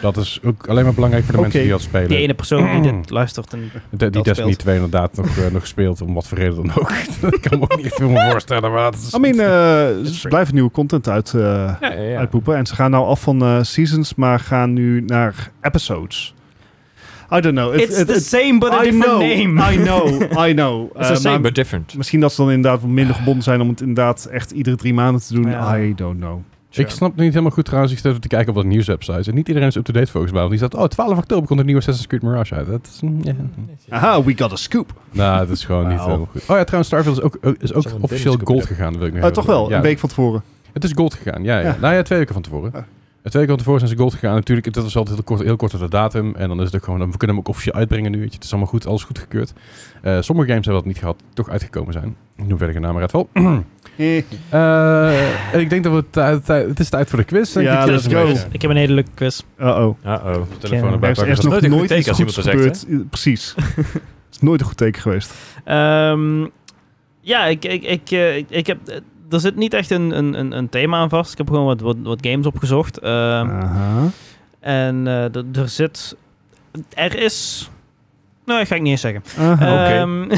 S2: dat is ook alleen maar belangrijk voor de
S3: Oké.
S2: mensen die dat spelen.
S1: Die ene persoon
S2: Mm.
S1: die dit luistert. En,
S2: De- die
S1: dat
S2: Destiny
S1: speelt.
S2: 2 inderdaad nog, eh, nog speelt, om wat voor reden dan ook. [LAUGHS] dat kan me ook niet echt veel meer voorstellen. Maar dat is,
S3: I mean, eh,
S2: It's
S3: ze
S2: free.
S3: blijven nieuwe content uit, eh,
S4: Ja, ja, ja.
S3: uitpoepen. En ze gaan nou af van eh, seasons, maar gaan nu naar episodes. I don't know. It-
S1: It's
S3: it-
S1: the
S3: it-
S1: same but a
S3: I
S1: different
S3: know,
S1: name.
S3: I know, I
S1: [LAUGHS]
S3: know.
S4: It's
S3: Eh,
S4: the same,
S3: maar
S4: but different.
S3: Misschien dat ze dan inderdaad wel minder gebonden zijn om het inderdaad echt iedere drie maanden te doen.
S1: Ja.
S3: I don't know.
S2: eh, Ik snap niet helemaal goed trouwens. Ik zit even te kijken op wat nieuwswebsites. En niet iedereen is up-to-date volgens mij. Want die staat, oh, 12 oktober komt een nieuwe Assassin's Creed Mirage uit. Dat is... mm, ja.
S3: Aha, we got a scoop.
S2: Nou, dat is gewoon niet
S4: Wauw.
S2: helemaal goed. Oh ja, trouwens, Starfield is ook, is ook
S4: Zal een
S2: officieel
S4: tennis
S2: gold
S4: kunnen.
S2: gegaan. dat Wil ik nog
S3: Eh,
S2: even-
S3: toch wel,
S2: ja,
S3: een week van tevoren.
S2: Het is gold gegaan, ja. ja.
S3: Ja.
S2: Nou ja, twee weken van tevoren.
S3: Ja.
S2: Twee weken van tevoren zijn ze gold gegaan. Natuurlijk, dat was altijd heel kort, heel kort op de datum. En dan is het ook gewoon, we kunnen hem ook officieel uitbrengen nu. weet je. Het is allemaal goed, alles goed gekeurd. Eh, sommige games hebben dat niet gehad, toch uitgekomen zijn. Ik noem verder geen namen, Redval.
S3: Eh,
S2: Eh, en ik denk dat we tijd, tijd- het is tijd voor de quiz. denk
S3: Ja,
S2: ik.
S3: let's go.
S1: Ik heb een hele leuke quiz.
S3: Uh-oh.
S4: Uh-oh.
S2: Telefoon erbij
S3: Er is,
S2: pakken.
S3: er is
S4: Dat
S3: nog
S4: is nooit een goed
S3: nooit
S4: teken
S3: iets
S4: als
S3: goeds
S4: iemand dat
S3: gebeurd. Eh,
S4: [LAUGHS]
S3: Precies. Het is nooit een goed teken geweest.
S1: Ehm, ja, ik, ik, ik, eh, ik, ik heb, eh, er zit niet echt een, een, een- een thema aan vast. Ik heb gewoon wat, wat, wat games opgezocht.
S4: Um,
S2: Ah.
S1: Ehm,
S3: Aha.
S1: En eh, d- er zit... Er is... Nou, dat ga ik niet eens
S2: [LAUGHS]
S1: zeggen.
S3: Aha.
S4: Oké.
S1: Ehm,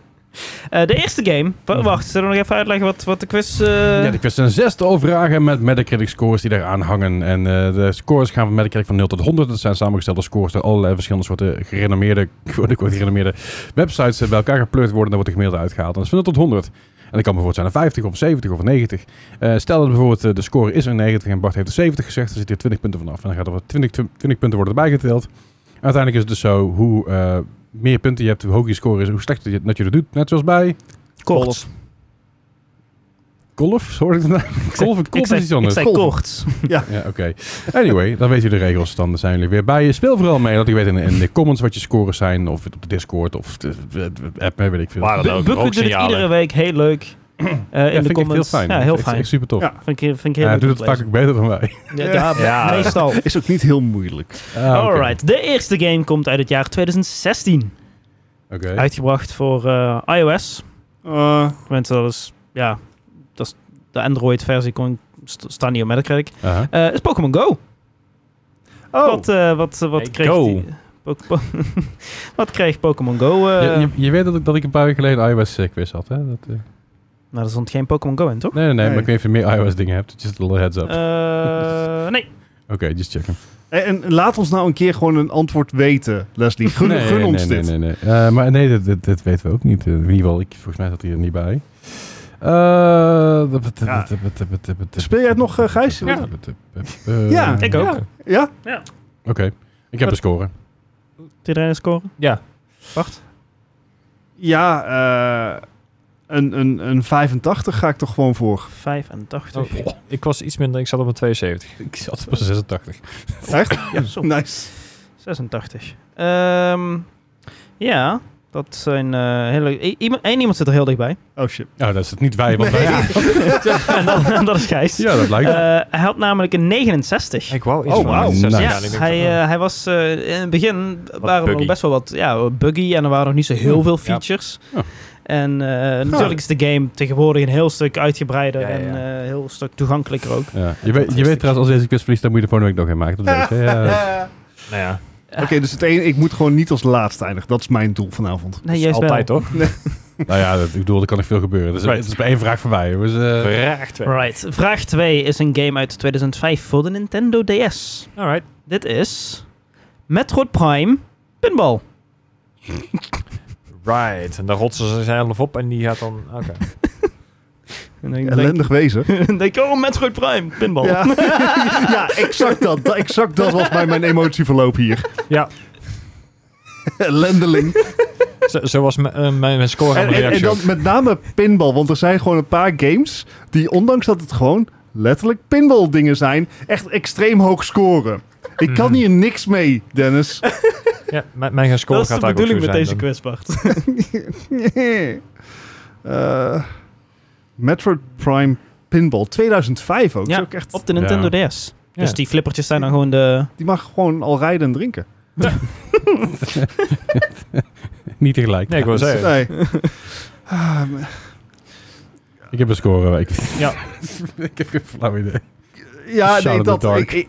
S1: [LAUGHS] eh, de eerste game... Wa- Wacht, zullen we nog even uitleggen wat, wat de quiz... eh,
S2: Ja, de quiz zijn zes vragen met Metacritic scores die daaraan hangen. En eh, de scores gaan van Metacritic van 0 tot 100. Dat zijn samengestelde scores door allerlei verschillende soorten gerenommeerde, [LAUGHS] quote, quote, gerenommeerde websites eh, bij elkaar gepleurd worden. En dan wordt de gemiddelde uitgehaald. En dat is van 0 tot 100. En dat kan bijvoorbeeld zijn een 50 of 70 of een 90. Eh, stel dat bijvoorbeeld eh, de score is een 90 en Bart heeft een 70 gezegd. Dan zit hier 20 punten vanaf. En dan gaat er wat 20, 20 punten worden erbij geteld. En uiteindelijk is het dus zo hoe... eh, meer punten je hebt, hoe hoger je score is, hoe slechter je, dat je dat doet. Net zoals bij
S1: kort.
S2: golf, hoor ik het nou? Golf,
S1: Ik
S2: golf
S1: zei,
S2: is iets anders.
S1: ik zei
S3: Golf.
S1: kort.
S2: Ja, oké. Anyway, dan weten jullie de regels. Dan zijn jullie weer bij je. Speel vooral mee. Dat ik weet in, in de comments wat je scores zijn. Of op de Discord. Of de, de- de app, hè, weet ik veel.
S4: Waar dan
S1: Bu-
S4: ook.
S1: Bukko doet het
S4: Rooksignalen.
S1: iedere week heel
S2: [CLEARS THROAT]
S1: leuk. eh, in
S2: ja,
S1: de
S2: vind ik echt heel
S1: comments.
S2: fijn.
S1: Ja, heel
S2: Echt- echt
S1: fijn.
S2: super tof.
S3: Ja.
S1: Vind ik, vind ik heel
S2: Ja, hij
S1: leuk
S2: doet
S1: om
S2: het
S1: te
S2: vaak ook beter
S1: [LAUGHS]
S2: dan wij.
S1: lezen. Ja, ja,
S4: Ja.
S1: meestal.
S3: Is ook niet heel moeilijk.
S2: [LAUGHS] Ah, oké.
S1: Alright, de eerste game komt uit het jaar 2016.
S2: Oké.
S1: Uitgebracht voor eh, iOS.
S3: Eh,
S1: Mensen, dat is... Ja, dat is de Android-versie kon, st staat niet op Metacritic.
S2: Aha.
S1: Eh is Pokémon Go.
S3: oh,
S1: Wat, eh, wat, wat
S4: Hey,
S1: kreeg
S4: go.
S1: die- po- po- [LAUGHS] Wat kreeg Pokémon Go? eh?
S2: je, je, je weet dat ik, dat ik een paar weken geleden iOS eh, quiz had, hè? Dat, eh,
S1: Nou, er stond geen Pokémon Go in, toch?
S2: nee, nee, nee,
S3: Nee.
S2: maar ik weet niet of je meer iOS dingen hebt. Just a little heads up.
S1: Eh, nee.
S2: Oké, just checken.
S3: En, en laat ons nou een keer gewoon een antwoord weten, Leslie. Gun,
S2: nee,
S3: gun
S2: nee,
S3: ons
S2: nee,
S3: dit.
S2: Nee, nee, nee. Eh, maar nee, dit, dit, dit weten we ook niet. Eh, In ieder geval, ik, volgens mij zat hij er niet bij. Eh, dat- dat-
S3: Ja.
S2: dat- dat- dat- dat- dat-
S3: Speel jij het nog, eh, Gijs?
S2: Ja.
S3: Ja,
S1: ik ook.
S3: Ja?
S2: eh, Oké, ik heb de score.
S1: Doet Iedereen een score?
S4: Ja.
S1: Wacht.
S3: Ja, eh, een, een, een 85 ga ik toch gewoon voor.
S1: 85.
S4: Oh, ik was iets minder, ik zat op een 72.
S2: Ik zat op 86.
S3: Echt?
S1: Zo,
S3: Nice.
S1: 86. Ehm, ja, dat zijn eh hele... i- Iemand, één iemand zit er heel dichtbij. [LAUGHS]
S3: Oh shit.
S2: Nou, dat is het niet wij, want
S3: [LAUGHS]
S2: wij... Ja,
S1: en dat, en dat is Gijs.
S2: dat lijkt me.
S1: Eh, hij had namelijk een 69.
S4: Ik wou iets
S3: Oh,
S4: van
S3: wauw.
S4: 60.
S1: Ja,
S4: en ik denk
S1: hij,
S4: van, nou,
S1: eh, hij was eh, in het begin waren er nog
S4: buggy.
S1: best wel wat ja, buggy en er waren nog niet zo heel
S2: Ja.
S1: veel
S4: Ja.
S1: features.
S2: Ja.
S1: En eh, natuurlijk is de game tegenwoordig een heel stuk uitgebreider
S4: Ja, ja, ja.
S1: en eh, een heel stuk toegankelijker ook.
S2: Ja, je, weet, je weet trouwens, als deze quiz verliest, dan moet je de volgende week nog een maken. Dat weet je. Ja.
S4: nou ja,
S3: Oké, dus het ene, ik moet gewoon niet als laatste eindigen. Dat is mijn doel vanavond.
S1: Nee,
S4: dat is
S1: juist
S4: altijd
S1: wel.
S4: toch?
S2: Nou ja, dat, ik bedoel, er kan nog veel gebeuren. Dus,
S4: Right.
S2: Het is bij één vraag voorbij. Dus, eh,
S4: Vraag 2.
S1: Right. Vraag 2 is een game uit 2005 voor de Nintendo DS.
S4: Alright.
S1: Dit is Metroid Prime Pinball.
S4: Right. En dan rotsen ze zichzelf op en die gaat dan... Oké.
S1: En dan denk,
S3: Ellendig wezen.
S1: dan denk [LAUGHS] ik, oh, Metroid Prime Pinball.
S3: Ja,
S1: [LAUGHS]
S3: ja exact dat. Dat- Exact dat was bij mijn emotieverloop
S1: [LAUGHS]
S3: hier.
S4: Ja,
S3: Ellendeling.
S4: zo, zo was mijn- eh, mijn mijn score aan
S3: En,
S4: mijn
S3: en, en
S4: reactie
S3: dan
S4: ook.
S3: met name pinball. Want er zijn gewoon een paar games die, ondanks dat het gewoon letterlijk pinball dingen zijn, echt extreem hoog scoren. Ik kan
S4: Mhm.
S3: hier niks mee, Dennis.
S4: Ja, mijn, mijn score
S1: Dat is de
S4: gaat daar ook zo
S1: bedoeling met
S4: zijn
S1: deze
S4: dan.
S1: quiz, Bart.
S3: Eh, Metroid Prime Pinball 2005 ook.
S1: Ja,
S3: Dat is ook echt,
S1: Op de Nintendo DS.
S4: Ja.
S1: Dus die flippertjes zijn dan gewoon de...
S3: Die mag gewoon al rijden en drinken.
S2: niet tegelijk.
S4: Nee, ik wou zeggen.
S3: Nee. Ah,
S2: Ik heb een score. Ik,
S4: Ja.
S2: [LAUGHS] ik heb geen flauw idee.
S3: Ja,
S2: Shaun
S3: nee,
S2: of the
S3: dat,
S2: Dark.
S3: ik,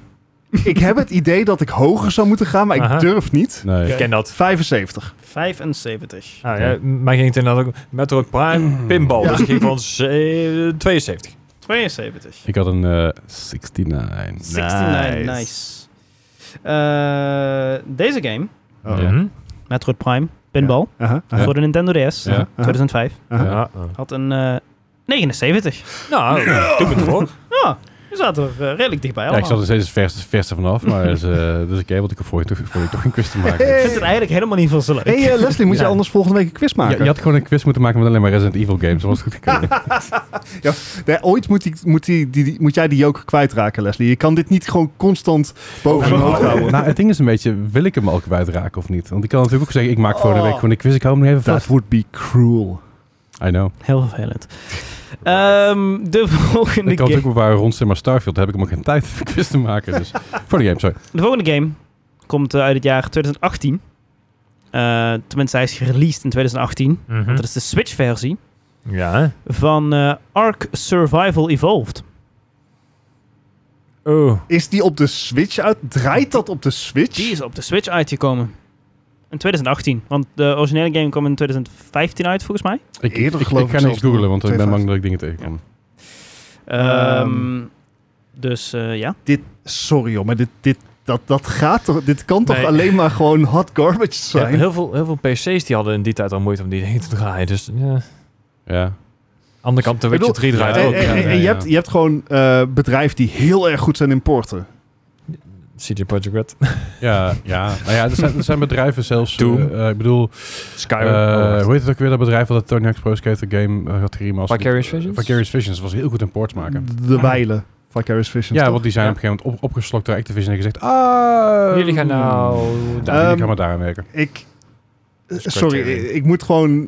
S3: ik, ik heb het idee dat ik hoger zou moeten gaan, maar ik
S4: Aha.
S3: durf niet.
S2: Nee.
S4: Ik ken dat.
S3: 75.
S1: 75.
S4: Ah, ja, mij ging het inderdaad ook met ook Prime pinball.
S3: Ja.
S4: Dus ik ging van ze- eh, 72.
S1: 72.
S2: Ik had een eh 69.
S1: 69, nice. Eh, deze game
S3: Oh.
S4: Mhm.
S1: Metroid Prime, Pinball,
S3: Aha, aha,
S1: voor de Nintendo DS,
S2: Ja.
S1: 2005.
S3: aha.
S2: Ja.
S4: Ja, eh.
S1: Had een eh 79.
S4: Nou, doe me het voor.
S1: Ja, je zat er eh, redelijk dichtbij
S2: Ja, ik
S1: allemaal.
S2: zat er steeds vers, vers vanaf,
S3: [LAUGHS]
S2: maar dat is, eh, dat is oké, want ik heb voor je, toch- voor je toch een quiz te maken.
S1: Ik vind het eigenlijk helemaal niet veel zo leuk.
S3: Hey eh, Leslie, [LAUGHS] moet
S4: Ja.
S3: je anders volgende week een quiz
S2: Ja,
S3: maken?
S2: je had gewoon een quiz moeten maken met alleen maar Resident Evil games, dat was goed
S3: [LAUGHS]
S2: gekomen.
S3: Nee, ooit moet, die, moet, die, die, die- moet jij die joker kwijtraken, Leslie. Je kan dit niet gewoon constant boven je hoofd houden.
S2: nou, het ding is een beetje, wil ik hem al kwijtraken of niet? Want ik kan natuurlijk ook zeggen, ik maak voor de week gewoon een quiz, ik hou hem nog even
S3: That
S2: vast.
S3: Oh. would be cruel.
S2: I know.
S1: Heel vervelend. Ehm, de, [LAUGHS] volgende
S2: Ik kan het
S1: game,
S2: ook wel waar rond maar Starfield, daar heb ik hem ook geen tijd om een quiz te maken.
S3: [LAUGHS]
S2: Dus. Voor de game, sorry.
S1: de volgende game komt eh, uit het jaar 2018. Eh, tenminste, hij is gereleased in 2018.
S2: Hm.
S4: Mhm.
S1: Dat is de Switch-versie
S4: Ja, hè?
S1: van eh Ark Survival Evolved.
S4: Oh,
S3: Is die op de Switch uit? Draait dat op de Switch?
S1: Die is op de Switch uitgekomen. In 2018. Want de originele game kwam in 2015 uit, volgens mij.
S2: Ik,
S3: Eerder
S2: ik,
S3: geloof
S2: ik ga
S3: ik
S2: niks
S3: zelfs nog.
S2: googlen, want ik ben
S3: 2,5.
S2: bang dat ik dingen tegenkom.
S1: Ehm, dus eh, ja.
S3: Sorry joh, maar dit, dit, dat, dat gaat toch... Dit kan toch
S4: Nee.
S3: alleen maar gewoon hot garbage
S4: ja,
S3: zijn?
S4: heel, veel, heel veel PC's die hadden in die tijd al moeite om die heen te draaien. Dus ja.
S2: Ja.
S4: Andere kant, de
S3: Ik bedoel,
S4: Witcher 3 draait
S2: eh,
S4: ook.
S3: En, en- en-
S4: ja.
S3: en
S2: ja,
S3: je,
S2: ja.
S3: hebt, je hebt gewoon eh, bedrijven die heel erg goed zijn in porten.
S4: CJ Projekt Red.
S2: Ja, ja. Nou ja, er zijn, er zijn bedrijven zelfs. eh,
S4: Doom.
S2: eh, ik bedoel, eh,
S4: [LAUGHS] Skyrim. Oh, wacht.
S2: hoe heet het ook weer dat bedrijf dat Tony Hawk's Pro Skater game eh, had geremasterd?
S4: Vicarious Visions? Hmm.
S2: Vicarious Visions was heel goed in port maken.
S3: De wijlen. Vicarious Visions.
S2: Ja,
S3: toch?
S2: want die zijn
S4: Ja.
S2: op een gegeven moment op, opgeslokt door Activision en gezegd, ah...
S4: Jullie gaan nou...
S2: Ja,
S4: daar.
S2: jullie
S3: Ehm,
S2: gaan maar daar aan werken.
S3: Ik. eh,
S4: Dus
S3: Sorry,
S4: criteria.
S3: ik, ik moet gewoon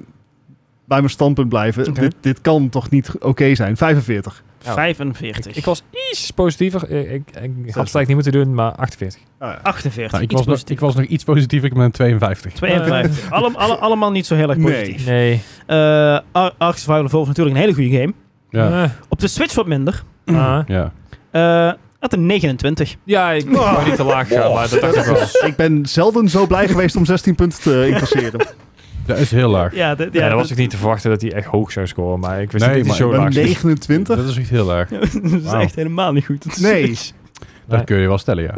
S3: bij mijn standpunt blijven.
S1: Oké.
S3: Dit, dit kan toch niet oké zijn? 45.
S4: Ja.
S1: 45.
S4: Ik, ik was iets positiever. Ik, ik, ik had het eigenlijk niet moeten doen, maar 48.
S1: [LAUGHS]
S3: Ah,
S1: 48.
S2: Nou, ik,
S1: iets
S2: was nog, ik
S1: positiever.
S2: was nog iets positiever, ik ben een 52.
S1: 52. Alle, alle, allemaal niet zo heel erg
S3: Nee.
S1: positief.
S4: Nee.
S1: Eh, Ar- Ark Survival Evolved is natuurlijk een hele goede game.
S2: Ja,
S4: Eh,
S1: Op de Switch wat minder.
S4: ah.
S2: ja.
S1: Eh had een 29.
S4: Ja, ik wou niet te laag gaan, maar dat dacht ik wel.
S3: ik ben zelden zo blij geweest om 16 punten te incasseren.
S2: Dat is heel laag.
S1: Ja, dat-
S4: Ja,
S1: ja,
S4: dat was ik niet te verwachten dat hij echt hoog zou scoren, maar ik wist
S2: Nee,
S4: niet dat hij zo
S2: maar-
S3: Een
S4: laag zou
S3: 29?
S2: Dat is echt heel laag.
S1: [LAUGHS] dat is
S2: Wauw.
S1: echt helemaal niet goed. [LAUGHS]
S3: Nee.
S2: Dat kun je wel stellen, ja.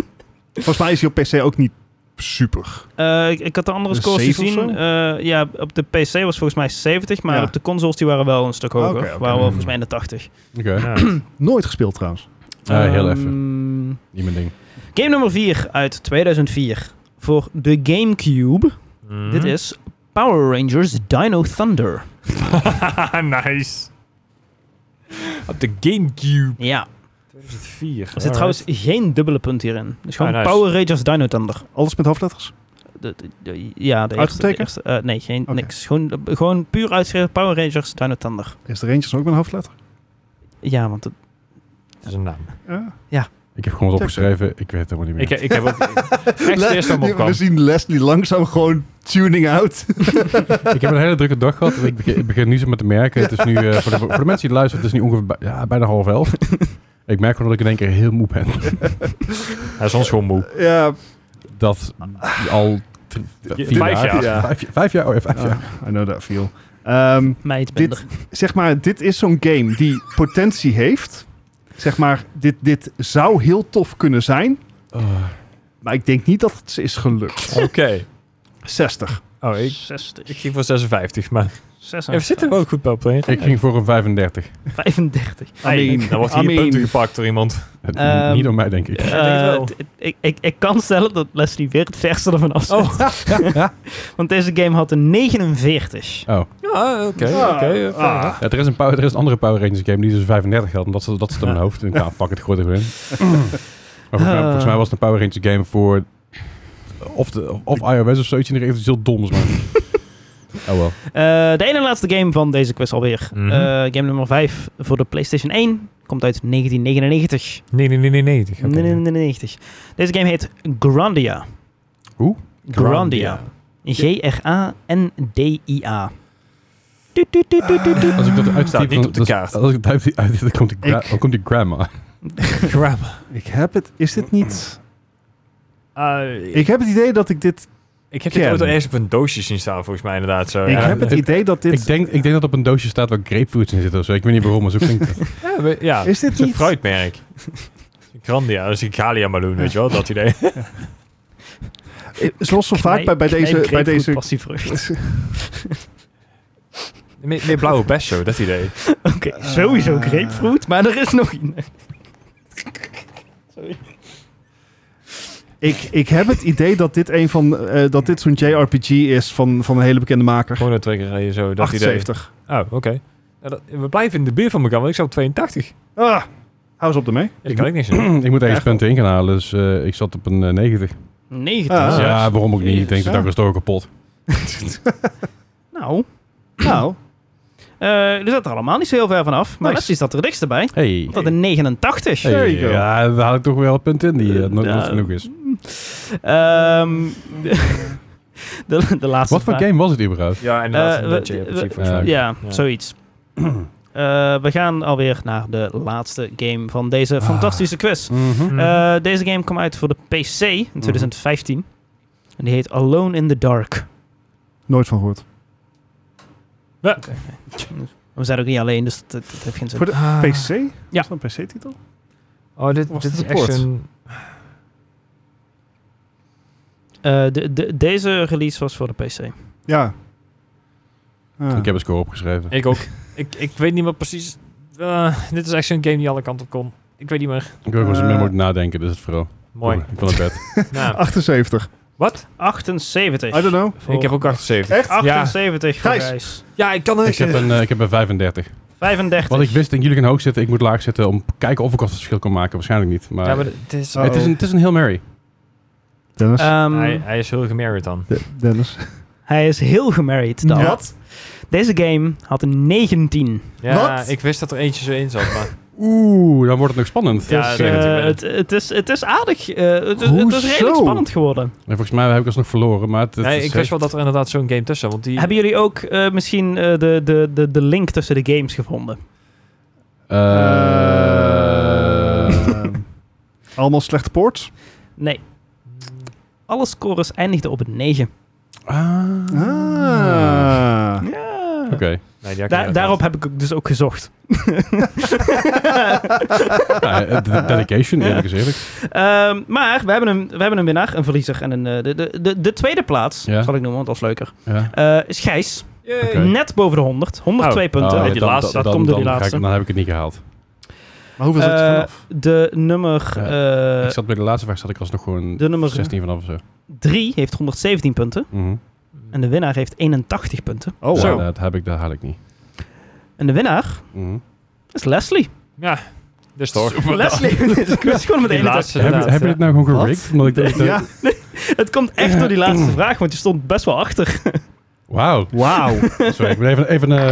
S3: Volgens mij is hij op PC ook niet super.
S1: Eh, ik, ik had de andere
S3: Een
S1: scores
S3: 7 of
S1: gezien.
S3: zo?
S1: Eh, ja, op de PC was volgens mij 70, maar
S3: Ja. Ah,
S1: op de consoles die waren wel een stuk hoger.
S3: Oké, oké. Hmm.
S1: Waren wel volgens mij in de 80.
S2: Oké.
S4: Ja.
S3: Nooit gespeeld trouwens.
S2: Eh, heel
S1: Ehm,
S2: even. Niet mijn ding.
S1: Game nummer 4 uit 2004 voor de GameCube.
S3: Hmm.
S4: Mhm.
S1: Dit is Power Rangers Dino Thunder.
S4: [LAUGHS] nice. Op de Gamecube.
S1: Ja,
S4: 2004.
S1: er zit trouwens geen dubbele punt hierin. Dus gewoon
S4: Ah, nice.
S1: Power Rangers Dino Thunder.
S3: Alles met hoofdletters?
S1: De, de- de- ja, de eerste, de
S3: Uitgetekend?
S1: eerste eh, nee, geen,
S3: Oké.
S1: niks. Gewoon, eh, gewoon puur uitgeschreven Power Rangers Dino Thunder.
S3: Is er eentje ook met een hoofdletter?
S1: Ja, want het-
S4: Dat is een naam.
S3: Ja.
S2: Ik heb gewoon wat
S3: Check.
S2: opgeschreven, ik weet het helemaal niet meer.
S4: Ik, ik heb ook... Echt het eerste
S3: [LAUGHS]
S4: om opkwam.
S3: We zien Leslie langzaam gewoon tuning out.
S2: Ik heb een hele drukke dag gehad. en Ik begin, ik begin nu zo met te merken. Het is nu, eh, voor, de, voor de mensen die luisteren, het is nu ongeveer bij- ja, bijna half elf. Ik merk gewoon dat ik in één keer heel moe ben.
S4: Hij is ons gewoon moe.
S3: Ja,
S2: Dat al t- vier
S4: vijf jaar.
S2: Ja. Vijf, vijf jaar. Oh, ja, vijf jaar.
S3: I know that feel. Ehm,
S1: mij het
S3: Dit-
S1: minder.
S3: zeg maar, dit is zo'n game die potentie heeft. Zeg maar, dit, dit zou heel tof kunnen zijn.
S2: Oh,
S3: Maar ik denk niet dat het is gelukt.
S4: Oké.
S3: 60.
S4: Oh, ik,
S1: 60.
S4: ik ging voor 56, maar... Ja, we zitten wel goed bij op één.
S2: ik ging voor een 35.
S1: 35.
S4: Hey,
S3: I mean,
S4: dan wordt
S3: I
S4: hier
S3: mean,
S4: punten gepakt door iemand.
S2: Het-
S1: Ehm,
S2: niet om mij, denk ik.
S4: Ja, ik denk het wel.
S1: Eh, t- ik, ik, ik kan stellen dat Leslie weer het verste ervan af zit.
S3: Oh.
S1: Want deze game had een 49.
S2: [LAUGHS] Oh,
S4: Ja, oké.
S3: Ah,
S4: oké, eh, fair
S3: ah.
S4: enough.
S2: ja, er, is een power, er is een andere Power Rangers game die dus 35 had. Omdat ze dat zit in mijn hoofd. En ik dacht, fuck het gooi er gewoon in. Maar volgens mij,
S1: Eh.
S2: volgens mij was het een Power Rangers game voor... Of, de, of iOS of zoiets. En er even iets heel doms, man. Oh wel.
S1: Eh, de ene laatste game van deze quiz alweer.
S4: Mhm.
S1: Eh, game nummer 5 voor de PlayStation 1. Komt uit 1999.
S4: Nee, nee, nee, nee. nee. dat gaat niet.
S1: 99. Deze game heet Grandia.
S2: Hoe?
S1: Grandia. G-R-A-N-D-I-A. Toet, toet, toet, toet, toet, toet.
S2: Als ik dat
S4: Staat
S2: uittyp,
S4: niet
S2: dan-
S4: op de
S2: dan-
S4: kaart.
S2: Als ik het uittyp, uittyp, dan komt die, gra-
S3: Ik-
S2: dan komt die grandma.
S4: [LAUGHS] Grandma.
S3: Ik heb het. Is dit niet.
S4: Ah,
S3: Ik heb het idee dat ik dit.
S4: Ik heb dit
S3: Ken.
S4: ooit al eerst op een doosje zien staan, volgens mij inderdaad. Zo, eh,
S3: ik
S4: Oh ja.
S3: heb het
S2: Ik-
S3: idee dat dit.
S2: Ik denk, ik denk dat op een doosje staat waar grapefruits in zitten of zo. Ik weet niet waarom, maar zo klinkt het.
S4: [LAUGHS] Ja, we- ja.
S3: is dit
S4: het is een
S3: niet. [LAUGHS] [LAUGHS]
S4: fruitmerk. Grandia, dat is een Galia Meloen, weet je wel, dat idee.
S3: eh, zoals zo vaak bij, bij deze... Bij deze
S1: Passievrucht.
S3: [LAUGHS]
S4: Meer, meer blauwe pesto, dat idee.
S1: Oké,
S3: Eh,
S2: Ah.
S1: sowieso grapefruit, maar er is nog een. Sorry.
S3: ik, ik heb het idee dat dit, een van, eh, dat dit zo'n JRPG is van, van een hele bekende maker.
S4: Gewoon een trigger rijden zo, dat idee.
S3: 78.
S4: Oh, oké. Ja, dat- we blijven in de buurt van elkaar, want ik zat op 82. Ja,
S3: Ah, hou eens op ermee.
S4: daar kan ik niks
S3: [CLEARS THROAT]
S4: aan doen.
S2: ik moet ergens
S3: Echt?
S2: punten in gaan halen, dus eh, ik zat op een eh, 90.
S1: 90.
S3: Ah.
S1: zelfs.
S2: ja, waarom ook niet? Ik
S1: Jezus.
S2: denk dat ik was door kapot.
S1: Nou,
S4: Hmm.
S3: Nou,
S1: eh jullie zaten er allemaal niet zo heel ver vanaf. Maar
S2: Nice.
S1: Leslie staat er het dichtst bij.
S2: Hey.
S1: Dat een 89.
S2: Hey,
S3: There you go.
S2: ja, daar haal ik toch wel een punt in die eh, nooit
S1: Ja.
S2: nooit genoeg is.
S1: Ehm, [LAUGHS] de, de laatste
S2: Wat voor
S1: vraag.
S2: game was het überhaupt?
S4: Ja,
S1: inderdaad,
S4: inderdaad.
S1: Eh, een we-
S4: dat
S1: beetje we-
S4: je
S1: precies
S2: volgens mij.
S1: Ja,
S4: Ja.
S1: zoiets. [CLEARS THROAT] Eh, we gaan alweer naar de laatste game van deze
S3: Ah.
S1: fantastische quiz.
S3: Hmm.
S4: Mm.
S2: Mhm.
S1: Eh, deze game kwam uit voor de PC in
S3: Mhm.
S1: 2015. En die heet Alone in the Dark.
S3: nooit van gehoord.
S1: We zijn ook niet alleen, dus dat, dat- dat heeft geen zin.
S3: Voor de
S4: Ah.
S3: PC?
S1: Ja.
S3: Is dat een PC-titel?
S4: Oh, dit,
S3: Was
S4: dit
S3: het
S4: is
S3: een
S4: echt
S3: port?
S4: een...
S1: Eh, de, de, deze release was voor de PC.
S3: Ja. Ah.
S2: Ik heb een score opgeschreven.
S4: Ik ook. ik, ik weet niet meer precies... Eh, dit is echt zo'n game die alle kanten op kon. Ik weet niet meer.
S2: Ik wil gewoon zo min
S3: Eh.
S2: mogelijk nadenken, dat is het vooral.
S4: Mooi.
S2: Oeh, Ik wil naar bed.
S3: [LAUGHS]
S4: nou,
S3: 78.
S4: wat?
S1: 78.
S3: Ah, I don't know.
S1: Voor-
S4: Ik heb ook 78.
S3: Echt?
S1: 78 voor
S3: Gijs.
S1: Gijs.
S4: Ja, ik kan
S2: ik,
S4: het.
S2: heb een, eh, ik heb een 35.
S1: 35.
S2: Wat ik wist, denk jullie gaan hoog zitten, ik moet laag zitten om te kijken of ik wat verschil kan maken. Waarschijnlijk niet. Maar,
S4: Ja, maar het is...
S3: Oh.
S2: het, is een, het is een heel Mary.
S3: Dennis.
S4: Eh.
S1: Ehm,
S4: Hij,
S1: hij,
S4: hij is heel gemerkt dan.
S3: De- Dennis.
S1: is heel gemarried dan.
S3: Wat?
S1: Deze game had een 19.
S4: Ja,
S3: Wat?
S4: ik wist dat er eentje zo in zat, maar...
S2: Oeh, dan wordt het nog spannend.
S4: Ja,
S1: dus,
S4: dat
S1: eh,
S4: weet ik wel.
S1: het, het, is, het is aardig. eh, het, is- het is redelijk
S3: Hoezo?
S1: spannend geworden.
S2: En volgens mij heb ik alsnog verloren, maar het, het
S4: Nee,
S2: is
S4: ik
S2: echt-
S4: wist wel dat er inderdaad zo'n game tussen zat, want die...
S1: Hebben jullie ook eh, misschien eh, de, de, de, de link tussen de games gevonden?
S2: Eh,
S3: Ehm, [LAUGHS] allemaal slechte ports.
S1: Nee. Alle scores eindigden op een 9.
S4: Ah.
S2: ah.
S3: Ah.
S1: Ja.
S2: Oké.
S4: Nee, die had ik
S1: Da-
S4: niet
S1: daarop heb ik ook dus ook gezocht.
S2: Nou, eh, de- de dedication, eerlijk is eerlijk.
S1: Ehm, maar we hebben, een, we hebben een winnaar, een verliezer en een, eh, de, de, de, de tweede plaats,
S2: Ja.
S1: zal ik noemen, want dat is leuker,
S2: Ja.
S1: eh, is Gijs.
S4: Yay.
S2: Oké.
S1: Net boven de 100. 102 punten.
S2: Oh,
S4: die
S2: dan-
S4: laatste,
S2: dan-
S1: dat komt door die
S2: dan ga ik-
S1: laatste.
S2: Dan heb ik het niet gehaald.
S3: Maar hoeveel zat je
S1: Eh,
S3: vanaf?
S1: de nummer...
S2: Ja.
S1: eh,
S2: ik zat bij de laatste vraag zat ik alsnog gewoon
S1: de nummer
S2: 16 vanaf of zo.
S1: 3 heeft 117 punten.
S2: Mhm.
S1: En de winnaar heeft 81 punten.
S3: Oh,
S2: Ja,
S3: wow.
S2: dat heb ik, dat haal ik niet.
S1: En de winnaar
S2: Mhm.
S1: is Leslie.
S4: Ja, dus toch.
S1: Leslie. [LAUGHS] ik wist
S2: [LAUGHS]
S1: gewoon met
S4: Die
S1: 81.
S4: laatste,
S2: Heb, je-
S4: inderdaad,
S2: heb je
S4: ja.
S2: het nou gewoon
S3: Wat?
S2: gerigged? Omdat ik dat- dat-
S3: [LAUGHS] Ja.
S1: Het komt echt door die laatste
S2: [CLEARS THROAT]
S1: vraag, want je stond best wel achter.
S2: Wauw.
S3: Wauw.
S2: Sorry, ik ben even... even eh,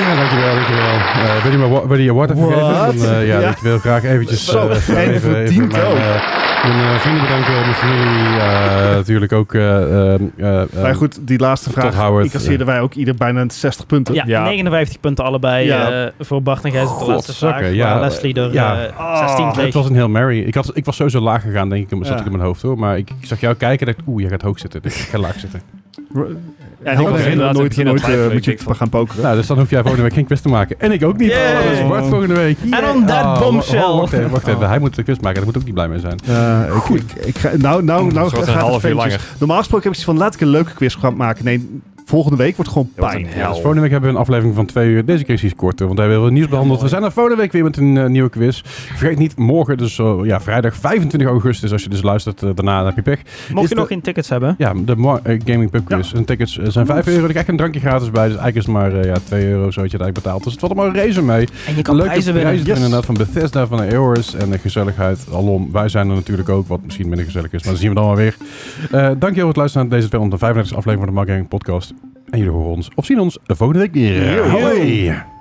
S2: ja, dankjewel, dankjewel. Eh, wil, je me, wa- wil je je award even
S3: What?
S2: geven? Dan, eh, ja,
S3: Ja.
S2: ik wil graag eventjes...
S3: Zo,
S2: eh,
S3: en verdiend
S2: mijn,
S3: ook.
S2: eh, mijn eh, vrienden bedanken, mijn familie, eh, natuurlijk ook... eh, eh, eh,
S3: [LAUGHS] maar goed, die laatste
S2: Todd
S3: vraag
S2: Howard,
S3: incasseerden wij ook ieder bijna 60 punten.
S1: Ja,
S4: Ja.
S1: 59 punten allebei
S3: Ja.
S1: eh, voor Bart en Gijs op de laatste vraag.
S2: Godzakken,
S1: waar
S2: ja.
S1: Leslie er
S2: Ja. Ah,
S1: eh, 16
S2: Het
S1: kreeg.
S2: was een heel merry. Ik, had, ik was sowieso laag gegaan, denk ik, in- zat
S3: Ja.
S2: ik in mijn hoofd hoor. Maar ik, ik zag jou kijken en dacht, oeh, jij gaat hoog zitten. Dus ik ga laag zitten.
S4: Ja, ik was
S3: Helder,
S4: inderdaad
S3: nooit,
S4: in het begin aan
S3: nooit
S4: het
S3: eh,
S4: twijfelen.
S3: moet
S4: Ik
S3: je
S4: denk van-
S3: gaan pokeren.
S2: Nou, dus dan hoef jij volgende week geen quiz te maken. En ik ook niet.
S1: Yay!
S2: Oh, dat is Bart volgende week.
S1: En on that
S2: Oh, wa-
S1: bombshell.
S2: oh, wacht even, wacht even. Hij moet de quiz maken. Daar moet ik ook niet blij mee zijn.
S3: Eh, ik- ik, ik ga, nou, nou, nou
S4: Het wordt
S3: gaat
S4: een
S3: het
S4: half uur
S3: ventjes.
S4: langer.
S3: Normaal gesproken heb ik zoiets van, laat ik een leuke quiz gaan maken. Nee, volgende week wordt gewoon
S4: Ja, wat een
S3: pijn.
S2: Ja,
S1: Nou.
S4: hel.
S2: dus volgende week hebben we een aflevering van twee uur. Deze keer is iets korter, want hij wil nieuws behandeld. We zijn er volgende week weer met een eh, nieuwe quiz. Vergeet niet, morgen, dus eh, ja, vrijdag 25 augustus. Als je dus luistert, eh, daarna dan heb je pech.
S1: Mocht
S2: Is
S1: je
S2: de-
S1: nog geen tickets hebben,
S2: Ja, de Mar- eh, Gaming Pub Quiz. En tickets eh, zijn 5 euro. Er krijg je een drankje gratis bij. Dus eigenlijk is het maar eh, ja, 2 euro zo dat je het eigenlijk betaalt. Dus het valt allemaal reuze mee.
S1: en je kan
S2: Leuke
S1: prijzen winnen.
S2: prijzen inderdaad van Bethesda, van Aorus en de gezelligheid alom. Wij zijn er natuurlijk ook, wat misschien minder gezellig is, maar dat zien we dan wel weer. Eh dankjewel voor het luisteren naar deze 235 aflevering van de Mark Gaming Podcast. En jullie horen ons of zien ons volgende week weer.
S3: Yo.
S2: Hoi.